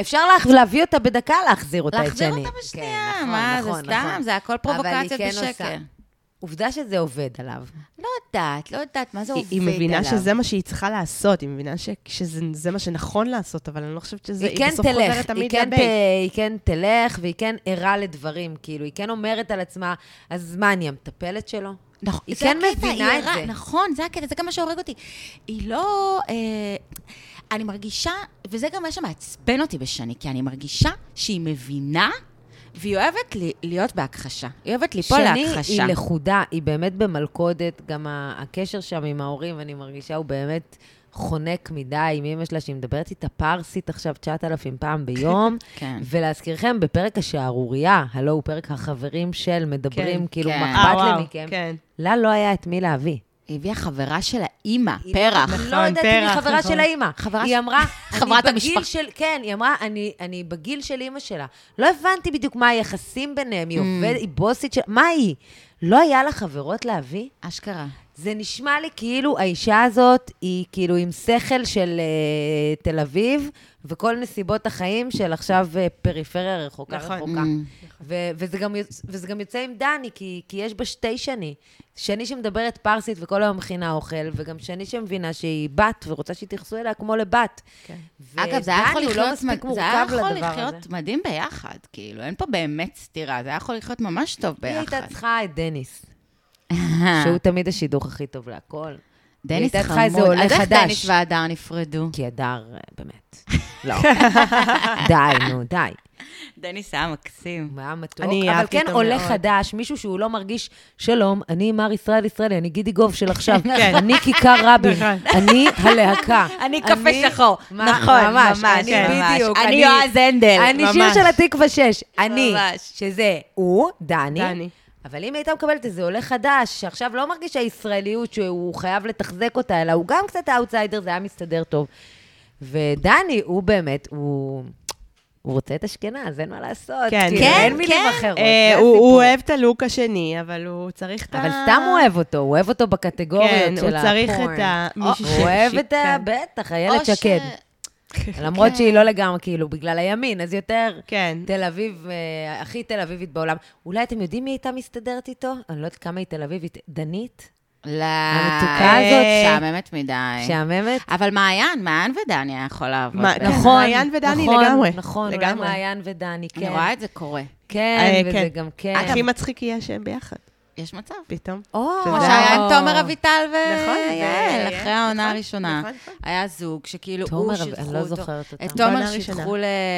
אפשר לך להביא אותה בדקה, להחזיר אותה את שני. להחזיר אותה בשנייה, כן, נכון, מה, זה נכון, סתם, נכון. זה הכל אבל היא פרובוקציה כן בשקר. עושה. עובדה שזה עובד עליו. לא יודעת, לא יודעת, מה זה היא עובד היא עליו? מבינה שזה מה שהיא צריכה לעשות, היא מבינה ש- שזה זה מה שנכון לעשות, אבל אני לא חושבת שזה... היא כן בסוף חוזרת תלך, היא תמיד כן, ת, לבייס. היא כן תלך, והיא כן ערה לדברים, כאילו, היא כן אומרת על עצמה, אז מה, אני המטפלת שלו? נכון, היא זה כן הקטע, מבינה היא את ערה, זה. נכון, זה הקטע, זה גם מה שהורג אותי. היא לא... אה, אני מרגישה, וזה גם מה שמעצבן אותי בשני, כי אני מרגישה שהיא מבינה והיא אוהבת לי- להיות בהכחשה. היא אוהבת ליפול להכחשה. שני היא לכודה, היא באמת במלכודת, גם ה- הקשר שם עם ההורים, אני מרגישה, הוא באמת חונק מדי עם אמא שלה, שהיא מדברת איתה פרסית עכשיו 9,000 פעם ביום. כן. ולהזכירכם, בפרק השערורייה, הלו הוא פרק החברים של מדברים, כן, כאילו, כן. מה אה, אכפת וואו, לי מכם? כן, לה לא היה את מי להביא. היא הביאה חברה של האימא, נכון, פרח. לא יודעת אם היא חברה של האימא. חברה היא אמרה, אני חברת בגיל המשפחה. של, כן, היא אמרה, "אני- אני בגיל של אימא שלה. לא הבנתי בדיוק מה היחסים ביניהם, היא Mm. עובדת, היא בוסית של... מה היא? לא היה לה חברות להביא? אשכרה. זה נשמע לי כאילו האישה הזאת היא כאילו עם שכל של אה, תל אביב, וכל נסיבות החיים של עכשיו אה, פריפריה רחוקה נכון. רחוקה. Mm. ו- וזה, גם, יוצ- וזה גם יוצא עם דני, כי, כי יש בה שתי שני. שני שמדברת פרסית וכל היום מכינה אוכל, וגם שני שמבינה שהיא בת ורוצה שיתייחסו אליה כמו לבת. כן. אגב, זה היה יכול לחיות לא מספיק מד- מורכב זה היה לדבר יכול הזה. לחיות מדהים ביחד, כאילו, אין פה באמת סתירה, זה היה יכול לחיות ממש טוב היא ביחד. אה. הייתה צריכה את דניס, שהוא תמיד השידוך הכי טוב להכל. היא דניס הייתה חמוד. צריכה איזה עולה אז איך חדש. דניס והדר נפרדו? כי הדר, אה, באמת. לא. די, נו, די. דניס היה מקסים. הוא היה מתוק. אני אבל אהבתי כן אותו עולה מאוד. חדש, מישהו שהוא לא מרגיש, שלום, אני מר ישראל ישראלי, אני גידי גוב של עכשיו, כן. נכון. אני כיכר רבין, אני הלהקה. אני קפה שחור. מה- נכון, ממש, אני כן. בדיוק. ממש. אני יועז הנדל. אני שיר ממש. של התקווה 6. אני, ממש. שזה הוא, דני. דני. אבל אם הייתה מקבלת איזה עולה חדש, שעכשיו לא מרגיש הישראליות שהוא חייב לתחזק אותה, אלא הוא גם קצת האוטסיידר, זה היה מסתדר טוב. ודני, הוא באמת, הוא... הוא רוצה את אשכנז, אין מה לעשות. כן, כאילו, כן, אין מילים אחרות. אה, זה הוא- הסיפור. הוא אוהב את הלוק השני, אבל הוא צריך את ה... אבל סתם הוא אוהב אותו, הוא אוהב אותו בקטגוריות כן, של הוא צריך הפורן. את ה- או- מישהו הוא אוהב את ה... שכאן. בטח, או איילת ש- שקד. למרות כן. שהיא לא לגמרי, כאילו, בגלל הימין, אז יותר תל אביב, אה, הכי תל אביבית בעולם. אולי אתם יודעים מי הייתה מסתדרת איתו? אני לא יודעת כמה היא תל אביבית. דנית? לא. המתוקה הזאת. משעממת מדי. משעממת? נכון, אבל מעיין, מעיין ודני היה יכול לעבוד. מה- ביחד. נכון, מעיין ודני נכון, לגמרי. נכון, אולי מעיין ודני, כן. אני רואה את זה קורה. אה, כן, וזה גם כן. הכי מצחיק יהיה שהם ביחד. יש מצב. פתאום. כמו נכון. שזה- שהיה עם תומר אביטל נכון, זה- כן, ויעל, אחרי העונה נכון, הראשונה. נכון. היה זוג שכאילו, תומר, הוא אבל שידחו אני אותו. לא זוכרת אותם. את בעונה תומר הראשונה. שידחו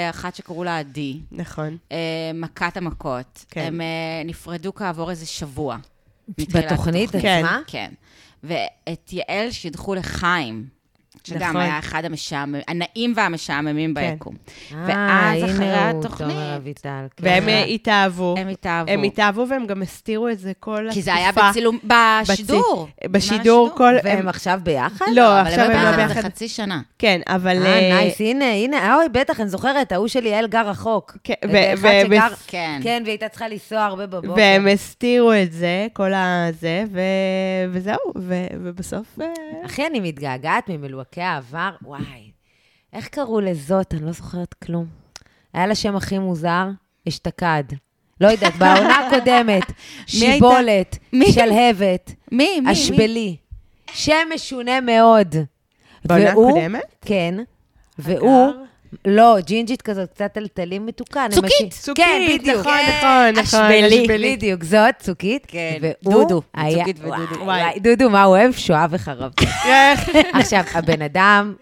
לאחת שקראו לה עדי. נכון. אה, מכת המכות. כן. הם אה, נפרדו כעבור איזה שבוע. מתחילת בתוכנית התוכנית. אה? עצמה? אה, כן. ואת יעל שידחו לחיים, שגם נכון. היה אחד המשעממים, הנעים והמשעממים כן. ביקום. אה, ואז הנה אחרי הוא, התוכנית... תומר אביטל. כן. והם אה, התאהבו. הם התאהבו. הם התאהבו והם גם הסתירו את זה כל התקופה. כי זה היה בצילום- בשידור. בצי- בשידור. בשידור כל... והם הם- עכשיו ביחד? לא, עכשיו הם לא ביחד. זה חצי שנה. כן, אבל... אה, אה, נייס, הנה, הנה, אה, אוי, בטח, אני זוכרת, ההוא של יעל גר רחוק. כן, ו- וזה אחד ו- שגר- ו- כן, והיא הייתה צריכה לנסוע הרבה בבוקר. והם הסתירו את זה, כל הזה, ו- וזהו, ו- ובסוף... אה, אחי, אני מתגעגעת ממלווקי העבר, וואי. איך קראו לזאת? אני לא זוכרת כלום. היה לה שם הכי מוזר, אשתקד. לא יודעת, בעונה הקודמת, הייתה? שיבולת, מי? שלהבת, מי? מי? אשבלי. שם משונה מאוד. בעונה והוא- הקודמת? כן. והוא... לא, ג'ינג'ית כזאת, קצת טלטלים מתוקה. צוקית, נמשי- צוקית, כן, בדיוק. נכון, כן, נכון, נכון, אשבלי. אשבלי. בדיוק, זאת, צוקית. כן, דודו, היה... צוקית ודודו. וואי, וואי. וואי, דודו, מה הוא אוהב? שואה וחרב. אה, עכשיו, הבן אדם...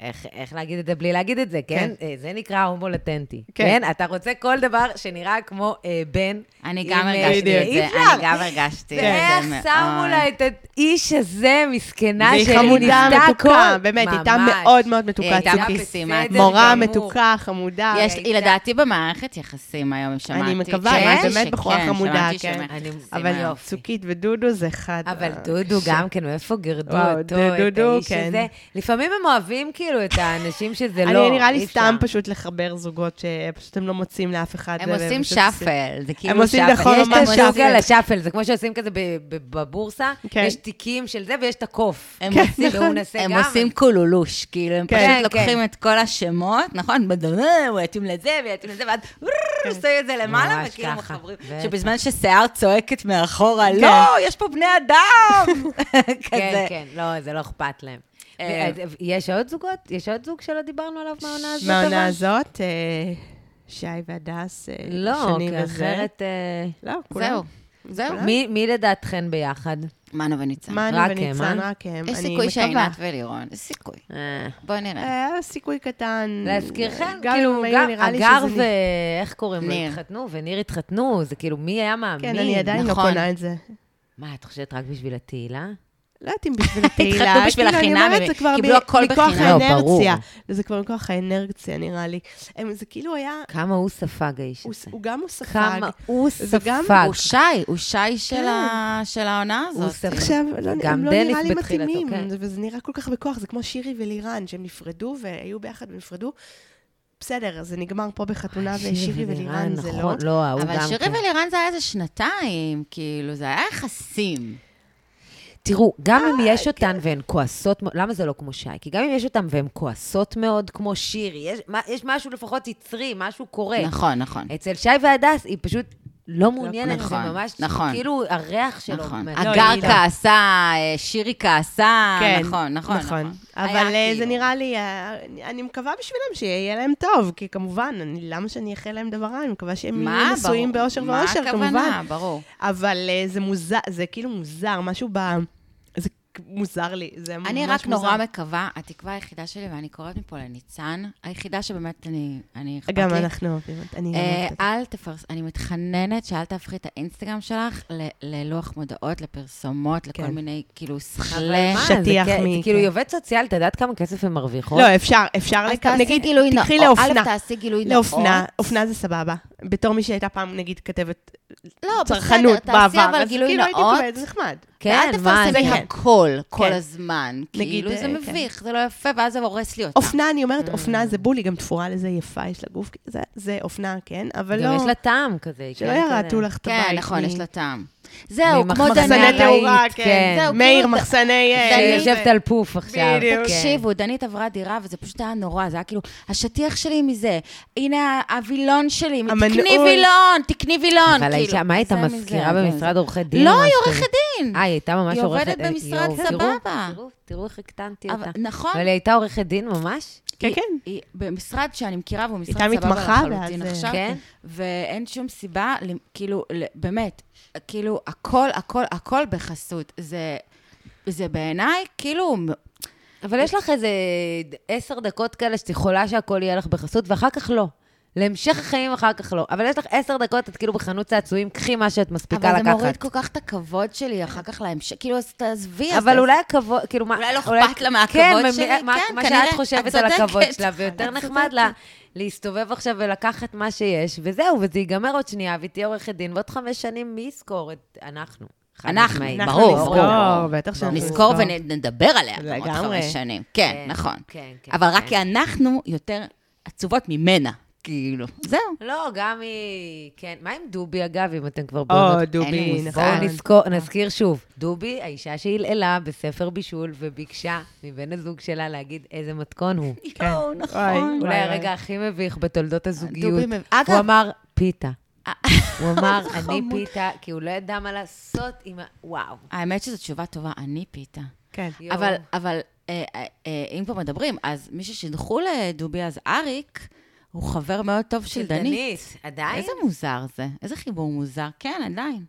איך, איך להגיד את זה בלי להגיד את זה, כן? כן. אה, זה נקרא הומו לטנטי. כן. כן. אתה רוצה כל דבר שנראה כמו אה, בן. אני עם, גם אה, הרגשתי את אי זה, אפשר. אני גם הרגשתי את זה. ואיך מאוד. שמו לה את האיש הזה, מסכנה, והיא שניסתה חמודה, מתוקה, הכל. באמת, הייתה ממש. מאוד מאוד מתוקה, היא הייתה צוקית. מקסימה. בסדר מורה גמור. מתוקה, חמודה. אה, יש, היא לדעתי במערכת יחסים היום, אם שמעתי. אני מקווה, כן, היא באמת שכן, בחורה חמודה, שמעתי כן. שהיא מקסימה. אבל צוקית ודודו זה אחד. אה, אבל ה- דודו ש- גם כן, מאיפה גרדו וואו, אותו, את דודו, האיש כן. הזה. לפעמים הם אוהבים כאילו את האנשים שזה לא, אני נראה אי לי אפשר. סתם פשוט לחבר זוגות שפשוט הם לא מוצאים לאף אחד. הם והם עושים פשוט שפל, זה כאילו הם עושים שפל. נכון יש את ממש זוג על שפל. השאפל, זה כמו שעושים כזה ב- ב- בבורסה, כן. יש תיקים של זה ויש את הקוף. כן, נכון. הם עושים- והוא מנסה הם גם. עושים קולולוש, כאילו, הם כן, פשוט כן. לוקחים את כל השמות, נכון? בדומה, הוא יתאים לזה ויתאים לזה, ואז רררר, עושים את זה למעלה, ממש וכאילו ככה, מחברים. בטח. שבזמן ששיער צועקת מאחורה, לא, יש פה בני אדם! כזה. כן, כן, לא, זה לא אכפת להם. אה. ואז- יש עוד זוגות? יש עוד זוג שלא דיברנו עליו מהעונה הזאת? מהעונה אבל? הזאת, אה, שי והדס, אה, לא, שני כי וזה. אחרת... אה, לא, כולם. זהו. זהו. מי- מי לדעתכן ביחד? מנו וניצן. מנו רק הם, וניצן, אה? רק הם. יש אני סיכוי מקווה. שעינת ולירון, יש סיכוי. אה. בואי נראה. היה סיכוי קטן. להזכירכם, גם כאילו, אם היו, גם נראה לי הגר שזה ו... נ- איך קוראים לו? ניר. התחתנו, וניר התחתנו, זה כאילו, מי היה מאמין? כן, אני עדיין לא נכון. קונה את זה. מה, את חושבת רק בשביל התהילה? לא יודעת אם בשביל התהילה. התחתנו בשביל כאילו, אני החינם, אומרת, הם זה כבר קיבלו ב- הכל מכוח בחינם. לא, האנרציה. ברור. זה כבר מכוח האנרציה, נראה לי. הם- זה כאילו היה... כמה הוא ספג, האיש הוא- הזה. הוא גם הוא ספג. כמה הוא זה גם- ספג. הוא שי, הוא שי של ה- של העונה הוא הזאת. ספג. עכשיו, לא- גם הם לא דניס נראה לי בתחילתו, מתאימים, כן. וזה נראה כל כך בכוח, זה כמו שירי ולירן, שהם נפרדו והיו ביחד ונפרדו. בסדר, זה נגמר פה בחתונה, ושירי ולירן זה לא. אה, נכון, לא, ההוא גם אבל כן. שירי ולירן זה היה איזה שנתיים, כאילו, זה היה יחסים. תראו, גם אם אה, יש אותן כן. והן כועסות, מאוד- למה זה לא כמו שי? כי גם אם יש אותן והן כועסות מאוד, כמו שירי, יש, מה- יש משהו לפחות יצרי, משהו קורה. נכון, נכון. אצל שי והדס, היא פשוט לא מעוניינת, זה נכון, ממש, נכון. כאילו הריח שלו. נכון. מ- לא, הגר היא- כעסה, אה, שירי כעסה, כן, נכון, נכון, נכון. היה אבל אה, זה כאילו. נראה לי, אה, אני- אני מקווה בשבילם שיהיה להם טוב, כי כמובן, אני- למה שאני אאחל להם דבר רע? אני מקווה שהם מה, יהיו נשואים ברור. באושר מה ואושר, הכוונה? כמובן. ברור. אבל אה, זה מוזר, זה כאילו מוזר, משהו ב... זה כ- מוזר לי, זה ממש מוזר. אני רק נורא מקווה, התקווה היחידה שלי, ואני קוראת מפה לניצן, היחידה שבאמת אני, אני אכפת גם לי. אנחנו אוהבים אותה, אני לא אה, אוהבת אותה. אל תפרס... אני מתחננת שאל תהפכי את האינסטגרם שלך ל- ללוח מודעות, לפרסומות, לכל כן. מיני, כאילו, אבל שכלי... מה, זה שטיח כ- זה מי- כאילו, כן. היא עובדת סוציאלית, את יודעת כמה כסף הן מרוויחות? לא, אפשר, אפשר, אה, אז לק- תעשי נגיד, גילוי נאות. תקחי לאופנה. א', תעשי גילוי נאות. לאופנה, אופנה זה סבבה. בתור מי שהייתה פעם, נגיד, כתבת לא, בסדר, צרכנות בעבר. תעשי אבל אז גילוי כאילו נאות. הייתי קובעת, זה נחמד. כן, ואל מה, זה... תפרסמי כן. הכל, כל כן. הזמן. נגיד, כאילו, זה אה, מביך, זה לא יפה, ואז זה הורס לי אותה. אופנה, אני אה. אומרת, אופנה זה בול, היא גם תפורה לזה, יפה, יש לה גוף, זה- זה אופנה, כן, אבל גם לא, יש לה טעם כזה. היא שלא כן כזה. ירעתו לך את הבית. כן, נכון, מ- יש לה טעם. זהו, כמו ממחסני מחסני דנית. תאורה, תאורה, להיט, כן. כן. זהו, מאיר, כאילו, מחסני... אה, דנית. שיושבת על פוף עכשיו. בדיוק. כן. תקשיבו, דנית עברה דירה, וזה פשוט היה נורא, זה היה כאילו, השטיח שלי מזה, הנה הווילון שלי, המנעול. תקני וילון, תקני וילון. אבל האישה, כאילו, מה הייתה זה מזה, מזכירה זה במשרד מזה. עורכי דין? או לא, היא משהו? עורכת דין. אה, היא הייתה ממש היא עורכת עובדת אה, במשרד יואו, תראו, סבבה. תראו, תראו איך הקטנתי אבל- אותה. נכון. אבל היא הייתה עורכת דין ממש? כן, היא- כן. היא במשרד שאני מכירה, והוא משרד הייתה סבבה מתמחה, לחלוטין ואז, עכשיו, כן. ואין שום סיבה, ל- כאילו, ל- באמת, כאילו, הכל, הכל, הכל בחסות. זה- זה בעיניי, כאילו, מ- אבל יש לך איזה עשר דקות כאלה שאת יכולה שהכל יהיה לך בחסות, ואחר כך לא. להמשך החיים אחר כך לא. אבל יש לך עשר דקות, את כאילו בחנות צעצועים, קחי מה שאת מספיקה אבל זה מוריד לקחת. כל כך את הכבוד שלי אחר כך להמשך, כאילו, אז תעזבי. אז אבל תעזבי. אולי הכבוד, כאילו מה... אולי לא אכפת לה מהכבוד כן, שלי, מה- כן, מה כנראה, שאת את חושבת על הכבוד צודקת. שלה, ויותר נחמד לה להסתובב עכשיו ולקחת מה שיש, וזהו, וזה ייגמר עוד שנייה, והיא תהיה עורכת דין, ועוד חמש שנים מי יזכור את... אנחנו. חד אנחנו, משמעית. אנחנו ברור, נזכור, בטח שאנחנו לא, נזכור ונדבר עליה גם עוד לא. לגמרי. חמש שנים. כן, כן, נכון. כן, כן, אבל רק כן. כי אנחנו יותר עצובות ממנה, כאילו. זהו. לא, גם היא... כן. מה עם דובי, אגב, אם אתם כבר או, בעונות? אין לי דובי, מושג. בואו אה, נכון. נזכור, נזכיר שוב, דובי, האישה שהלעלה בספר בישול וביקשה מבן הזוג שלה להגיד איזה מתכון הוא. יואו, וואי, נכון. אולי וואי, הרגע הכי מביך בתולדות הזוגיות. דובי מב- הוא אגב- אמר, פיתה. אה. הוא אמר, אני חמוד. פיתה, כי הוא לא ידע מה לעשות עם ה... וואו. האמת שזו תשובה טובה, אני פיתה. כן. יואו. אבל, אבל אה, אה, אה, אם כבר מדברים, אז מי ששינחו לדובי אז אריק, הוא חבר מאוד טוב של דנית. עדיין? איזה מוזר זה. איזה חיבור מוזר. כן, עדיין.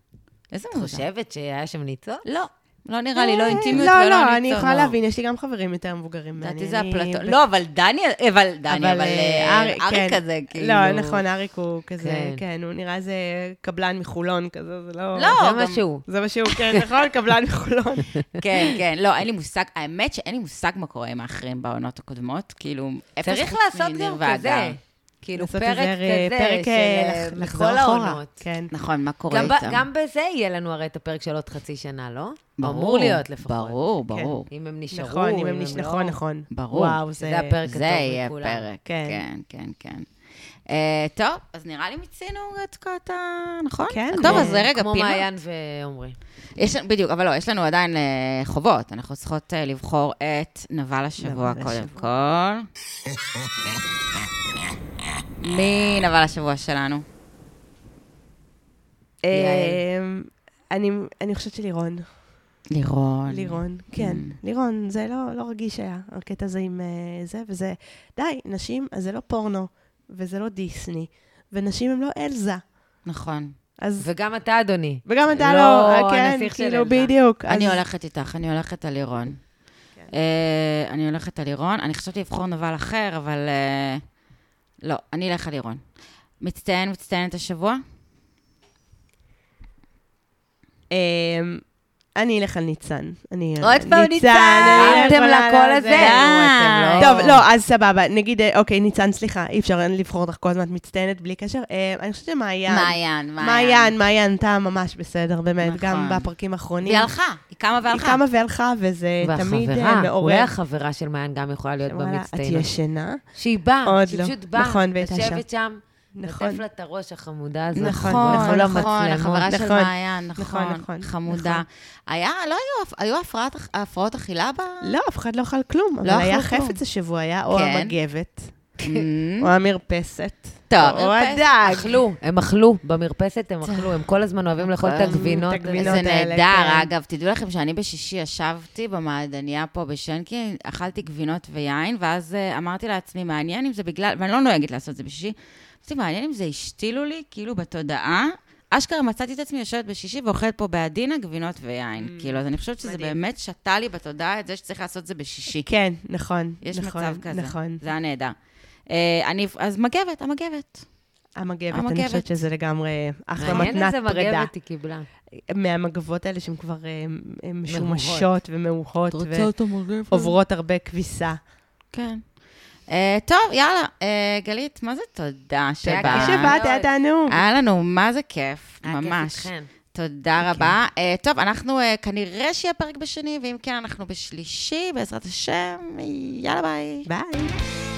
איזה את מוזר. חושבת שהיה שם ניצול? לא, לא נראה לי, לא אינטימיות ולא לא, ניצול. לא, אני יכולה להבין, יש לי גם חברים יותר מבוגרים ממני. לדעתי זה אני- הפלטון. לא, אבל דני, אבל דני, אבל אה, ארי- ארי כן. כזה, כאילו. לא, נכון, אריק הוא כזה, כן. כן, הוא נראה איזה קבלן מחולון כזה, זה לא... לא, זה מה גם- שהוא. זה מה שהוא, כן, נכון? קבלן מחולון. כן, כן, לא, אין לי מושג, האמת שאין לי מושג מה קורה עם האחרים בעונות הקודמות, כאילו, אפס צריך חוץ לעשות מניר גם והדר. כזה. כאילו לעשות פרק איזה, אה, כזה פרק, אה, של לח- לכל לחזור אחורה. העונות. כן. נכון, מה קורה גם, ב, איתם? גם בזה יהיה לנו הרי את הפרק של עוד חצי שנה, לא? ברור, אמור להיות לפחות. ברור, ברור. אם הם נשארו, נכון, אם הם נש- לא. נכון, נכון. ברור. וואו, שזה זה... הפרק הטוב זה יהיה לכולם. פרק, כן. כן, כן, כן. אה, טוב, אז נראה לי מיצינו את כל ה... נכון? כן, טוב, אה, אז רגע, כמו פינה. מעיין ועומרי. יש, בדיוק, אבל לא, יש לנו עדיין אה, חובות. אנחנו צריכות אה, לבחור את נבל השבוע נבל קודם כל. מי נבל השבוע שלנו? אה, יעל. אני, אני חושבת שלירון. לירון. לירון, Mm. כן. לירון, זה לא, לא רגיש היה, הקטע הזה עם אה, זה, וזה... די, נשים, אז זה לא פורנו, וזה לא דיסני, ונשים הן לא אלזה. נכון. אז... וגם אתה, אדוני. וגם אתה לא, לא, אה, כן, הנסיך של כאילו, אלנה. בדיוק. אני אז- הולכת איתך, אני הולכת על לירון. אה, אני הולכת על לירון. אני חשבתי לבחור נבל אחר, אבל... אה, לא, אני אלך על לירון. מצטיין, מצטיינת השבוע? אמ, אני אלך על ניצן. אני עוד פעם ניצן, לא אני אלך הרמתם על לה ה- קול זה. הזה. אה, אתם טוב, לא, אז סבבה. נגיד, אה, אוקיי, ניצן, סליחה, אי אפשר לבחור אותך כל הזמן את מצטיינת בלי קשר. אה, אני חושבת שמעיין. מעיין, מעיין. מעיין, מעיין, אתה ממש בסדר, באמת, גם נכון. בפרקים האחרונים. היא הלכה, היא קמה היא והלכה. קמה והלכה, וזה תמיד אה, והחברה, מעורר. אולי החברה של מעיין גם יכולה להיות וואלה, את נכון. במצטיינות. ישנה? שהיא באה, עוד שהיא לא. פשוט באה, נכון, והייתה שם. לשבת שם, נכון. לטף לה את הראש החמודה הזאת. לא נכון, בכל נכון, נכון, המצלמות. החברה של נכון, מעיין, נכון, נכון, נכון, חמודה. נכון. היה, לא היו, הפ- היו הפרעת- הפרעות אכילה ב... לא, אף אחד לא אכל כלום, אבל לא היה אכלו כלום. חפץ השבוע, היה או כן. המגבת, Mm, או המרפסת, טוב, אוקיי. או מרפסת. הדג. אכלו, הם אכלו, במרפסת הם אכלו, הם כל הזמן אוהבים לאכול את אוהבים הגבינות. את הגבינות. זה האלה, נהדר, כן. אגב, תדעו לכם שאני בשישי ישבתי במעדניה פה בשנקין, אכלתי גבינות ויין, ואז אה, אמרתי לעצמי, מעניין אם זה בגלל, ואני לא נוהגת לעשות את זה בשישי, אמרתי, מעניין אם זה השתילו לי, כאילו, בתודעה. אשכרה מצאתי את עצמי יושבת בשישי ואוכלת פה בעדינה גבינות ויין. כאילו, אז אני חושבת שזה Mm, מדהים. באמת שתה לי בתודעה את זה שצריך לעשות את זה בשישי. כן, נכון, יש נכון, מצב כזה. נכון. זה היה נהדר. אה, אני, אז מגבת, המגבת. המגבת, המגבת. אני חושבת שזה לגמרי אחלה מעניין מתנת איזה פרידה. מגבת היא קיבלה. מהמגבות האלה שהן כבר אה, אה, משומשות ומאוחות, ועוברות הרבה כביסה. כן. אה, טוב, יאללה. אה, גלית, מה זה תודה שבאת? כיף שבאת, היה תענוג. היה לנו, מה זה כיף, היה כיף כן. ממש. איתכן. תודה רבה. אה, טוב, אנחנו אה, כנראה שיהיה פרק בשני, ואם כן, אנחנו בשלישי, בעזרת השם. יאללה, ביי. ביי.